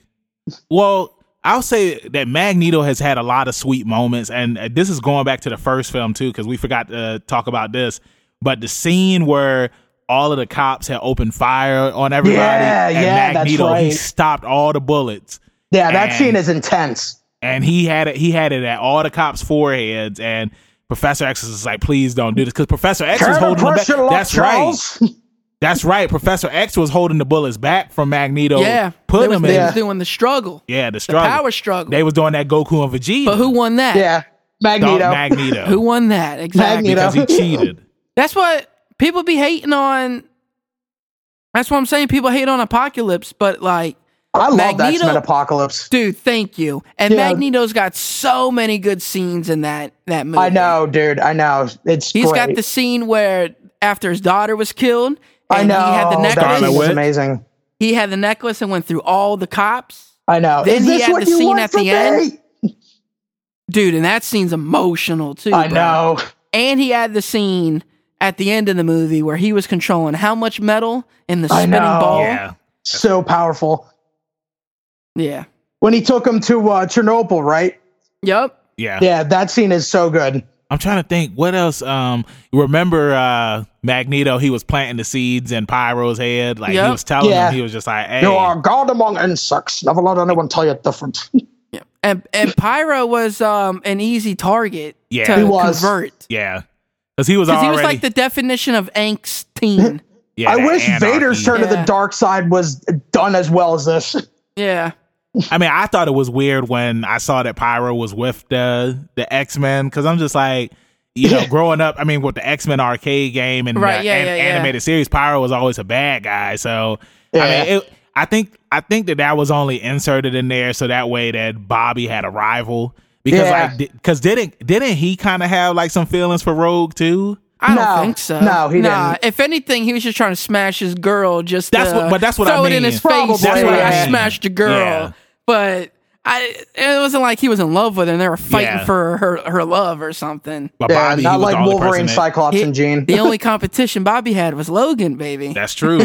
[SPEAKER 1] Well, I'll say that Magneto has had a lot of sweet moments, and uh, this is going back to the first film too, because we forgot to talk about this. But the scene where all of the cops had opened fire on everybody,
[SPEAKER 5] Yeah,
[SPEAKER 1] and
[SPEAKER 5] yeah, that's
[SPEAKER 1] Magneto he
[SPEAKER 5] right.
[SPEAKER 1] stopped all the bullets,
[SPEAKER 5] Yeah, that
[SPEAKER 1] And-
[SPEAKER 5] scene is intense.
[SPEAKER 1] and he had it. He had it at all the cops' foreheads, and Professor X is like, please don't do this because Professor X
[SPEAKER 5] Turn
[SPEAKER 1] is
[SPEAKER 5] the
[SPEAKER 1] holding them back.
[SPEAKER 5] pressure up,
[SPEAKER 1] That's right.
[SPEAKER 5] Charles.
[SPEAKER 1] That's right. Professor X was holding the bullets back from Magneto.
[SPEAKER 2] yeah,
[SPEAKER 1] putting
[SPEAKER 2] they
[SPEAKER 1] them
[SPEAKER 2] was,
[SPEAKER 1] in.
[SPEAKER 2] they
[SPEAKER 1] Yeah,
[SPEAKER 2] was doing the struggle,
[SPEAKER 1] the
[SPEAKER 2] the
[SPEAKER 1] struggle.
[SPEAKER 2] power struggle.
[SPEAKER 1] They was doing that Goku and Vegeta.
[SPEAKER 2] but who won that?
[SPEAKER 5] yeah,
[SPEAKER 1] Dog
[SPEAKER 5] Magneto.
[SPEAKER 1] Magneto?
[SPEAKER 2] Who won that exactly?
[SPEAKER 5] Magneto.
[SPEAKER 1] because he cheated.
[SPEAKER 2] That's what people be hating on. That's what I'm saying. People hate on Apocalypse, but like,
[SPEAKER 5] I love that
[SPEAKER 2] Magneto-
[SPEAKER 5] X Men Apocalypse.
[SPEAKER 2] dude, thank you. And
[SPEAKER 5] Yeah.
[SPEAKER 2] Magneto's got so many good scenes in that that movie.
[SPEAKER 5] I know, dude. I know. It's
[SPEAKER 2] He's
[SPEAKER 5] great.
[SPEAKER 2] got the scene where after his daughter was killed, and
[SPEAKER 5] I know.
[SPEAKER 2] he had the necklace.
[SPEAKER 5] That scene
[SPEAKER 1] Scarlet
[SPEAKER 5] was
[SPEAKER 1] Witch.
[SPEAKER 5] amazing.
[SPEAKER 2] He had the necklace and went through all the cops.
[SPEAKER 5] I know.
[SPEAKER 2] Then
[SPEAKER 5] Is
[SPEAKER 2] he
[SPEAKER 5] this
[SPEAKER 2] had
[SPEAKER 5] what
[SPEAKER 2] the
[SPEAKER 5] you
[SPEAKER 2] scene
[SPEAKER 5] want
[SPEAKER 2] at
[SPEAKER 5] from
[SPEAKER 2] the end.
[SPEAKER 5] me?
[SPEAKER 2] Dude, and that scene's emotional too.
[SPEAKER 5] I
[SPEAKER 2] bro.
[SPEAKER 5] know.
[SPEAKER 2] And he had the scene at the end of the movie where he was controlling how much metal in the
[SPEAKER 5] I
[SPEAKER 2] spinning
[SPEAKER 5] know.
[SPEAKER 2] ball.
[SPEAKER 1] Yeah.
[SPEAKER 5] So powerful.
[SPEAKER 2] Yeah.
[SPEAKER 5] When he took him to uh, Chernobyl, right?
[SPEAKER 2] Yep.
[SPEAKER 1] yeah,
[SPEAKER 5] Yeah, that scene is so good.
[SPEAKER 1] I'm trying to think what else. Um, remember uh, Magneto? He was planting the seeds in Pyro's head. Like
[SPEAKER 2] Yep.
[SPEAKER 1] he was telling
[SPEAKER 5] Yeah.
[SPEAKER 1] him, he was just like, "Hey,
[SPEAKER 5] You are God among insects. Never let anyone tell you different.
[SPEAKER 2] And and Pyro was um an easy target
[SPEAKER 1] Yeah.
[SPEAKER 2] to
[SPEAKER 1] He
[SPEAKER 5] was.
[SPEAKER 2] convert.
[SPEAKER 1] yeah," because he was
[SPEAKER 2] Because
[SPEAKER 1] already
[SPEAKER 2] he was like the definition of angst teen.
[SPEAKER 1] yeah,
[SPEAKER 5] I
[SPEAKER 1] that
[SPEAKER 5] wish Vader's
[SPEAKER 1] anarchy.
[SPEAKER 5] turn to
[SPEAKER 2] Yeah.
[SPEAKER 5] the dark side was done as well as this.
[SPEAKER 2] yeah.
[SPEAKER 1] I mean, I thought it was weird when I saw that Pyro was with the the X Men because I'm just like, you know, growing up, I mean, with the X Men arcade game and
[SPEAKER 2] Right,
[SPEAKER 1] the
[SPEAKER 2] yeah,
[SPEAKER 1] an-
[SPEAKER 2] yeah, yeah.
[SPEAKER 1] animated series, Pyro was always a bad guy. So I
[SPEAKER 5] Yeah.
[SPEAKER 1] mean, it, I think I think that that was only inserted in there so that way that Bobby had a rival because
[SPEAKER 5] Yeah.
[SPEAKER 1] like because didn't didn't he kind of have like some feelings for Rogue too?
[SPEAKER 2] I
[SPEAKER 5] No.
[SPEAKER 2] don't think so.
[SPEAKER 5] No, he
[SPEAKER 2] nah,
[SPEAKER 5] didn't.
[SPEAKER 2] If anything, he was just trying to smash his girl. Just
[SPEAKER 1] That's
[SPEAKER 2] to
[SPEAKER 1] what- but that's what I
[SPEAKER 2] throw it in
[SPEAKER 1] mean.
[SPEAKER 2] his
[SPEAKER 5] Probably.
[SPEAKER 2] face. That's
[SPEAKER 5] That's what
[SPEAKER 2] why
[SPEAKER 5] I
[SPEAKER 2] I
[SPEAKER 5] mean.
[SPEAKER 2] smashed a girl.
[SPEAKER 1] Yeah.
[SPEAKER 2] But I, it wasn't like he was in love with her. and They were fighting
[SPEAKER 1] Yeah.
[SPEAKER 2] for her her love or something.
[SPEAKER 1] But
[SPEAKER 5] yeah,
[SPEAKER 1] Bobby, he
[SPEAKER 5] not
[SPEAKER 1] was the
[SPEAKER 5] like
[SPEAKER 1] only person
[SPEAKER 5] Wolverine,
[SPEAKER 1] that-
[SPEAKER 5] Cyclops,
[SPEAKER 2] He-
[SPEAKER 5] and Jean.
[SPEAKER 2] The only competition Bobby had was Logan, baby.
[SPEAKER 1] That's true.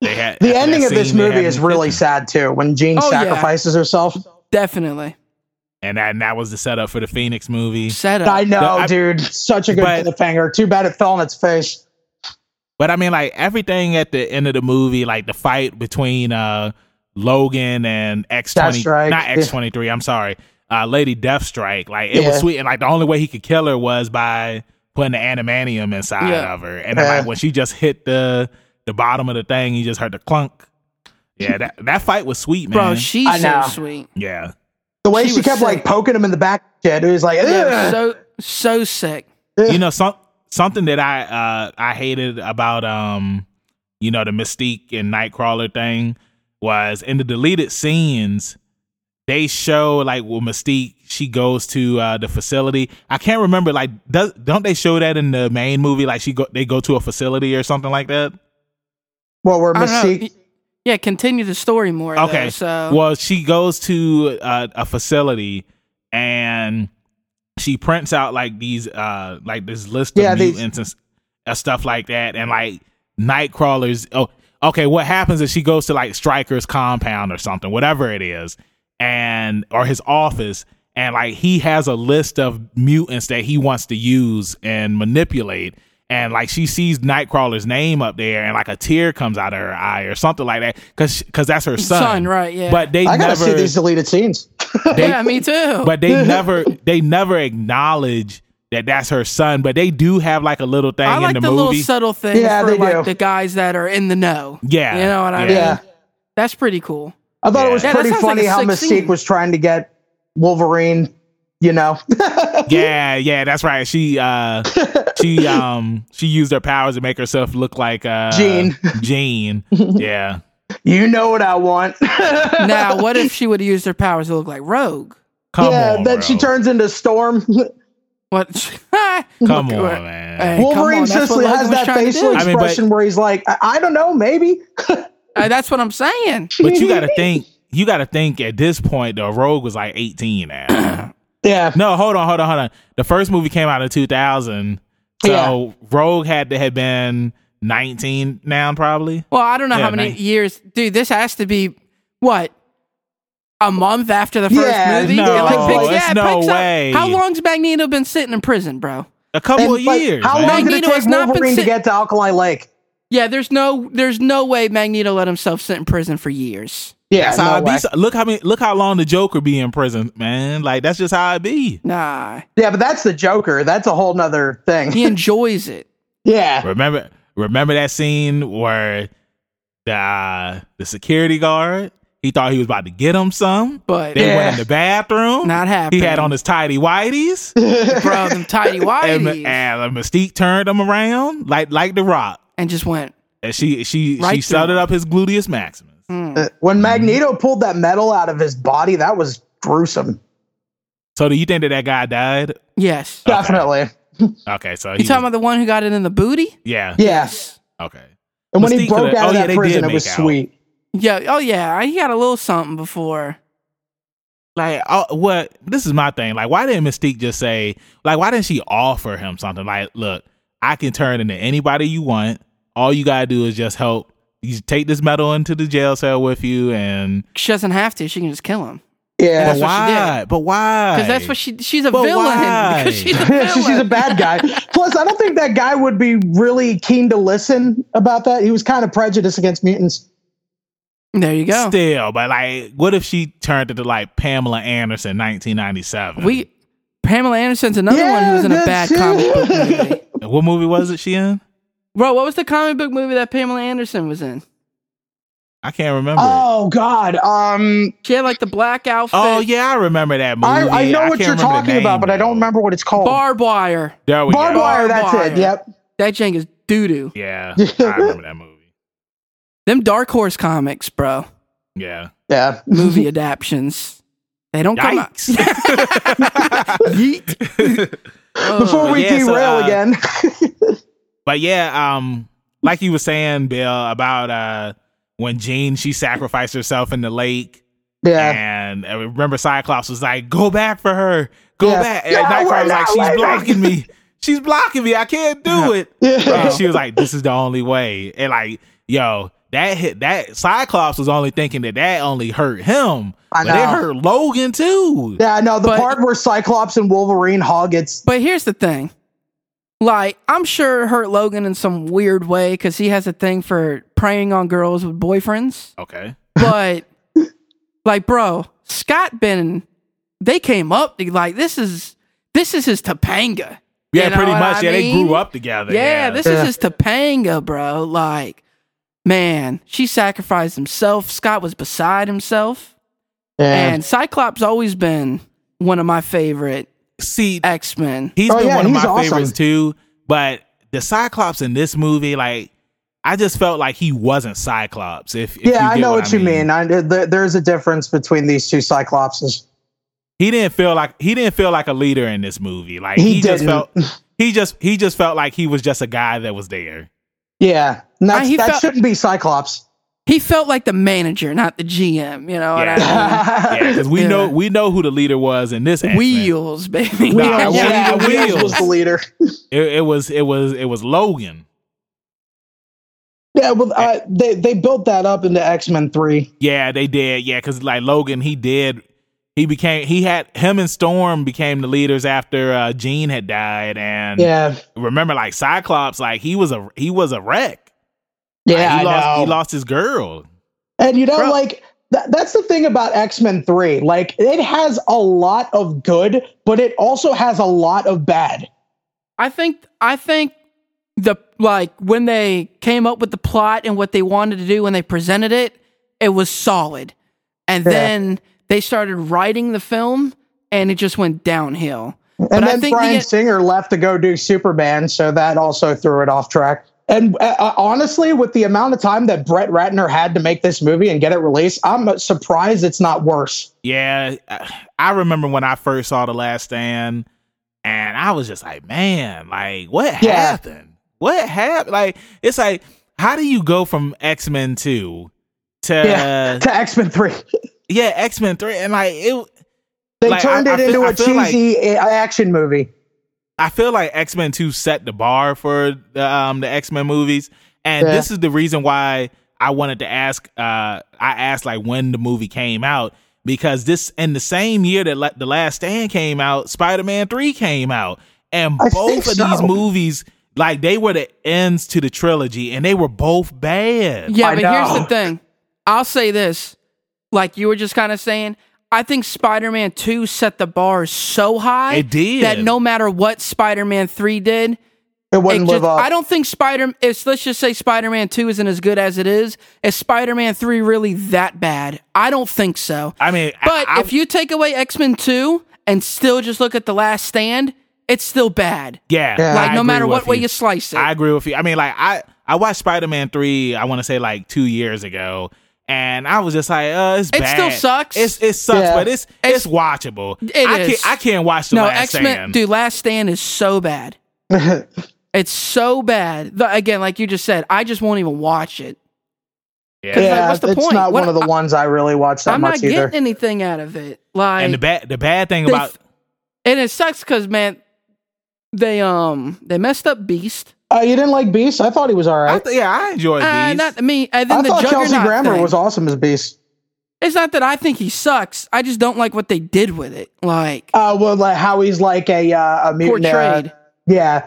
[SPEAKER 1] they had
[SPEAKER 5] The ending of this movie is really
[SPEAKER 1] sad.
[SPEAKER 5] sad too. When Jean
[SPEAKER 2] Oh, yeah.
[SPEAKER 5] sacrifices herself,
[SPEAKER 2] Definitely
[SPEAKER 1] and that, and that was the setup for the Phoenix movie.
[SPEAKER 2] set up.
[SPEAKER 5] I know,
[SPEAKER 1] No, I-
[SPEAKER 5] dude. Such a good
[SPEAKER 1] But-
[SPEAKER 5] cliffhanger. Too bad it fell on its face.
[SPEAKER 1] But I mean, like everything at the end of the movie, like the fight between uh Logan and X twenty,
[SPEAKER 5] Deathstrike,
[SPEAKER 1] not
[SPEAKER 5] yeah.
[SPEAKER 1] X twenty three. I'm sorry, uh, Lady Deathstrike. Like it was
[SPEAKER 5] Yeah.
[SPEAKER 1] sweet, and like the only way he could kill her was by putting the animanium inside
[SPEAKER 2] Yeah.
[SPEAKER 1] of her, and then, like
[SPEAKER 5] Yeah.
[SPEAKER 1] when she just hit the the bottom of the thing, you just heard the clunk. Yeah, that that fight was sweet, man.
[SPEAKER 2] Bro, she's
[SPEAKER 5] I
[SPEAKER 2] so
[SPEAKER 5] know.
[SPEAKER 2] sweet.
[SPEAKER 1] yeah,
[SPEAKER 5] The way
[SPEAKER 2] She
[SPEAKER 5] she,
[SPEAKER 2] was
[SPEAKER 5] kept like
[SPEAKER 2] sick.
[SPEAKER 5] poking him in the back, shit. It was like,
[SPEAKER 2] Yeah,
[SPEAKER 5] "Ugh."
[SPEAKER 2] so so sick.
[SPEAKER 1] you know some something that I uh I hated about um you know the Mystique and Nightcrawler thing was in the deleted scenes they show like well Mystique she goes to uh the facility I can't remember like does don't they show that in the main movie like she go they go to a facility or something like that
[SPEAKER 5] well, we're
[SPEAKER 2] I don't know.
[SPEAKER 5] Mystique.
[SPEAKER 2] Yeah, continue the story more.
[SPEAKER 1] Okay.
[SPEAKER 2] though, so
[SPEAKER 5] Uh-huh.
[SPEAKER 1] Well, she goes to uh, a facility and she prints out like these, uh, like this list of
[SPEAKER 5] Yeah, these-
[SPEAKER 1] mutants and s- and stuff like that, and like Nightcrawlers. Oh, okay. What happens is she goes to like Stryker's compound or something, whatever it is, and or his office, and like he has a list of mutants that he wants to use and manipulate. And like she sees Nightcrawler's name up there, and like a tear comes out of her eye or something like that, because because that's her son,
[SPEAKER 2] Son, right, yeah.
[SPEAKER 1] But they
[SPEAKER 5] I gotta
[SPEAKER 1] never,
[SPEAKER 5] see these deleted scenes.
[SPEAKER 2] yeah, me too.
[SPEAKER 1] but they never, they never acknowledge that that's her son. But they do have like a little thing
[SPEAKER 2] I like
[SPEAKER 1] in
[SPEAKER 2] the,
[SPEAKER 1] the,
[SPEAKER 2] little
[SPEAKER 1] movie.
[SPEAKER 2] subtle things
[SPEAKER 5] Yeah,
[SPEAKER 2] for
[SPEAKER 5] they
[SPEAKER 2] like
[SPEAKER 5] do.
[SPEAKER 2] the guys that are in the know.
[SPEAKER 1] Yeah,
[SPEAKER 2] you know what I
[SPEAKER 1] yeah.
[SPEAKER 2] mean.
[SPEAKER 5] Yeah.
[SPEAKER 2] That's pretty cool.
[SPEAKER 5] I thought it was
[SPEAKER 2] Yeah, that
[SPEAKER 5] pretty
[SPEAKER 2] sounds like
[SPEAKER 5] funny
[SPEAKER 2] a
[SPEAKER 5] how
[SPEAKER 2] sick
[SPEAKER 5] Mystique
[SPEAKER 2] scene.
[SPEAKER 5] was trying to get Wolverine. You know,
[SPEAKER 1] yeah, yeah, that's right. She, uh, she, um, she used her powers to make herself look like uh,
[SPEAKER 5] Jean.
[SPEAKER 1] Jean, yeah.
[SPEAKER 5] you know what I want.
[SPEAKER 2] Now, what if she would have used her powers to look like Rogue?
[SPEAKER 1] Come
[SPEAKER 5] yeah,
[SPEAKER 1] on,
[SPEAKER 5] then she
[SPEAKER 1] bro.
[SPEAKER 5] turns into Storm.
[SPEAKER 2] What? Uh,
[SPEAKER 1] Come
[SPEAKER 2] Look,
[SPEAKER 1] on,
[SPEAKER 2] what-
[SPEAKER 1] man.
[SPEAKER 2] Hey, come
[SPEAKER 5] Wolverine
[SPEAKER 2] on, that's what
[SPEAKER 5] just
[SPEAKER 2] Logan
[SPEAKER 5] has
[SPEAKER 2] was
[SPEAKER 5] that
[SPEAKER 2] trying to
[SPEAKER 5] facial
[SPEAKER 2] do.
[SPEAKER 1] I mean, but-
[SPEAKER 5] expression where he's like, I, I don't know, maybe.
[SPEAKER 2] Uh, that's what I'm saying.
[SPEAKER 1] But you gotta think. You gotta think at this point. The Rogue was like eighteen now.
[SPEAKER 5] yeah,
[SPEAKER 1] no, hold on, hold on, hold on. The first movie came out in two thousand, so Rogue had to have been nineteen now, probably.
[SPEAKER 2] Well, I don't know
[SPEAKER 1] Yeah,
[SPEAKER 2] how many
[SPEAKER 1] nice.
[SPEAKER 2] years, dude. This has to be what a month after the first
[SPEAKER 5] Yeah,
[SPEAKER 2] movie.
[SPEAKER 1] no,
[SPEAKER 2] It, picks-
[SPEAKER 1] it's
[SPEAKER 2] it
[SPEAKER 1] no
[SPEAKER 2] picks up-
[SPEAKER 1] way.
[SPEAKER 2] How long's Magneto been sitting in prison, bro?
[SPEAKER 1] A couple
[SPEAKER 5] And,
[SPEAKER 1] of
[SPEAKER 5] like,
[SPEAKER 1] years.
[SPEAKER 5] How
[SPEAKER 1] man.
[SPEAKER 5] long did it
[SPEAKER 2] Magneto
[SPEAKER 5] take
[SPEAKER 2] has not been
[SPEAKER 5] Wolverine
[SPEAKER 2] sit-
[SPEAKER 5] to get to Alkali Lake?
[SPEAKER 2] Yeah, there's no there's no way Magneto let himself sit in prison for years.
[SPEAKER 5] Yeah,
[SPEAKER 1] That's how
[SPEAKER 5] no
[SPEAKER 1] I be.
[SPEAKER 5] way.
[SPEAKER 1] So- Look how many, look how long the Joker be in prison, man. Like that's just how I be.
[SPEAKER 2] Nah.
[SPEAKER 5] yeah, but that's the Joker. That's a whole nother thing.
[SPEAKER 2] He enjoys it.
[SPEAKER 5] Yeah,
[SPEAKER 1] Remember, remember that scene where the uh, the security guard he thought he was about to get him some.
[SPEAKER 2] But
[SPEAKER 1] They
[SPEAKER 5] Yeah.
[SPEAKER 1] went in the bathroom.
[SPEAKER 2] Not
[SPEAKER 1] He
[SPEAKER 2] happening.
[SPEAKER 1] had on his tidy whities,
[SPEAKER 2] bro, them tidy
[SPEAKER 1] and,
[SPEAKER 2] whities and,
[SPEAKER 1] and Mystique turned him around like like the Rock,
[SPEAKER 2] just went,
[SPEAKER 1] and she she she
[SPEAKER 2] Right through
[SPEAKER 1] sudded
[SPEAKER 2] him.
[SPEAKER 1] up his gluteus maximus.
[SPEAKER 2] Hmm.
[SPEAKER 5] Uh, when Magneto pulled that metal out of his body, that was gruesome.
[SPEAKER 1] So do you think that that guy died?
[SPEAKER 2] Yes.
[SPEAKER 5] Definitely.
[SPEAKER 1] Okay, so he
[SPEAKER 2] You talking
[SPEAKER 1] was-
[SPEAKER 2] about the one who got it in the booty?
[SPEAKER 1] yeah,
[SPEAKER 5] Yeah.
[SPEAKER 1] okay.
[SPEAKER 5] And when
[SPEAKER 1] Mystique
[SPEAKER 5] he broke
[SPEAKER 1] could've-
[SPEAKER 5] out
[SPEAKER 1] oh,
[SPEAKER 5] of
[SPEAKER 1] yeah,
[SPEAKER 5] that
[SPEAKER 1] they did
[SPEAKER 5] prison, it
[SPEAKER 1] make
[SPEAKER 5] was
[SPEAKER 1] out.
[SPEAKER 5] sweet.
[SPEAKER 2] Yeah. Oh yeah. He got a little something before.
[SPEAKER 1] Like, oh, what? This is my thing. Like, why didn't Mystique just say? Like, why didn't she offer him something? Like, look, I can turn into anybody you want. All you gotta do is just help. You take this metal into the jail cell with you, and
[SPEAKER 2] She doesn't have to. She can just kill him.
[SPEAKER 1] but
[SPEAKER 5] Yeah.
[SPEAKER 2] what she did.
[SPEAKER 1] why? But why?
[SPEAKER 2] Because that's what she she's a
[SPEAKER 1] But
[SPEAKER 2] villain.
[SPEAKER 1] why?
[SPEAKER 2] Because she's a
[SPEAKER 5] Yeah,
[SPEAKER 2] villain.
[SPEAKER 5] she- she's a bad guy. Plus, I don't think that guy would be really keen to listen about that. He was kind of prejudiced against mutants.
[SPEAKER 2] There you go.
[SPEAKER 1] Still, but like, what if she turned into like Pamela Anderson, nineteen ninety seven?
[SPEAKER 2] We Pamela Anderson's another one who was in a bad
[SPEAKER 5] that's
[SPEAKER 2] comic book
[SPEAKER 5] it.
[SPEAKER 2] movie.
[SPEAKER 1] what movie was it she in?
[SPEAKER 2] Bro, what was the comic book movie that Pamela Anderson was in?
[SPEAKER 1] I can't remember. it.
[SPEAKER 5] oh God. Um,
[SPEAKER 2] She had like the black outfit.
[SPEAKER 1] Oh yeah, I remember that movie.
[SPEAKER 5] I, I know
[SPEAKER 1] I
[SPEAKER 5] what
[SPEAKER 1] can't remember the
[SPEAKER 5] you're talking
[SPEAKER 1] name,
[SPEAKER 5] about, but I
[SPEAKER 1] though.
[SPEAKER 5] don't remember what it's called.
[SPEAKER 2] Barbed wire.
[SPEAKER 1] There we go.
[SPEAKER 5] Barbed wire.
[SPEAKER 2] Barbed
[SPEAKER 5] That's
[SPEAKER 2] wire.
[SPEAKER 5] it. Yep.
[SPEAKER 2] That jank is doo doo.
[SPEAKER 1] Yeah, I remember that movie.
[SPEAKER 2] Them Dark Horse comics, bro.
[SPEAKER 1] Yeah.
[SPEAKER 5] Yeah.
[SPEAKER 2] Movie adaptions. They don't come out.
[SPEAKER 1] Yikes.
[SPEAKER 2] Yeet.
[SPEAKER 5] Before we
[SPEAKER 1] yeah, so,
[SPEAKER 5] derail
[SPEAKER 1] uh,
[SPEAKER 5] again.
[SPEAKER 1] But yeah, um, like you were saying, Bill, about uh when Jean she sacrificed herself in the lake,
[SPEAKER 5] yeah.
[SPEAKER 1] and I remember Cyclops was like, "Go back for her, go
[SPEAKER 5] Yeah.
[SPEAKER 1] back." And
[SPEAKER 5] No,
[SPEAKER 1] Nightcrawler
[SPEAKER 5] we're
[SPEAKER 1] was like,
[SPEAKER 5] not
[SPEAKER 1] "She's
[SPEAKER 5] leaving."
[SPEAKER 1] blocking me. She's blocking me. I can't do it."
[SPEAKER 5] Yeah.
[SPEAKER 1] And she was like, "This is the only way." And like, yo, that hit that Cyclops was only thinking that that only hurt him,
[SPEAKER 5] I
[SPEAKER 1] but it
[SPEAKER 5] know.
[SPEAKER 1] hurt Logan too.
[SPEAKER 5] Yeah, no, the
[SPEAKER 2] But-
[SPEAKER 5] part where Cyclops and Wolverine hug, it's
[SPEAKER 2] But here's the thing. Like, I'm sure it hurt Logan in some weird way because he has a thing for preying on girls with boyfriends.
[SPEAKER 1] Okay.
[SPEAKER 2] But like, bro, Scott Bennon, they came up they like this is this is his Topanga. You
[SPEAKER 1] Yeah,
[SPEAKER 2] know
[SPEAKER 1] pretty
[SPEAKER 2] what
[SPEAKER 1] much.
[SPEAKER 2] I
[SPEAKER 1] yeah, they
[SPEAKER 2] mean?
[SPEAKER 1] grew up together.
[SPEAKER 2] yeah, this
[SPEAKER 5] Yeah.
[SPEAKER 2] is his Topanga, bro. Like, man, she sacrificed himself. Scott was beside himself,
[SPEAKER 5] yeah.
[SPEAKER 2] and Cyclops always been one of my favorite
[SPEAKER 1] see,
[SPEAKER 2] X Men.
[SPEAKER 1] He's
[SPEAKER 5] Oh,
[SPEAKER 1] been
[SPEAKER 5] yeah,
[SPEAKER 1] one of
[SPEAKER 5] he's
[SPEAKER 1] my
[SPEAKER 5] awesome.
[SPEAKER 1] favorites too. But the Cyclops in this movie, like, I just felt like he wasn't Cyclops. If, if
[SPEAKER 5] yeah, I
[SPEAKER 1] get
[SPEAKER 5] know what you mean. I, th- there's a difference between these two Cyclopses.
[SPEAKER 1] He didn't feel like he didn't feel like a leader in this movie. Like he,
[SPEAKER 5] He
[SPEAKER 1] just
[SPEAKER 5] didn't.
[SPEAKER 1] felt he just he just felt like he was just a guy that was there.
[SPEAKER 5] Yeah, And that's,
[SPEAKER 2] Uh, he
[SPEAKER 5] that
[SPEAKER 2] felt-
[SPEAKER 5] shouldn't be Cyclops.
[SPEAKER 2] He felt like the manager, not the GM. You know what
[SPEAKER 1] Yeah.
[SPEAKER 2] I mean?
[SPEAKER 1] Yeah, because we
[SPEAKER 2] Oh, Yeah.
[SPEAKER 1] know we know who the leader was in this. X-Men.
[SPEAKER 2] Wheels, baby.
[SPEAKER 1] Nah, I
[SPEAKER 5] Wheels,
[SPEAKER 1] wanted
[SPEAKER 5] yeah,
[SPEAKER 1] the
[SPEAKER 5] Wheels
[SPEAKER 1] wheels.
[SPEAKER 5] was the leader.
[SPEAKER 1] It, it was it was it was Logan.
[SPEAKER 5] Yeah, well, uh, they they built that up into X Men Three.
[SPEAKER 1] Yeah, they did. Yeah, because like Logan, he did. He became he had him and Storm became the leaders after uh, Jean had died, and
[SPEAKER 5] Yeah,
[SPEAKER 1] remember like Cyclops, like he was a he was a wreck. Like,
[SPEAKER 5] yeah,
[SPEAKER 1] he
[SPEAKER 5] I
[SPEAKER 1] lost,
[SPEAKER 5] know.
[SPEAKER 1] He lost his girl.
[SPEAKER 5] And you know,
[SPEAKER 1] Bro.
[SPEAKER 5] like that that's the thing about X Men Three. Like it has a lot of good, but it also has a lot of bad.
[SPEAKER 2] I think I think the like when they came up with the plot and what they wanted to do when they presented it, it was solid. And then they started writing the film and it just went downhill. but
[SPEAKER 5] And
[SPEAKER 2] I
[SPEAKER 5] then
[SPEAKER 2] think
[SPEAKER 5] Brian
[SPEAKER 2] the, e-
[SPEAKER 5] Singer left to go do Superman, so that also threw it off track. And uh, uh, honestly, with the amount of time that Brett Ratner had to make this movie and get it released, I'm surprised it's not worse.
[SPEAKER 1] Yeah, I, I remember when I first saw The Last Stand, and I was just like, man, like what
[SPEAKER 5] Yeah.
[SPEAKER 1] happened? What happened? Like it's like how do you go from X Men two to
[SPEAKER 5] Yeah,
[SPEAKER 1] yeah,
[SPEAKER 5] to X Men Three,
[SPEAKER 1] X Men three, and like it.
[SPEAKER 5] they
[SPEAKER 1] Like,
[SPEAKER 5] turned
[SPEAKER 1] I- I
[SPEAKER 5] it
[SPEAKER 1] feel-
[SPEAKER 5] into
[SPEAKER 1] I
[SPEAKER 5] a
[SPEAKER 1] feel like-
[SPEAKER 5] cheesy uh, action movie.
[SPEAKER 1] I feel like X Men Two set the bar for the, um, the X Men movies, and
[SPEAKER 5] Yeah.
[SPEAKER 1] this is the reason why I wanted to ask. Uh, I asked like when the movie came out because this in the same year that let the Last Stand came out, Spider Man Three came out, and
[SPEAKER 5] I
[SPEAKER 1] both
[SPEAKER 5] think
[SPEAKER 1] of
[SPEAKER 5] so.
[SPEAKER 1] these movies Like they were the ends to the trilogy, and they were both bad.
[SPEAKER 2] Yeah,
[SPEAKER 5] I
[SPEAKER 2] but here's
[SPEAKER 5] know.
[SPEAKER 2] the thing. I'll say this. Like you were just kind of saying, I think Spider Man 2 set the bar so high
[SPEAKER 1] It did.
[SPEAKER 2] that no matter what Spider Man 3 did,
[SPEAKER 5] It
[SPEAKER 2] it
[SPEAKER 5] wouldn't
[SPEAKER 2] just,
[SPEAKER 5] live up.
[SPEAKER 2] I don't think Spider if let's just say Spider Man 2 isn't as good as it is, is Spider Man 3 really that bad? I don't think so.
[SPEAKER 1] I mean, I-
[SPEAKER 2] But
[SPEAKER 1] I-
[SPEAKER 2] if you take away X Men 2 and still just look at The Last Stand, it's still bad.
[SPEAKER 1] yeah,
[SPEAKER 5] Yeah.
[SPEAKER 2] Like
[SPEAKER 1] I
[SPEAKER 2] no
[SPEAKER 1] agree
[SPEAKER 2] matter
[SPEAKER 1] with
[SPEAKER 2] what way
[SPEAKER 1] you.
[SPEAKER 2] you slice it.
[SPEAKER 1] I agree with you. I mean, like I I watched Spider Man three. I want to say like two years ago, and I was just like, uh, it's
[SPEAKER 2] It
[SPEAKER 1] bad.
[SPEAKER 2] still sucks.
[SPEAKER 1] It's it sucks,
[SPEAKER 5] Yeah.
[SPEAKER 1] but it's it's, watchable.
[SPEAKER 2] It
[SPEAKER 1] I
[SPEAKER 2] is.
[SPEAKER 1] Can't, I can't watch the
[SPEAKER 2] no,
[SPEAKER 1] last
[SPEAKER 2] X Men,
[SPEAKER 1] Stand.
[SPEAKER 2] dude, Last Stand is so bad. it's so bad. The- again, like you just said, I just won't even watch it.
[SPEAKER 1] Yeah.
[SPEAKER 2] 'Cause, like,
[SPEAKER 5] yeah,
[SPEAKER 2] what's the
[SPEAKER 5] it's
[SPEAKER 2] point?
[SPEAKER 5] not
[SPEAKER 2] What-
[SPEAKER 5] one of the
[SPEAKER 2] I-
[SPEAKER 5] ones I really watch that
[SPEAKER 2] I'm
[SPEAKER 5] much
[SPEAKER 2] not getting
[SPEAKER 5] either.
[SPEAKER 2] anything out of it. Like,
[SPEAKER 1] and the bad the bad thing
[SPEAKER 2] they
[SPEAKER 1] about
[SPEAKER 2] f- and it sucks because man, they um they messed up Beast.
[SPEAKER 5] Uh, you didn't like Beast? I thought he was all
[SPEAKER 1] I
[SPEAKER 5] right.
[SPEAKER 1] th- yeah, I enjoyed
[SPEAKER 2] Uh,
[SPEAKER 1] these.
[SPEAKER 2] not me. And then
[SPEAKER 5] I
[SPEAKER 2] the
[SPEAKER 5] thought
[SPEAKER 2] Juggernaut
[SPEAKER 5] Chelsea Grammer
[SPEAKER 2] thing.
[SPEAKER 5] was awesome as Beast.
[SPEAKER 2] It's not that I think he sucks. I just don't like what they did with it. Like
[SPEAKER 5] Uh, well, like how he's like a uh, a mutant.
[SPEAKER 2] portrayed.
[SPEAKER 5] uh, yeah,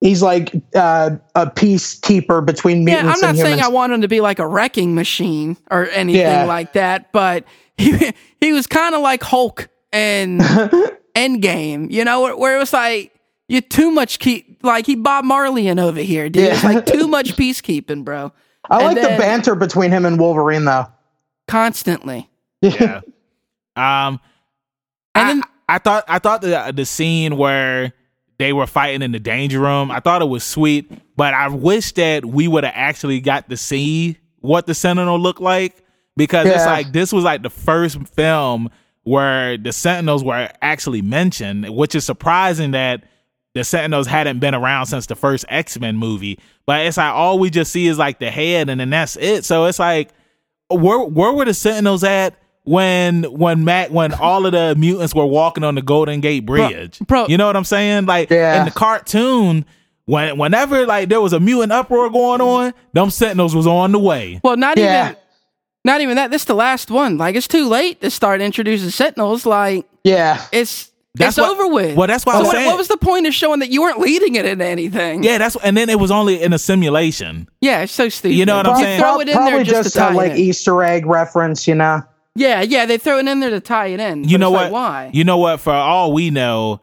[SPEAKER 5] he's like uh, a peacekeeper between
[SPEAKER 2] Yeah,
[SPEAKER 5] mutants
[SPEAKER 2] I'm not
[SPEAKER 5] and
[SPEAKER 2] saying
[SPEAKER 5] humans.
[SPEAKER 2] I want him to be like a wrecking machine or anything
[SPEAKER 5] Yeah.
[SPEAKER 2] like that, but he he was kind of like Hulk and Endgame, you know, where, where it was like you too much keep like he Bob Marleyan over here, dude. It's
[SPEAKER 5] Yeah.
[SPEAKER 2] like too much peacekeeping, bro.
[SPEAKER 5] I
[SPEAKER 2] And
[SPEAKER 5] like the
[SPEAKER 2] then-
[SPEAKER 5] banter between him and Wolverine though.
[SPEAKER 2] Constantly.
[SPEAKER 1] yeah. Um,
[SPEAKER 2] And
[SPEAKER 1] I,
[SPEAKER 2] then
[SPEAKER 1] I thought I thought the the scene where they were fighting in the danger room. I thought it was sweet, but I wish that we would have actually got to see what the Sentinel looked like because it's
[SPEAKER 5] Yeah.
[SPEAKER 1] like this was like the first film where the Sentinels were actually mentioned, which is surprising that the Sentinels hadn't been around since the first X Men movie. But it's like all we just see is like the head, and then that's it. So it's like where where were the Sentinels at when when Matt when all of the mutants were walking on the Golden Gate Bridge?
[SPEAKER 2] bro.
[SPEAKER 1] you know what I'm saying? Like
[SPEAKER 5] Yeah.
[SPEAKER 1] in the cartoon, when whenever like there was a mutant uproar going on, them Sentinels was on the way.
[SPEAKER 2] well not
[SPEAKER 5] Yeah.
[SPEAKER 2] even not even that. This is the last one. Like it's too late to start introducing Sentinels. Like
[SPEAKER 5] Yeah,
[SPEAKER 2] it's
[SPEAKER 1] That's
[SPEAKER 2] it's
[SPEAKER 1] what-
[SPEAKER 2] over with.
[SPEAKER 1] well, that's why
[SPEAKER 2] So
[SPEAKER 1] I'm
[SPEAKER 2] what,
[SPEAKER 1] saying-
[SPEAKER 2] what was the point of showing that you weren't leading it in anything?
[SPEAKER 1] Yeah, that's and then it was only in a simulation.
[SPEAKER 2] Yeah, it's so stupid.
[SPEAKER 1] You know what I'm
[SPEAKER 5] Prob-
[SPEAKER 1] saying?
[SPEAKER 2] Throw it in
[SPEAKER 5] probably
[SPEAKER 2] there just, to tie
[SPEAKER 5] a, like E-
[SPEAKER 2] it in.
[SPEAKER 5] Easter egg reference, you know.
[SPEAKER 2] yeah, yeah, they throw it in there to tie it in.
[SPEAKER 1] You
[SPEAKER 2] but
[SPEAKER 1] know
[SPEAKER 2] it's
[SPEAKER 1] what?
[SPEAKER 2] like, why?
[SPEAKER 1] You know what? For all we know,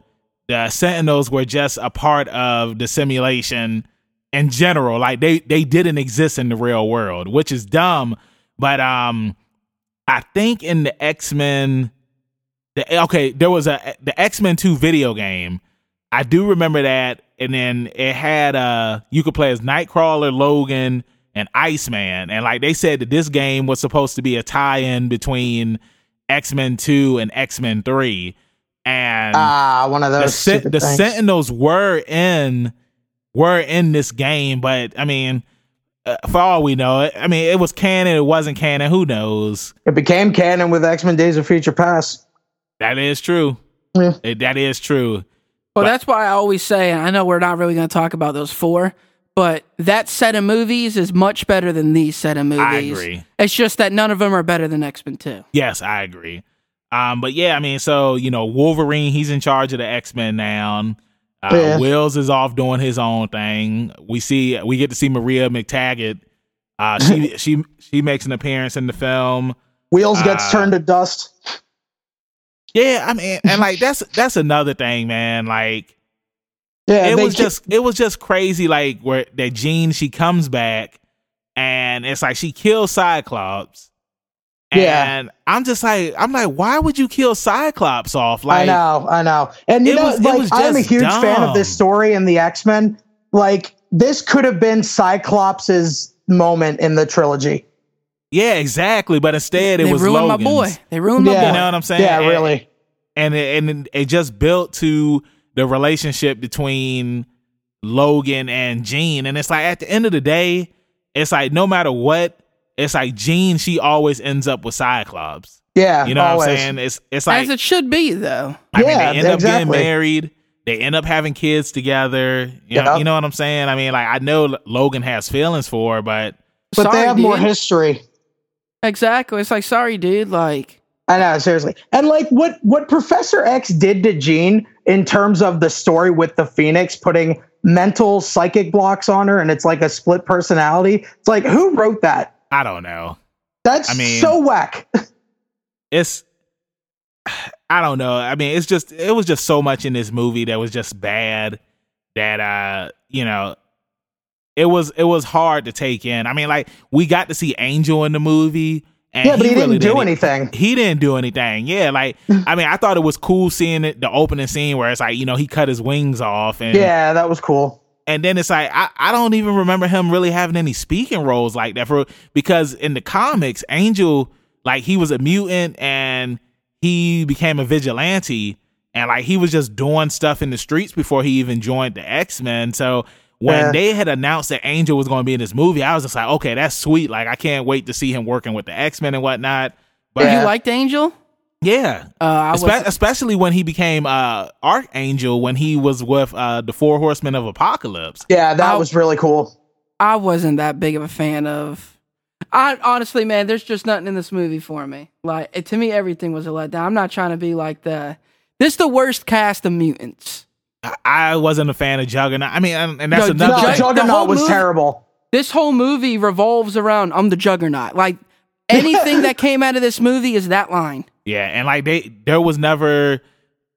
[SPEAKER 1] the Sentinels were just a part of the simulation in general. Like they they didn't exist in the real world, which is dumb. But um, I think in the X Men, the okay, there was a the X Men Two video game. I do remember that, and then it had uh, you could play as Nightcrawler, Logan, and Iceman, and like they said that this game was supposed to be a tie-in between X Men Two and X Men Three, and
[SPEAKER 5] Ah, one of
[SPEAKER 1] the,
[SPEAKER 5] those.
[SPEAKER 1] sen-
[SPEAKER 5] stupid
[SPEAKER 1] the
[SPEAKER 5] things.
[SPEAKER 1] Sentinels were in were in this game, but I mean, uh, for all we know, I mean, it was canon, it wasn't canon, who knows?
[SPEAKER 5] it became canon with X Men Days of Future Past.
[SPEAKER 1] That is true.
[SPEAKER 5] Yeah.
[SPEAKER 1] It- that is true.
[SPEAKER 2] well, that's why I always say, and I know we're not really going to talk about those four, but that set of movies is much better than these set of movies.
[SPEAKER 1] I agree.
[SPEAKER 2] It's just that none of them are better than X Men Two.
[SPEAKER 1] Yes, I agree. Um, but yeah, I mean, so you know, Wolverine, he's in charge of the X Men now. Uh,
[SPEAKER 5] Yeah.
[SPEAKER 1] Wills is off doing his own thing. We see, we get to see Maria McTaggart. Uh, she she she makes an appearance in the film.
[SPEAKER 5] Wheels gets
[SPEAKER 1] Ah.
[SPEAKER 5] turned to dust.
[SPEAKER 1] Yeah, I mean, and like that's that's another thing, man. Like
[SPEAKER 5] Yeah,
[SPEAKER 1] it
[SPEAKER 5] they
[SPEAKER 1] was
[SPEAKER 5] ki-
[SPEAKER 1] just it was just crazy like where that Jean she comes back and it's like she kills Cyclops.
[SPEAKER 5] Yeah.
[SPEAKER 1] And I'm just like I'm like, why would you kill Cyclops off?
[SPEAKER 5] I
[SPEAKER 1] Like
[SPEAKER 5] know, I know. And you
[SPEAKER 1] It
[SPEAKER 5] know,
[SPEAKER 1] was- it
[SPEAKER 5] like
[SPEAKER 1] was
[SPEAKER 5] I'm a
[SPEAKER 1] just
[SPEAKER 5] huge fan of this
[SPEAKER 1] dumb.
[SPEAKER 5] story in the X Men. Like this could have been Cyclops's moment in the trilogy.
[SPEAKER 1] Yeah, exactly. But instead it
[SPEAKER 2] they
[SPEAKER 1] was
[SPEAKER 2] ruined
[SPEAKER 1] Logan's.
[SPEAKER 2] my boy. They ruined my
[SPEAKER 5] Yeah.
[SPEAKER 1] You
[SPEAKER 2] boy.
[SPEAKER 1] know what I'm saying?
[SPEAKER 5] yeah,
[SPEAKER 1] And-
[SPEAKER 5] really.
[SPEAKER 1] And it, and it just built to the relationship between Logan and Jean. And it's like at the end of the day, it's like no matter what, it's like Jean, she always ends up with Cyclops.
[SPEAKER 5] Yeah,
[SPEAKER 1] You know
[SPEAKER 5] always.
[SPEAKER 1] what I'm saying? It's it's like
[SPEAKER 2] As it should be, though.
[SPEAKER 1] I mean,
[SPEAKER 5] Yeah,
[SPEAKER 1] they end up getting
[SPEAKER 5] exactly.
[SPEAKER 1] married. They end up having kids together. You, know,
[SPEAKER 5] Yeah.
[SPEAKER 1] you know what I'm saying? I mean, like I know L- Logan has feelings for, her, but
[SPEAKER 5] But
[SPEAKER 2] Sorry,
[SPEAKER 5] they have more
[SPEAKER 2] dude.
[SPEAKER 5] history.
[SPEAKER 2] Exactly. It's like, sorry, dude. Like,
[SPEAKER 5] I know, seriously. And like what what Professor X did to Jean in terms of the story with the Phoenix, putting mental psychic blocks on her and it's like a split personality. It's like, who wrote that?
[SPEAKER 1] I don't know.
[SPEAKER 5] That's
[SPEAKER 1] I mean-
[SPEAKER 5] so whack.
[SPEAKER 1] It's I don't know. I mean, it's just it was just so much in this movie that was just bad that uh, you know, it was it was hard to take in. I mean, like we got to see Angel in the movie and
[SPEAKER 5] yeah, but he, didn't
[SPEAKER 1] really
[SPEAKER 5] do
[SPEAKER 1] didn't
[SPEAKER 5] anything.
[SPEAKER 1] he didn't do anything. Yeah, like I mean, I thought it was cool seeing it, the opening scene where it's like you know he cut his wings off, and
[SPEAKER 5] Yeah, that was cool.
[SPEAKER 1] and then it's like I, I don't even remember him really having any speaking roles like that for because in the comics, Angel like he was a mutant and he became a vigilante, and like he was just doing stuff in the streets before he even joined the X Men. So. When
[SPEAKER 5] Yeah.
[SPEAKER 1] they had announced that Angel was going to be in this movie, I was just like, okay, that's sweet. Like, I can't wait to see him working with the X Men and whatnot. But
[SPEAKER 5] Yeah.
[SPEAKER 2] You liked Angel?
[SPEAKER 1] yeah,
[SPEAKER 2] Uh, I
[SPEAKER 1] Espe-
[SPEAKER 2] was.
[SPEAKER 1] especially when he became uh, Archangel when he was with uh, the Four Horsemen of Apocalypse.
[SPEAKER 5] Yeah, that
[SPEAKER 2] I'll-
[SPEAKER 5] was really cool.
[SPEAKER 2] I wasn't that big of a fan of. I honestly, man, there's just nothing in this movie for me. Like it- to me, everything was a letdown. I'm not trying to be like the. This the worst cast of mutants.
[SPEAKER 1] I- I wasn't a fan of Juggernaut. I mean, and, and that's
[SPEAKER 2] No,
[SPEAKER 1] another.
[SPEAKER 2] Jug-
[SPEAKER 5] No,
[SPEAKER 2] the whole
[SPEAKER 5] Juggernaut was
[SPEAKER 2] movie-
[SPEAKER 5] terrible.
[SPEAKER 2] This whole movie revolves around I'm the Juggernaut. Like anything that came out of this movie is that line.
[SPEAKER 1] yeah, and like they, there was never,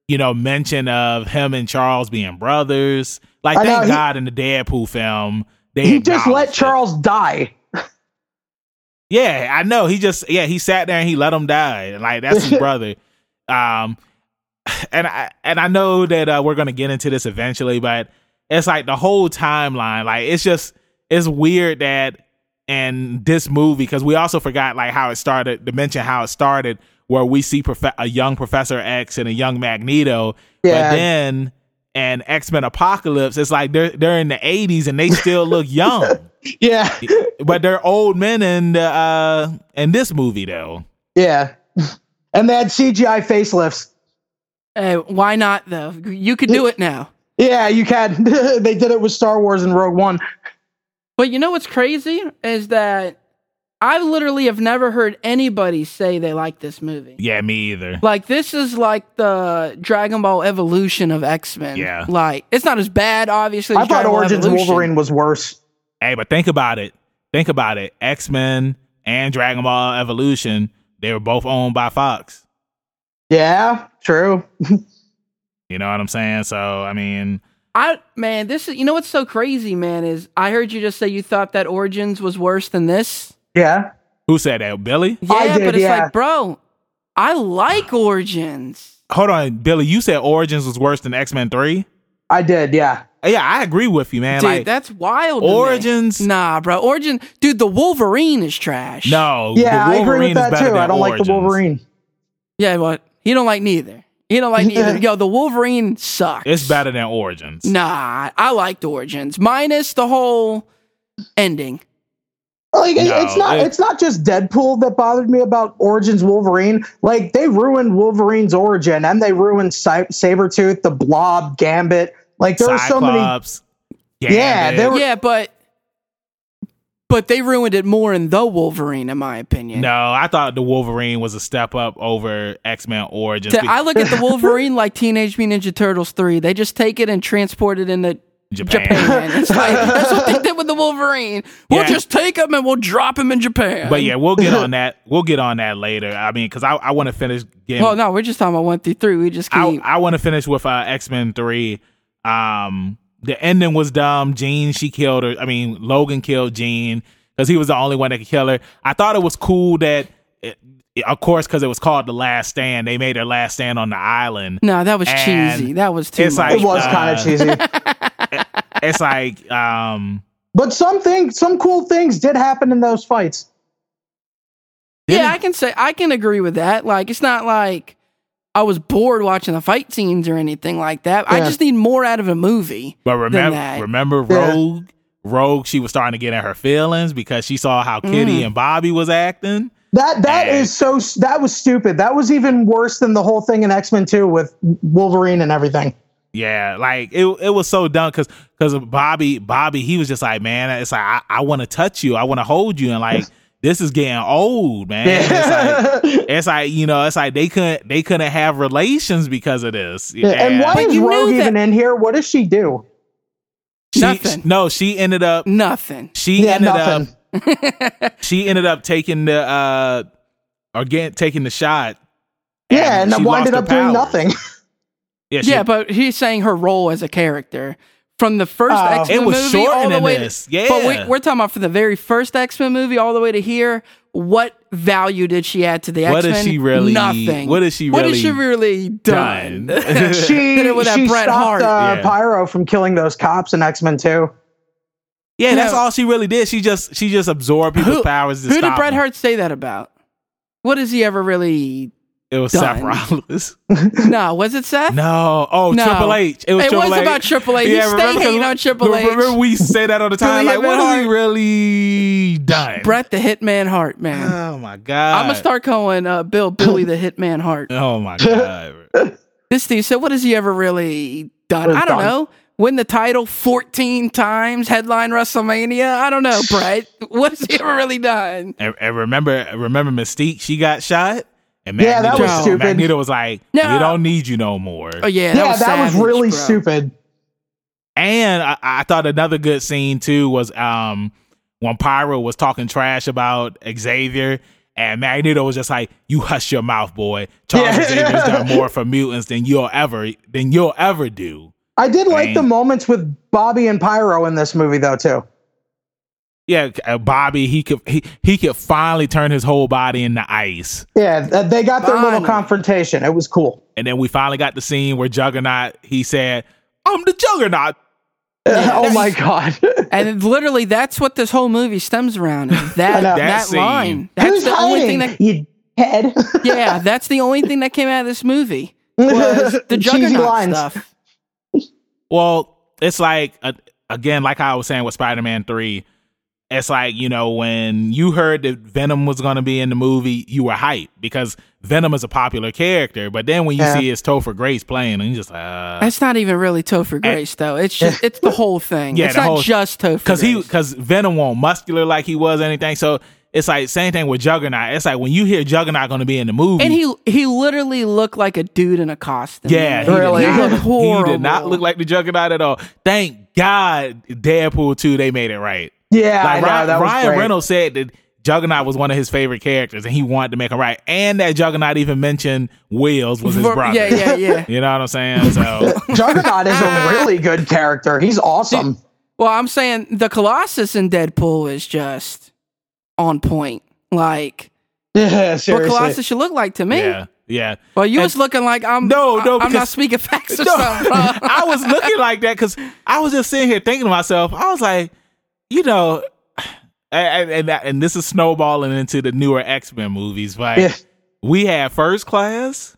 [SPEAKER 1] you know, mention of him and Charles being brothers. Like,
[SPEAKER 5] I know,
[SPEAKER 1] thank
[SPEAKER 5] he-
[SPEAKER 1] God in the Deadpool film they
[SPEAKER 5] He just
[SPEAKER 1] acknowledged
[SPEAKER 5] let
[SPEAKER 1] it.
[SPEAKER 5] Charles die.
[SPEAKER 1] Yeah, I know. He just yeah, he sat there and he let him die. Like that's his brother. Um and I and I know that uh, we're gonna get into this eventually, but it's like the whole timeline, like it's just it's weird that in this movie, because we also forgot like how it started to mention how it started, where we see prof- a young Professor X and a young Magneto,
[SPEAKER 5] Yeah.
[SPEAKER 1] but then and X Men Apocalypse, it's like they're they're in the eighties and they still look young
[SPEAKER 5] Yeah.
[SPEAKER 1] but they're old men in the, uh in this movie though.
[SPEAKER 5] Yeah. And they had CGI facelifts.
[SPEAKER 2] Hey, Uh, why not though? You could do it now.
[SPEAKER 5] Yeah, you can. they did it with Star Wars and Rogue One.
[SPEAKER 2] But you know what's crazy is that I literally have never heard anybody say they like this movie.
[SPEAKER 1] Yeah, me either.
[SPEAKER 2] Like this is like the Dragon Ball Evolution of X Men.
[SPEAKER 1] Yeah.
[SPEAKER 2] Like it's not as bad, obviously.
[SPEAKER 5] I
[SPEAKER 2] as
[SPEAKER 5] thought
[SPEAKER 2] Dragon Ball
[SPEAKER 5] Origins
[SPEAKER 2] Evolution.
[SPEAKER 5] Wolverine was worse.
[SPEAKER 1] Hey, but think about it. Think about it. X Men and Dragon Ball Evolution, they were both owned by Fox.
[SPEAKER 5] Yeah, true.
[SPEAKER 1] You know what I'm saying? So I mean,
[SPEAKER 2] I man, this is you know what's so crazy, man, is I heard you just say you thought that Origins was worse than this.
[SPEAKER 5] Yeah.
[SPEAKER 1] who said that? Billy?
[SPEAKER 2] Yeah,
[SPEAKER 5] I did,
[SPEAKER 2] but it's
[SPEAKER 5] yeah.
[SPEAKER 2] like, bro, I like Origins.
[SPEAKER 1] Hold on, Billy. You said Origins was worse than X Men Three.
[SPEAKER 5] I did, yeah.
[SPEAKER 1] Yeah, I agree with you, man.
[SPEAKER 2] dude,
[SPEAKER 1] like
[SPEAKER 2] that's wild. to me.
[SPEAKER 1] Origins.
[SPEAKER 2] Nah, bro. Origin dude, the Wolverine is trash.
[SPEAKER 1] No,
[SPEAKER 5] Yeah,
[SPEAKER 1] the
[SPEAKER 5] I agree
[SPEAKER 1] Wolverine
[SPEAKER 5] with
[SPEAKER 1] is
[SPEAKER 5] that
[SPEAKER 1] better
[SPEAKER 5] too.
[SPEAKER 1] than
[SPEAKER 5] I don't like the
[SPEAKER 1] Origins.
[SPEAKER 5] Wolverine.
[SPEAKER 2] Yeah, but he don't like neither. He don't like neither. Yo, the Wolverine sucks.
[SPEAKER 1] It's better than Origins.
[SPEAKER 2] Nah, I liked Origins. Minus the whole ending.
[SPEAKER 5] Like it-
[SPEAKER 1] No,
[SPEAKER 5] it's not
[SPEAKER 1] it-
[SPEAKER 5] it's not just Deadpool that bothered me about Origins Wolverine. Like they ruined Wolverine's origin and they ruined Cy- Sabretooth, the Blob, Gambit. Like there were so many
[SPEAKER 1] Cyclops.
[SPEAKER 5] Yeah,
[SPEAKER 1] Gambit.
[SPEAKER 5] there were-
[SPEAKER 2] Yeah, but but they ruined it more in the Wolverine, in my opinion.
[SPEAKER 1] No, I thought the Wolverine was a step up over X Men Origins.
[SPEAKER 2] To- I look at the Wolverine like Teenage Mutant Ninja Turtles three. They just take it and transport it into
[SPEAKER 1] Japan.
[SPEAKER 2] Japan. It's like that's what they did with the Wolverine. We'll
[SPEAKER 1] Yeah.
[SPEAKER 2] just take him and we'll drop him in Japan.
[SPEAKER 1] But yeah, we'll get on that. We'll get on that later. I mean, because I, I want to finish getting.
[SPEAKER 2] Well, no, we're just talking about one through three. We just
[SPEAKER 1] I,
[SPEAKER 2] keep.
[SPEAKER 1] I want to finish with uh, X Men Three. Um, the ending was dumb. Jean, she killed her. I mean, Logan killed Jean because he was the only one that could kill her. I thought it was cool that, it, of course, because it was called the Last Stand. They made their last stand on the island.
[SPEAKER 2] no, that was
[SPEAKER 1] And
[SPEAKER 2] cheesy. That was too.
[SPEAKER 1] it's like-
[SPEAKER 2] much.
[SPEAKER 5] it was kind
[SPEAKER 1] uh,
[SPEAKER 5] of cheesy.
[SPEAKER 1] It's like, um,
[SPEAKER 5] But some things some cool things did happen in those fights.
[SPEAKER 2] yeah, I can say I can agree with that. Like, it's not like I was bored watching the fight scenes or anything like that. I
[SPEAKER 5] Yeah.
[SPEAKER 2] just need more out of a movie.
[SPEAKER 1] But
[SPEAKER 2] that.
[SPEAKER 1] remember, remember
[SPEAKER 5] Yeah.
[SPEAKER 1] Rogue. Rogue, she was starting to get in her feelings because she saw how Kitty
[SPEAKER 5] Mm.
[SPEAKER 1] and Bobby was acting.
[SPEAKER 5] That that
[SPEAKER 1] And-
[SPEAKER 5] is so that was stupid. That was even worse than the whole thing in X Men Two with Wolverine and everything.
[SPEAKER 1] Yeah, like it, it was so dumb because because Bobby, Bobby, he was just like, man, it's like I, I want to touch you, I want to hold you, and like this is getting old, man. It's, like, it's like, you know, it's like they couldn't they couldn't have relations because of this.
[SPEAKER 5] and why
[SPEAKER 2] But
[SPEAKER 5] is
[SPEAKER 2] you knew
[SPEAKER 5] Rogue
[SPEAKER 2] that-
[SPEAKER 5] even in here? What does she do?
[SPEAKER 1] She,
[SPEAKER 2] Nothing.
[SPEAKER 1] No, she ended up.
[SPEAKER 2] Nothing.
[SPEAKER 1] She
[SPEAKER 5] Yeah,
[SPEAKER 1] ended
[SPEAKER 5] nothing.
[SPEAKER 1] up. She ended up taking the uh, or get, taking the shot.
[SPEAKER 5] yeah, and
[SPEAKER 1] she
[SPEAKER 5] then winded
[SPEAKER 1] lost
[SPEAKER 5] up
[SPEAKER 1] her
[SPEAKER 5] doing
[SPEAKER 1] powers.
[SPEAKER 5] nothing.
[SPEAKER 1] Yeah, she,
[SPEAKER 2] Yeah, but he's saying her role as a character from the first
[SPEAKER 5] Oh.
[SPEAKER 2] X Men
[SPEAKER 1] It was
[SPEAKER 2] movie
[SPEAKER 1] shortened
[SPEAKER 2] all the
[SPEAKER 1] in
[SPEAKER 2] way.
[SPEAKER 1] this. Yeah.
[SPEAKER 2] but we, we're talking about for the very first X Men movie all the way to here. What value did she add to the X Men?
[SPEAKER 1] What has she really-
[SPEAKER 2] Nothing.
[SPEAKER 1] what has she
[SPEAKER 2] What has
[SPEAKER 1] really
[SPEAKER 2] she really done?
[SPEAKER 1] done?
[SPEAKER 5] she
[SPEAKER 2] Did it with that
[SPEAKER 5] she
[SPEAKER 2] Bret Hart.
[SPEAKER 5] stopped uh,
[SPEAKER 1] Yeah.
[SPEAKER 5] Pyro from killing those cops in X Men Two.
[SPEAKER 1] yeah, that's
[SPEAKER 2] No.
[SPEAKER 1] all she really did. She just she just absorbed people's
[SPEAKER 2] Who-
[SPEAKER 1] powers. To
[SPEAKER 2] Who did
[SPEAKER 1] stop
[SPEAKER 2] Bret
[SPEAKER 1] them.
[SPEAKER 2] Hart say that about? What has he ever really?
[SPEAKER 1] It was
[SPEAKER 2] done?
[SPEAKER 1] Sapropolis.
[SPEAKER 2] No, was it Seth?
[SPEAKER 1] No, oh
[SPEAKER 2] No.
[SPEAKER 1] Triple H. It was,
[SPEAKER 2] It was
[SPEAKER 1] Triple H.
[SPEAKER 2] about Triple H. You stay
[SPEAKER 1] remember 'cause-
[SPEAKER 2] hating on Triple H.
[SPEAKER 1] Remember we say that all the time.
[SPEAKER 2] Really
[SPEAKER 1] like,
[SPEAKER 2] hit
[SPEAKER 1] what
[SPEAKER 2] me
[SPEAKER 1] has he
[SPEAKER 2] hard.
[SPEAKER 1] really done?
[SPEAKER 2] Bret the Hitman Hart, man.
[SPEAKER 1] Oh my god.
[SPEAKER 2] I'm gonna start calling uh, Bill Billy the Hitman Hart.
[SPEAKER 1] Oh my god.
[SPEAKER 2] This Steve said, "What has he ever really done?
[SPEAKER 5] What has
[SPEAKER 2] I don't
[SPEAKER 5] done?
[SPEAKER 2] know. Win the title 14 times, headline WrestleMania. I don't know, Brett. What has he ever really done?
[SPEAKER 1] and, and remember, remember Mystique? She got shot. And Magneto,
[SPEAKER 5] Yeah, that
[SPEAKER 2] was stupid.
[SPEAKER 1] Magneto was like,
[SPEAKER 2] No.
[SPEAKER 1] "We don't need you no more."
[SPEAKER 2] Oh yeah,
[SPEAKER 5] yeah,
[SPEAKER 2] that was,
[SPEAKER 5] that was
[SPEAKER 2] savage,
[SPEAKER 5] really
[SPEAKER 2] bro.
[SPEAKER 5] stupid.
[SPEAKER 1] And I, I thought another good scene too was um when Pyro was talking trash about Xavier and Magneto was just like, You hush your mouth, boy. Charles
[SPEAKER 5] Yeah.
[SPEAKER 1] Xavier's done more for mutants than you'll ever than you'll ever do.
[SPEAKER 5] I did like
[SPEAKER 1] Dang.
[SPEAKER 5] the moments with Bobby and Pyro in this movie though too.
[SPEAKER 1] Yeah, uh, Bobby, he could he, he could finally turn his whole body into ice.
[SPEAKER 5] Yeah, th- they got their little
[SPEAKER 2] Finally.
[SPEAKER 5] confrontation. It was cool.
[SPEAKER 1] And then we finally got the scene where Juggernaut, he said, I'm the Juggernaut.
[SPEAKER 5] oh my god.
[SPEAKER 2] And it- literally, that's what this whole movie stems around. is That
[SPEAKER 5] know.
[SPEAKER 2] that,
[SPEAKER 1] That scene.
[SPEAKER 2] line. That's
[SPEAKER 5] Who's
[SPEAKER 2] the
[SPEAKER 5] hiding?
[SPEAKER 2] only thing that.
[SPEAKER 5] you head.
[SPEAKER 2] Yeah, that's the only thing that came out of this movie was the Juggernaut stuff.
[SPEAKER 1] Well, it's like uh, again, like I was saying with Spider-Man Three, it's like you know when you heard that Venom was going to be in the movie, you were hyped because Venom is a popular character. But then when you
[SPEAKER 5] Yeah.
[SPEAKER 1] see it's Topher Grace playing, and you just uh,
[SPEAKER 2] That's not even really Topher Grace though. It's just it's the whole thing.
[SPEAKER 1] Eh. Yeah,
[SPEAKER 2] it's
[SPEAKER 1] the
[SPEAKER 2] not
[SPEAKER 1] whole-
[SPEAKER 2] just Topher.
[SPEAKER 1] because he
[SPEAKER 2] Grace.
[SPEAKER 1] because Venom won't muscular like he was or anything. So it's like same thing with Juggernaut. It's like when you hear Juggernaut going to be in the movie,
[SPEAKER 2] and he he literally looked like a dude in a costume.
[SPEAKER 1] yeah, he
[SPEAKER 2] he
[SPEAKER 1] did
[SPEAKER 5] Really?
[SPEAKER 1] not-
[SPEAKER 2] he looked horrible.
[SPEAKER 1] He did not look like the Juggernaut at all. Thank God, Deadpool two, they made it right.
[SPEAKER 5] Yeah, I
[SPEAKER 1] Like
[SPEAKER 5] know,
[SPEAKER 1] Ryan,
[SPEAKER 5] that was
[SPEAKER 1] Ryan
[SPEAKER 5] great.
[SPEAKER 1] Reynolds said that Juggernaut was one of his favorite characters, and he wanted to make him right. And that Juggernaut even mentioned Wheels was his
[SPEAKER 2] For-
[SPEAKER 1] brother.
[SPEAKER 2] Yeah, yeah, yeah.
[SPEAKER 1] You know what I'm saying? So
[SPEAKER 5] Juggernaut is a really good character. He's awesome.
[SPEAKER 2] well, I'm saying the Colossus in Deadpool is just on point. Like
[SPEAKER 5] Yeah,
[SPEAKER 2] what
[SPEAKER 5] seriously.
[SPEAKER 2] Colossus should look like to me.
[SPEAKER 1] yeah, yeah.
[SPEAKER 2] Well, you
[SPEAKER 1] And-
[SPEAKER 2] was looking like I'm
[SPEAKER 1] No, no,
[SPEAKER 2] I, am not
[SPEAKER 1] because-
[SPEAKER 2] speaking facts or
[SPEAKER 1] No,
[SPEAKER 2] something. bro.
[SPEAKER 1] I was looking like that because I was just sitting here thinking to myself. I was like, you know, and and, and this is snowballing into the newer X Men movies, but
[SPEAKER 5] Yeah.
[SPEAKER 1] we had First Class,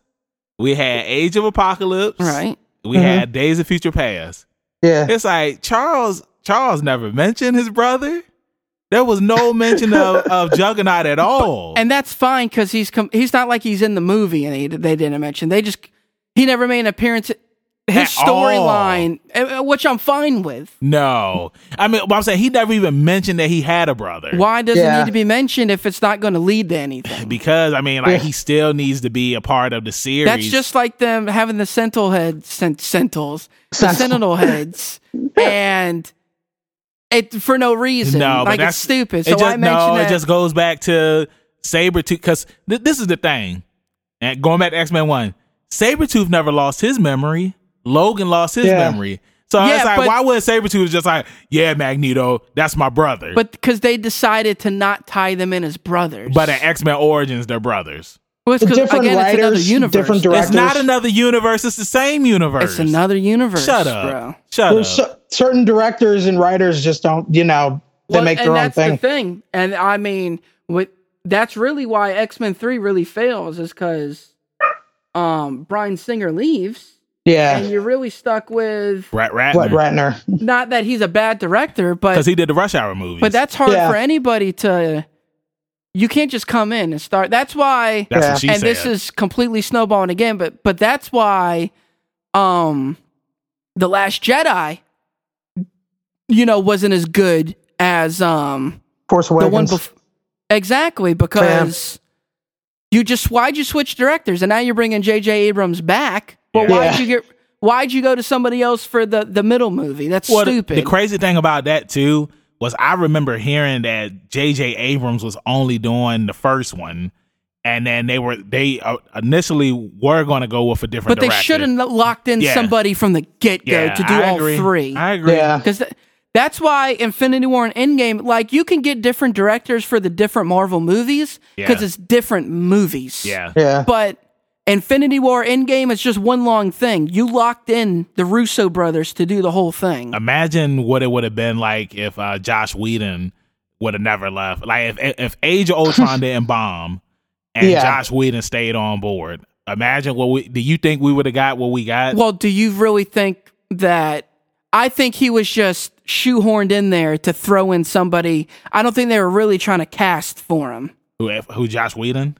[SPEAKER 1] we had Age of Apocalypse,
[SPEAKER 2] right.
[SPEAKER 1] We had Days of Future Past.
[SPEAKER 5] Yeah.
[SPEAKER 1] It's like Charles Charles never mentioned his brother. There was no mention of, of Juggernaut at all.
[SPEAKER 2] And that's fine because he's com- he's not like he's in the movie and he, they didn't mention. They just he never made an appearance. His
[SPEAKER 1] At all.
[SPEAKER 2] storyline, uh, uh, which I'm fine with.
[SPEAKER 1] no. I mean, but I'm saying he never even mentioned that he had a brother.
[SPEAKER 2] Why does it
[SPEAKER 5] Yeah.
[SPEAKER 2] need to be mentioned if it's not going to lead to anything?
[SPEAKER 1] Because I mean, like he still needs to be a part of the series.
[SPEAKER 2] That's just like them having the sentinel head sent sentinels, the sentinel
[SPEAKER 5] Sentinel.
[SPEAKER 2] heads, and it for no reason.
[SPEAKER 1] no, but
[SPEAKER 2] like
[SPEAKER 1] that's
[SPEAKER 2] it's stupid.
[SPEAKER 1] it
[SPEAKER 2] So
[SPEAKER 1] just-
[SPEAKER 2] I mentioned
[SPEAKER 1] no,
[SPEAKER 2] that.
[SPEAKER 1] it just goes back to Sabretooth because th- this is the thing. And going back to X Men One, Sabretooth never lost his memory. Logan lost his
[SPEAKER 5] Yeah.
[SPEAKER 1] memory. So
[SPEAKER 2] Yeah,
[SPEAKER 1] it's like,
[SPEAKER 2] but-
[SPEAKER 1] why would Sabretooth was just like, yeah, Magneto, that's my brother.
[SPEAKER 2] but because they decided to not tie them in as brothers.
[SPEAKER 1] But at X Men Origins, they're brothers.
[SPEAKER 2] well, it's 'cause,
[SPEAKER 5] Different
[SPEAKER 2] again, it's another
[SPEAKER 5] writers,
[SPEAKER 2] universe.
[SPEAKER 5] different
[SPEAKER 1] It's
[SPEAKER 5] directors.
[SPEAKER 1] not another universe. It's the same universe.
[SPEAKER 2] It's another universe.
[SPEAKER 1] Shut up.
[SPEAKER 2] bro.
[SPEAKER 1] Shut up.
[SPEAKER 5] There's cer- certain directors and writers just don't, you know, they
[SPEAKER 2] Well,
[SPEAKER 5] make
[SPEAKER 2] and
[SPEAKER 5] their own
[SPEAKER 2] that's
[SPEAKER 5] thing.
[SPEAKER 2] The thing, and I mean, with that's really why X Men Three really fails is because um Brian Singer leaves, and
[SPEAKER 5] Yeah.
[SPEAKER 2] you're really stuck with
[SPEAKER 1] Rat
[SPEAKER 5] Brett
[SPEAKER 1] Ratner.
[SPEAKER 5] Ratner.
[SPEAKER 2] not that he's a bad director,
[SPEAKER 1] Because
[SPEAKER 2] but
[SPEAKER 1] he did the Rush Hour movies.
[SPEAKER 2] but that's hard
[SPEAKER 5] Yeah.
[SPEAKER 2] for anybody to. You can't just come in and start. That's why
[SPEAKER 1] that's
[SPEAKER 5] Yeah.
[SPEAKER 1] what she
[SPEAKER 2] and
[SPEAKER 1] said.
[SPEAKER 2] this is completely snowballing again but but that's why um the last jedi you know wasn't as good as um
[SPEAKER 5] Force
[SPEAKER 2] the one
[SPEAKER 5] Awakens.
[SPEAKER 2] before exactly because you just why'd you switch directors and now you're bringing jj abrams back but
[SPEAKER 1] Yeah.
[SPEAKER 2] why'd you get why'd you go to somebody else for the the middle movie? That's
[SPEAKER 1] Well, the-
[SPEAKER 2] stupid.
[SPEAKER 1] The crazy thing about that too was I remember hearing that J.J. Abrams was only doing the first one, and then they were they uh, initially were going to go with a different.
[SPEAKER 2] but they
[SPEAKER 1] director.
[SPEAKER 2] should have locked in
[SPEAKER 1] Yeah.
[SPEAKER 2] somebody from the get go
[SPEAKER 1] Yeah,
[SPEAKER 2] to do
[SPEAKER 1] I
[SPEAKER 2] all
[SPEAKER 1] agree.
[SPEAKER 2] three.
[SPEAKER 1] I agree.
[SPEAKER 5] Yeah.
[SPEAKER 2] because th- that's why Infinity War and Endgame, like you can get different directors for the different Marvel movies because
[SPEAKER 1] Yeah.
[SPEAKER 2] it's different movies.
[SPEAKER 1] Yeah.
[SPEAKER 5] Yeah.
[SPEAKER 2] But Infinity War Endgame is just one long thing. You locked in the Russo brothers to do the whole thing.
[SPEAKER 1] Um, Imagine what it would have been like if uh, Josh Whedon would have never left. Like if if Age of Ultron didn't bomb and
[SPEAKER 5] Yeah.
[SPEAKER 1] Josh Whedon stayed on board. Imagine what we do. You think we would have got what we got?
[SPEAKER 2] well, do you really think that? I think he was just shoehorned in there to throw in somebody. I don't think they were really trying to cast for him.
[SPEAKER 1] who who Josh Whedon?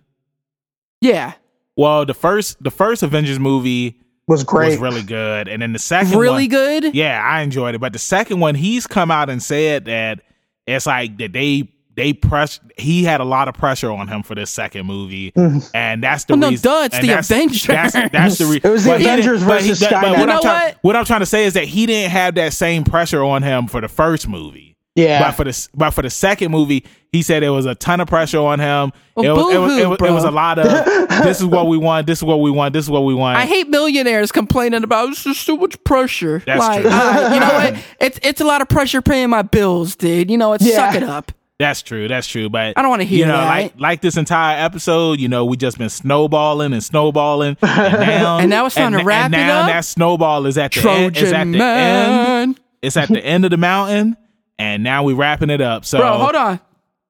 [SPEAKER 2] Yeah,
[SPEAKER 1] Well, the first the first Avengers movie
[SPEAKER 5] was great.
[SPEAKER 1] was really good, and then the second
[SPEAKER 2] really
[SPEAKER 1] one-
[SPEAKER 2] good.
[SPEAKER 1] Yeah, I enjoyed it, but the second one, he's come out and said that it's like that they they press. He had a lot of pressure on him for this second movie,
[SPEAKER 5] Oh,
[SPEAKER 1] and that's the
[SPEAKER 2] Well, Oh, no,
[SPEAKER 1] reason.
[SPEAKER 2] duh, it's
[SPEAKER 1] and
[SPEAKER 2] the
[SPEAKER 1] that's-
[SPEAKER 2] Avengers.
[SPEAKER 1] That's, that's the reason.
[SPEAKER 5] It was the Avengers versus Skynet.
[SPEAKER 1] What,
[SPEAKER 5] You
[SPEAKER 1] I'm
[SPEAKER 2] know
[SPEAKER 1] try-
[SPEAKER 2] what?
[SPEAKER 1] what I'm trying to say is that he didn't have that same pressure on him for the first movie.
[SPEAKER 5] yeah.
[SPEAKER 1] But for the but for the second movie, he said it was a ton of pressure on him.
[SPEAKER 2] Well,
[SPEAKER 1] it, was, it, was,
[SPEAKER 2] Oh, boo-hoo,
[SPEAKER 1] it, was, it
[SPEAKER 2] bro.
[SPEAKER 1] was a lot of this is what we want, this is what we want, this is what we want.
[SPEAKER 2] I hate millionaires complaining about it's just so much pressure.
[SPEAKER 1] That's
[SPEAKER 2] like,
[SPEAKER 1] true.
[SPEAKER 2] alright, you know what? It's it's a lot of pressure paying my bills, dude. You know, it's
[SPEAKER 5] Yeah.
[SPEAKER 2] suck it up.
[SPEAKER 1] That's true. That's true. But
[SPEAKER 2] I don't wanna hear
[SPEAKER 1] you know,
[SPEAKER 2] that.
[SPEAKER 1] Like, like this entire episode, you know, we just been snowballing and snowballing, and now
[SPEAKER 2] And now it's time to wrap
[SPEAKER 1] and
[SPEAKER 2] it
[SPEAKER 1] now
[SPEAKER 2] up.
[SPEAKER 1] That snowball is at the end. Is at
[SPEAKER 2] Trojan
[SPEAKER 1] the end.
[SPEAKER 2] man.
[SPEAKER 1] It's at the end of the mountain, and now we wrapping it up. So
[SPEAKER 2] Bro, hold on.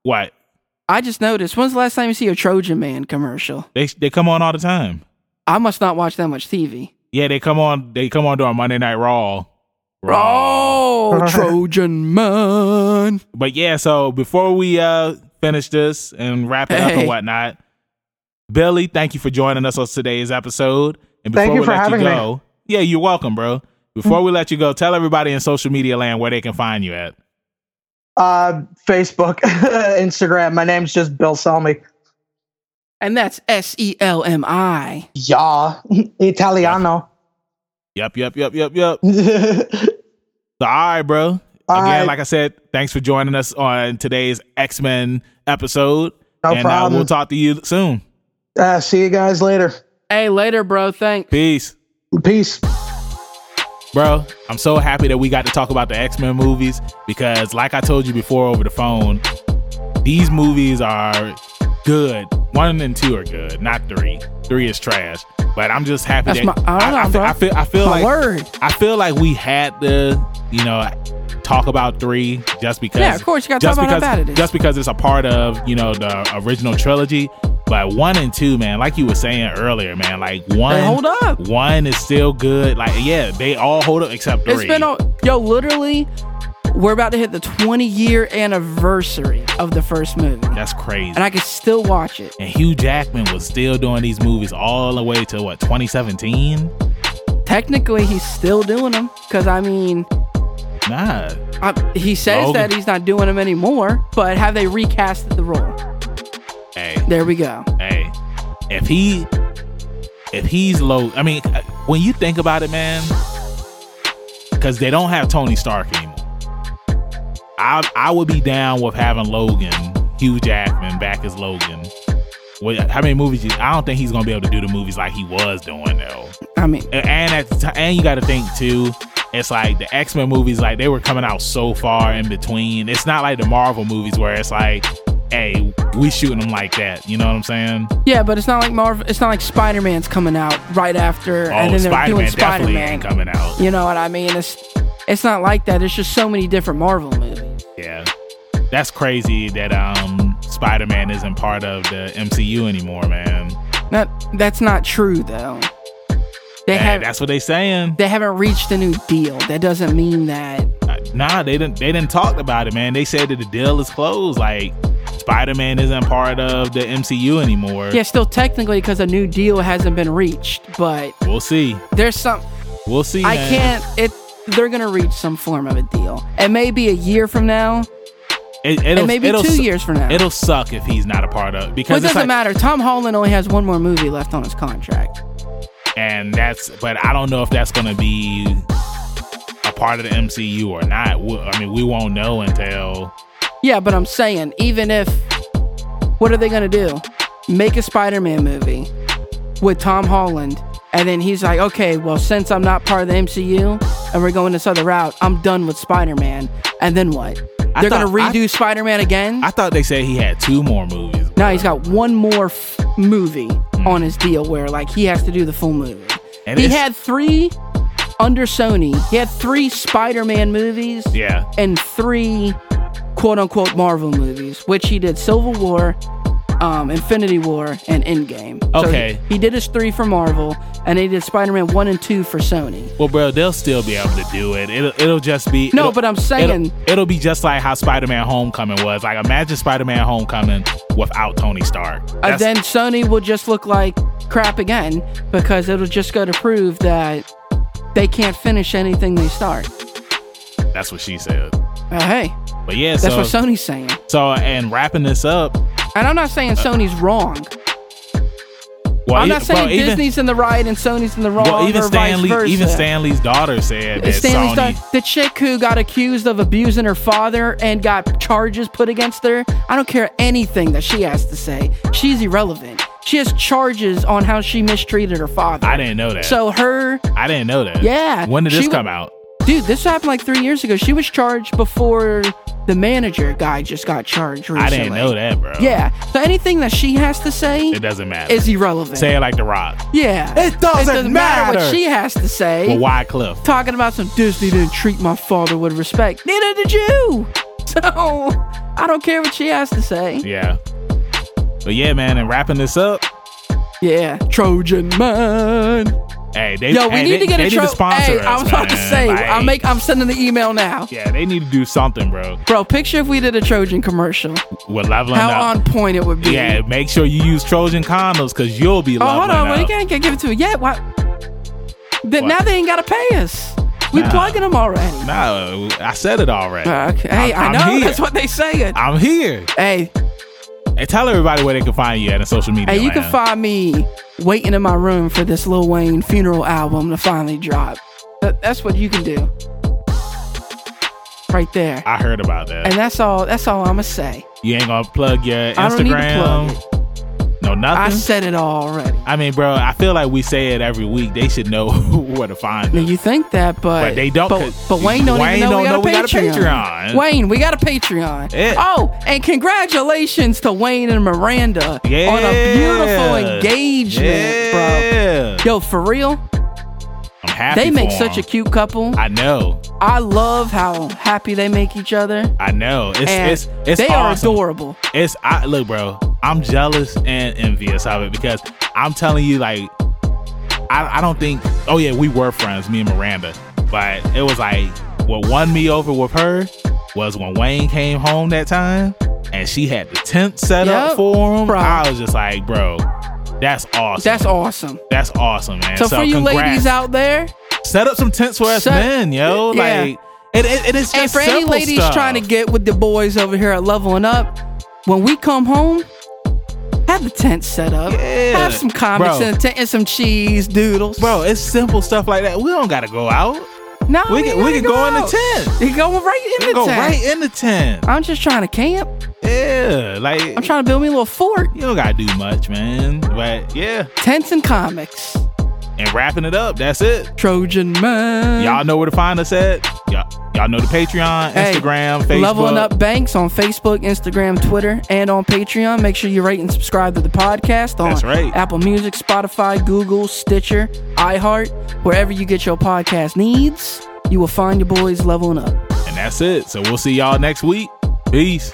[SPEAKER 1] What
[SPEAKER 2] I just noticed. When's the last time you see a Trojan man commercial?
[SPEAKER 1] they they come on all the time?
[SPEAKER 2] I must not watch that much TV.
[SPEAKER 1] Yeah, they come on. They come on during Monday Night Raw.
[SPEAKER 2] Oh, Trojan man.
[SPEAKER 1] But yeah, so before we uh finish this and wrap it up
[SPEAKER 2] Hey.
[SPEAKER 1] and whatnot, Billy, thank you for joining us on today's episode. And before
[SPEAKER 5] Thank you
[SPEAKER 1] we
[SPEAKER 5] for
[SPEAKER 1] let
[SPEAKER 5] having
[SPEAKER 1] you go, yeah, you're welcome, bro. Before we let you go, tell everybody in social media land where they can find you at.
[SPEAKER 5] uh, Facebook, Instagram. My name's just Bill Selmy.
[SPEAKER 2] And that's S E L M I.
[SPEAKER 5] Yeah. Italiano.
[SPEAKER 1] Yep, yep, yep, yep, yep.
[SPEAKER 5] Thank
[SPEAKER 1] So, all right, bro.
[SPEAKER 5] All
[SPEAKER 1] Again,
[SPEAKER 5] right.
[SPEAKER 1] like I said, thanks for joining us on today's X Men episode.
[SPEAKER 5] No
[SPEAKER 1] and Uh,
[SPEAKER 5] problem.
[SPEAKER 1] we'll talk to you soon.
[SPEAKER 5] Uh, see you guys later.
[SPEAKER 2] Hey, later, bro. Thanks.
[SPEAKER 1] Peace.
[SPEAKER 5] Peace.
[SPEAKER 1] Bro, I'm so happy that we got to talk about the X Men movies because, like I told you before over the phone, these movies are good. One and two are good, not three. Three is trash. But I'm just happy
[SPEAKER 2] That's
[SPEAKER 1] that
[SPEAKER 2] my- I don't
[SPEAKER 1] I, feel,
[SPEAKER 2] know, bro.
[SPEAKER 1] I feel I feel
[SPEAKER 2] My
[SPEAKER 1] like
[SPEAKER 2] word.
[SPEAKER 1] I feel like we had to, you know, talk about three just because.
[SPEAKER 2] Yeah, of course, you gotta
[SPEAKER 1] just
[SPEAKER 2] talk about how
[SPEAKER 1] because,
[SPEAKER 2] bad it is.
[SPEAKER 1] Just because it's a part of you know the original trilogy. But one and two, man, like you were saying earlier, man, like one
[SPEAKER 2] They hold up.
[SPEAKER 1] one is still good. Like, yeah, they all hold up except 3
[SPEAKER 2] It's been a yo, literally, we're about to hit the 20 year anniversary of the first movie.
[SPEAKER 1] That's crazy.
[SPEAKER 2] and I can still watch it.
[SPEAKER 1] And Hugh Jackman was still doing these movies all the way to what 2017?
[SPEAKER 2] Technically, he's still doing them because I mean,
[SPEAKER 1] Nah,
[SPEAKER 2] I, he says
[SPEAKER 1] Logan.
[SPEAKER 2] that he's not doing them anymore. But have they recast the role?
[SPEAKER 1] hey,
[SPEAKER 2] There we go.
[SPEAKER 1] hey, if he, if he's low, I mean, uh, when you think about it, man, because they don't have Tony Stark anymore. I I would be down with having Logan, Hugh Jackman back as Logan. Well, how many movies? You, I don't think he's gonna be able to do the movies like he was doing though.
[SPEAKER 2] I mean,
[SPEAKER 1] and and at the time, and you got to think too. It's like the X Men movies, like they were coming out so far in between. It's not like the Marvel movies where it's like, hey, we shooting them like that. You know what I'm saying?
[SPEAKER 2] yeah, but it's not like Marvel. It's not like Spider Man's coming out right after, and
[SPEAKER 1] oh,
[SPEAKER 2] then they're
[SPEAKER 1] Spider
[SPEAKER 2] doing
[SPEAKER 1] Man
[SPEAKER 2] Spider
[SPEAKER 1] definitely ain't
[SPEAKER 2] Man.
[SPEAKER 1] coming out.
[SPEAKER 2] You know what I mean? It's it's not like that. It's just so many different Marvel movies.
[SPEAKER 1] Yeah, that's crazy that um Spider Man isn't part of the MCU anymore, man.
[SPEAKER 2] That that's not true though. They
[SPEAKER 1] Hey,
[SPEAKER 2] have
[SPEAKER 1] that's what they saying.
[SPEAKER 2] they haven't reached a new deal. That doesn't mean that.
[SPEAKER 1] Nah, they didn't. They didn't talk about it, man. They said that the deal is closed. Like Spider Man isn't part of the MCU anymore.
[SPEAKER 2] Yeah, still technically because a new deal hasn't been reached, but
[SPEAKER 1] We'll see.
[SPEAKER 2] there's some.
[SPEAKER 1] We'll see.
[SPEAKER 2] I
[SPEAKER 1] man.
[SPEAKER 2] can't. It. They're gonna reach some form of a deal. It may be a year from now,
[SPEAKER 1] It, it'll,
[SPEAKER 2] and maybe
[SPEAKER 1] it'll
[SPEAKER 2] two
[SPEAKER 1] su-
[SPEAKER 2] years from now.
[SPEAKER 1] It'll suck if he's not a part of it
[SPEAKER 2] But it
[SPEAKER 1] because
[SPEAKER 2] doesn't
[SPEAKER 1] it's like,
[SPEAKER 2] matter. Tom Holland only has one more movie left on his contract.
[SPEAKER 1] and that's. But I don't know if that's gonna be a part of the MCU or not. We- I mean, we won't know until
[SPEAKER 2] Yeah, but I'm saying, even if, what are they gonna do? Make a Spider-Man movie with Tom Holland, and then he's like, okay, well, since I'm not part of the MCU and we're going this other route, I'm done with Spider-Man. And then what?
[SPEAKER 1] I
[SPEAKER 2] They're gonna
[SPEAKER 1] thought- I-
[SPEAKER 2] redo Spider-Man again?
[SPEAKER 1] I thought they said he had two more movies.
[SPEAKER 2] now he's got one more f- movie on his deal where like he has to do the full movie.
[SPEAKER 1] Hmm. And
[SPEAKER 2] he
[SPEAKER 1] it's-
[SPEAKER 2] had three under Sony. He had three Spider-Man movies
[SPEAKER 1] Yeah,
[SPEAKER 2] and three quote unquote Marvel movies, which he did Civil War, um, Infinity War, and Endgame. So he-
[SPEAKER 1] Okay.
[SPEAKER 2] he, did his three for Marvel, and he did Spider Man 1 and 2 for Sony.
[SPEAKER 1] well, bro, they'll still be able to do it. It'll, it'll just be
[SPEAKER 2] No,
[SPEAKER 1] it'll-
[SPEAKER 2] but I'm saying-
[SPEAKER 1] it'll, it'll be just like how Spider-Man: Homecoming was. Like, imagine Spider-Man: Homecoming without Tony Stark.
[SPEAKER 2] And
[SPEAKER 1] That's-
[SPEAKER 2] uh, then Sony will just look like crap again because it'll just go to prove that they can't finish anything they start.
[SPEAKER 1] that's what she said.
[SPEAKER 2] Uh, hey,
[SPEAKER 1] But yeah,
[SPEAKER 2] that's
[SPEAKER 1] so
[SPEAKER 2] what Sony's saying.
[SPEAKER 1] so and wrapping this up.
[SPEAKER 2] And I'm not saying Sony's wrong.
[SPEAKER 1] Uh, Well,
[SPEAKER 2] I'm
[SPEAKER 1] e-
[SPEAKER 2] not saying
[SPEAKER 1] well, even-
[SPEAKER 2] Disney's in the right and Sony's in the wrong.
[SPEAKER 1] Well, even
[SPEAKER 2] or vice
[SPEAKER 1] Stanley,
[SPEAKER 2] versa.
[SPEAKER 1] even Stanley's daughter said that
[SPEAKER 2] Stanley's
[SPEAKER 1] Sony.
[SPEAKER 2] daughter- the chick who got accused of abusing her father and got charges put against her. I don't care anything that she has to say. She's irrelevant. She has charges on how she mistreated her father.
[SPEAKER 1] I didn't know that.
[SPEAKER 2] So her,
[SPEAKER 1] I didn't know that.
[SPEAKER 2] Yeah,
[SPEAKER 1] When did
[SPEAKER 2] she
[SPEAKER 1] this
[SPEAKER 2] wa-
[SPEAKER 1] come out?
[SPEAKER 2] dude, this happened like three years ago. She was charged before the manager guy just got charged recently.
[SPEAKER 1] I didn't know that, bro.
[SPEAKER 2] Yeah. So anything that she has to say
[SPEAKER 1] It doesn't matter.
[SPEAKER 2] is irrelevant.
[SPEAKER 1] Say it like The Rock.
[SPEAKER 2] yeah.
[SPEAKER 1] It doesn't
[SPEAKER 2] what
[SPEAKER 1] matter.
[SPEAKER 2] she has to say.
[SPEAKER 1] Well, why Cliff?
[SPEAKER 2] talking about some Disney didn't treat my father with respect. Neither did you. So I don't care what she has to say.
[SPEAKER 1] Yeah. But yeah, man, and wrapping this up.
[SPEAKER 2] Yeah, Trojan man.
[SPEAKER 1] Hey, they
[SPEAKER 2] Yo, we
[SPEAKER 1] hey,
[SPEAKER 2] need
[SPEAKER 1] they-
[SPEAKER 2] to get
[SPEAKER 1] they
[SPEAKER 2] a
[SPEAKER 1] need
[SPEAKER 2] Trojan.
[SPEAKER 1] sponsor
[SPEAKER 2] Hey,
[SPEAKER 1] us,
[SPEAKER 2] I was about to
[SPEAKER 1] man.
[SPEAKER 2] say,
[SPEAKER 1] Like,
[SPEAKER 2] I'm make I'm sending the email now,
[SPEAKER 1] Yeah, they need to do something, bro.
[SPEAKER 2] bro. Picture if we did a Trojan commercial.
[SPEAKER 1] We're leveling
[SPEAKER 2] How
[SPEAKER 1] up.
[SPEAKER 2] on point it would be.
[SPEAKER 1] Oh, yeah, make sure you use Trojan condoms because you'll be
[SPEAKER 2] Oh,
[SPEAKER 1] leveling
[SPEAKER 2] hold on,
[SPEAKER 1] up.
[SPEAKER 2] we can't, can't give it to it yet. Why? Then
[SPEAKER 1] uh, What?
[SPEAKER 2] now they ain't gotta pay us. We
[SPEAKER 1] Nah.
[SPEAKER 2] plugging them already. Uh,
[SPEAKER 1] No, I said it already.
[SPEAKER 2] Okay. Hey, i
[SPEAKER 1] I'm- I'm
[SPEAKER 2] know
[SPEAKER 1] here.
[SPEAKER 2] that's what they saying.
[SPEAKER 1] I'm here.
[SPEAKER 2] hey,
[SPEAKER 1] Hey, tell everybody where they can find you at on social media.
[SPEAKER 2] Hey, you can
[SPEAKER 1] man.
[SPEAKER 2] find me waiting in my room for this Lil Wayne funeral album to finally drop. That- that's what you can do. Right there.
[SPEAKER 1] I heard about that.
[SPEAKER 2] And that's all that's all I'ma say.
[SPEAKER 1] You ain't gonna plug your Instagram.
[SPEAKER 2] I don't need to plug it.
[SPEAKER 1] No,
[SPEAKER 2] I
[SPEAKER 1] nothing.
[SPEAKER 2] said it all already.
[SPEAKER 1] I, mean, bro, I feel like we say it every week. They should know where to find
[SPEAKER 2] Now
[SPEAKER 1] us.
[SPEAKER 2] you think that, but
[SPEAKER 1] But they don't,
[SPEAKER 2] But,
[SPEAKER 1] 'cause
[SPEAKER 2] but Wayne don't
[SPEAKER 1] Wayne
[SPEAKER 2] even know,
[SPEAKER 1] don't know
[SPEAKER 2] we,
[SPEAKER 1] we
[SPEAKER 2] got
[SPEAKER 1] got a
[SPEAKER 2] Patreon.
[SPEAKER 1] Patreon.
[SPEAKER 2] Wayne, we got a Patreon.
[SPEAKER 1] Yeah.
[SPEAKER 2] Oh, and congratulations to Wayne and Miranda
[SPEAKER 1] Yeah.
[SPEAKER 2] on a beautiful engagement, bro.
[SPEAKER 1] yeah.
[SPEAKER 2] Yo, for real,
[SPEAKER 1] I'm happy.
[SPEAKER 2] they make
[SPEAKER 1] for
[SPEAKER 2] such a
[SPEAKER 1] 'em.
[SPEAKER 2] cute couple.
[SPEAKER 1] I know.
[SPEAKER 2] I love how happy they make each other.
[SPEAKER 1] I know. It's
[SPEAKER 2] And
[SPEAKER 1] it's it's
[SPEAKER 2] they
[SPEAKER 1] awesome.
[SPEAKER 2] are adorable.
[SPEAKER 1] It's I look, bro. I'm jealous and envious of it because I'm telling you, like, I, I don't think. Oh yeah, we were friends, me and Miranda. But it was like what won me over with her was when Wayne came home that time and she had the tent set
[SPEAKER 2] Yep,
[SPEAKER 1] up for him.
[SPEAKER 2] bro.
[SPEAKER 1] I was just like, bro, that's awesome.
[SPEAKER 2] That's awesome.
[SPEAKER 1] that's awesome, man.
[SPEAKER 2] So, for you
[SPEAKER 1] congrats.
[SPEAKER 2] ladies out there,
[SPEAKER 1] set up some tents for us
[SPEAKER 2] Set-
[SPEAKER 1] men, yo.
[SPEAKER 2] Yeah.
[SPEAKER 1] Like, it, it, it is just
[SPEAKER 2] and for any
[SPEAKER 1] simple
[SPEAKER 2] ladies
[SPEAKER 1] stuff.
[SPEAKER 2] trying to get with the boys over here at Leveling Up, when we come home, have the tent set up,
[SPEAKER 1] Yeah.
[SPEAKER 2] have some comics
[SPEAKER 1] Bro.
[SPEAKER 2] in the tent and some cheese doodles.
[SPEAKER 1] Bro, it's simple stuff like that. We don't gotta go out.
[SPEAKER 2] no,
[SPEAKER 1] we can- we can go in the tent.
[SPEAKER 2] You go right in the
[SPEAKER 1] go
[SPEAKER 2] tent.
[SPEAKER 1] right in the tent.
[SPEAKER 2] I'm just trying to camp.
[SPEAKER 1] Yeah, like
[SPEAKER 2] I'm trying to build me a little fort.
[SPEAKER 1] you don't gotta do much, man. But yeah,
[SPEAKER 2] Tents and comics.
[SPEAKER 1] and wrapping it up. That's it.
[SPEAKER 2] Mm-hmm. Trojan man.
[SPEAKER 1] Y'all know where to find us at. Y'all, y'all know the Patreon,
[SPEAKER 2] Hey,
[SPEAKER 1] Instagram, Facebook.
[SPEAKER 2] Leveling Up Banks on Facebook, Instagram, Twitter, and on Patreon. Make sure you rate and subscribe to the podcast on
[SPEAKER 1] That's right.
[SPEAKER 2] Apple Music, Spotify, Google, Stitcher, iHeart, wherever you get your podcast needs. You will find your boys leveling up.
[SPEAKER 1] and that's it. So we'll see y'all next week. Peace.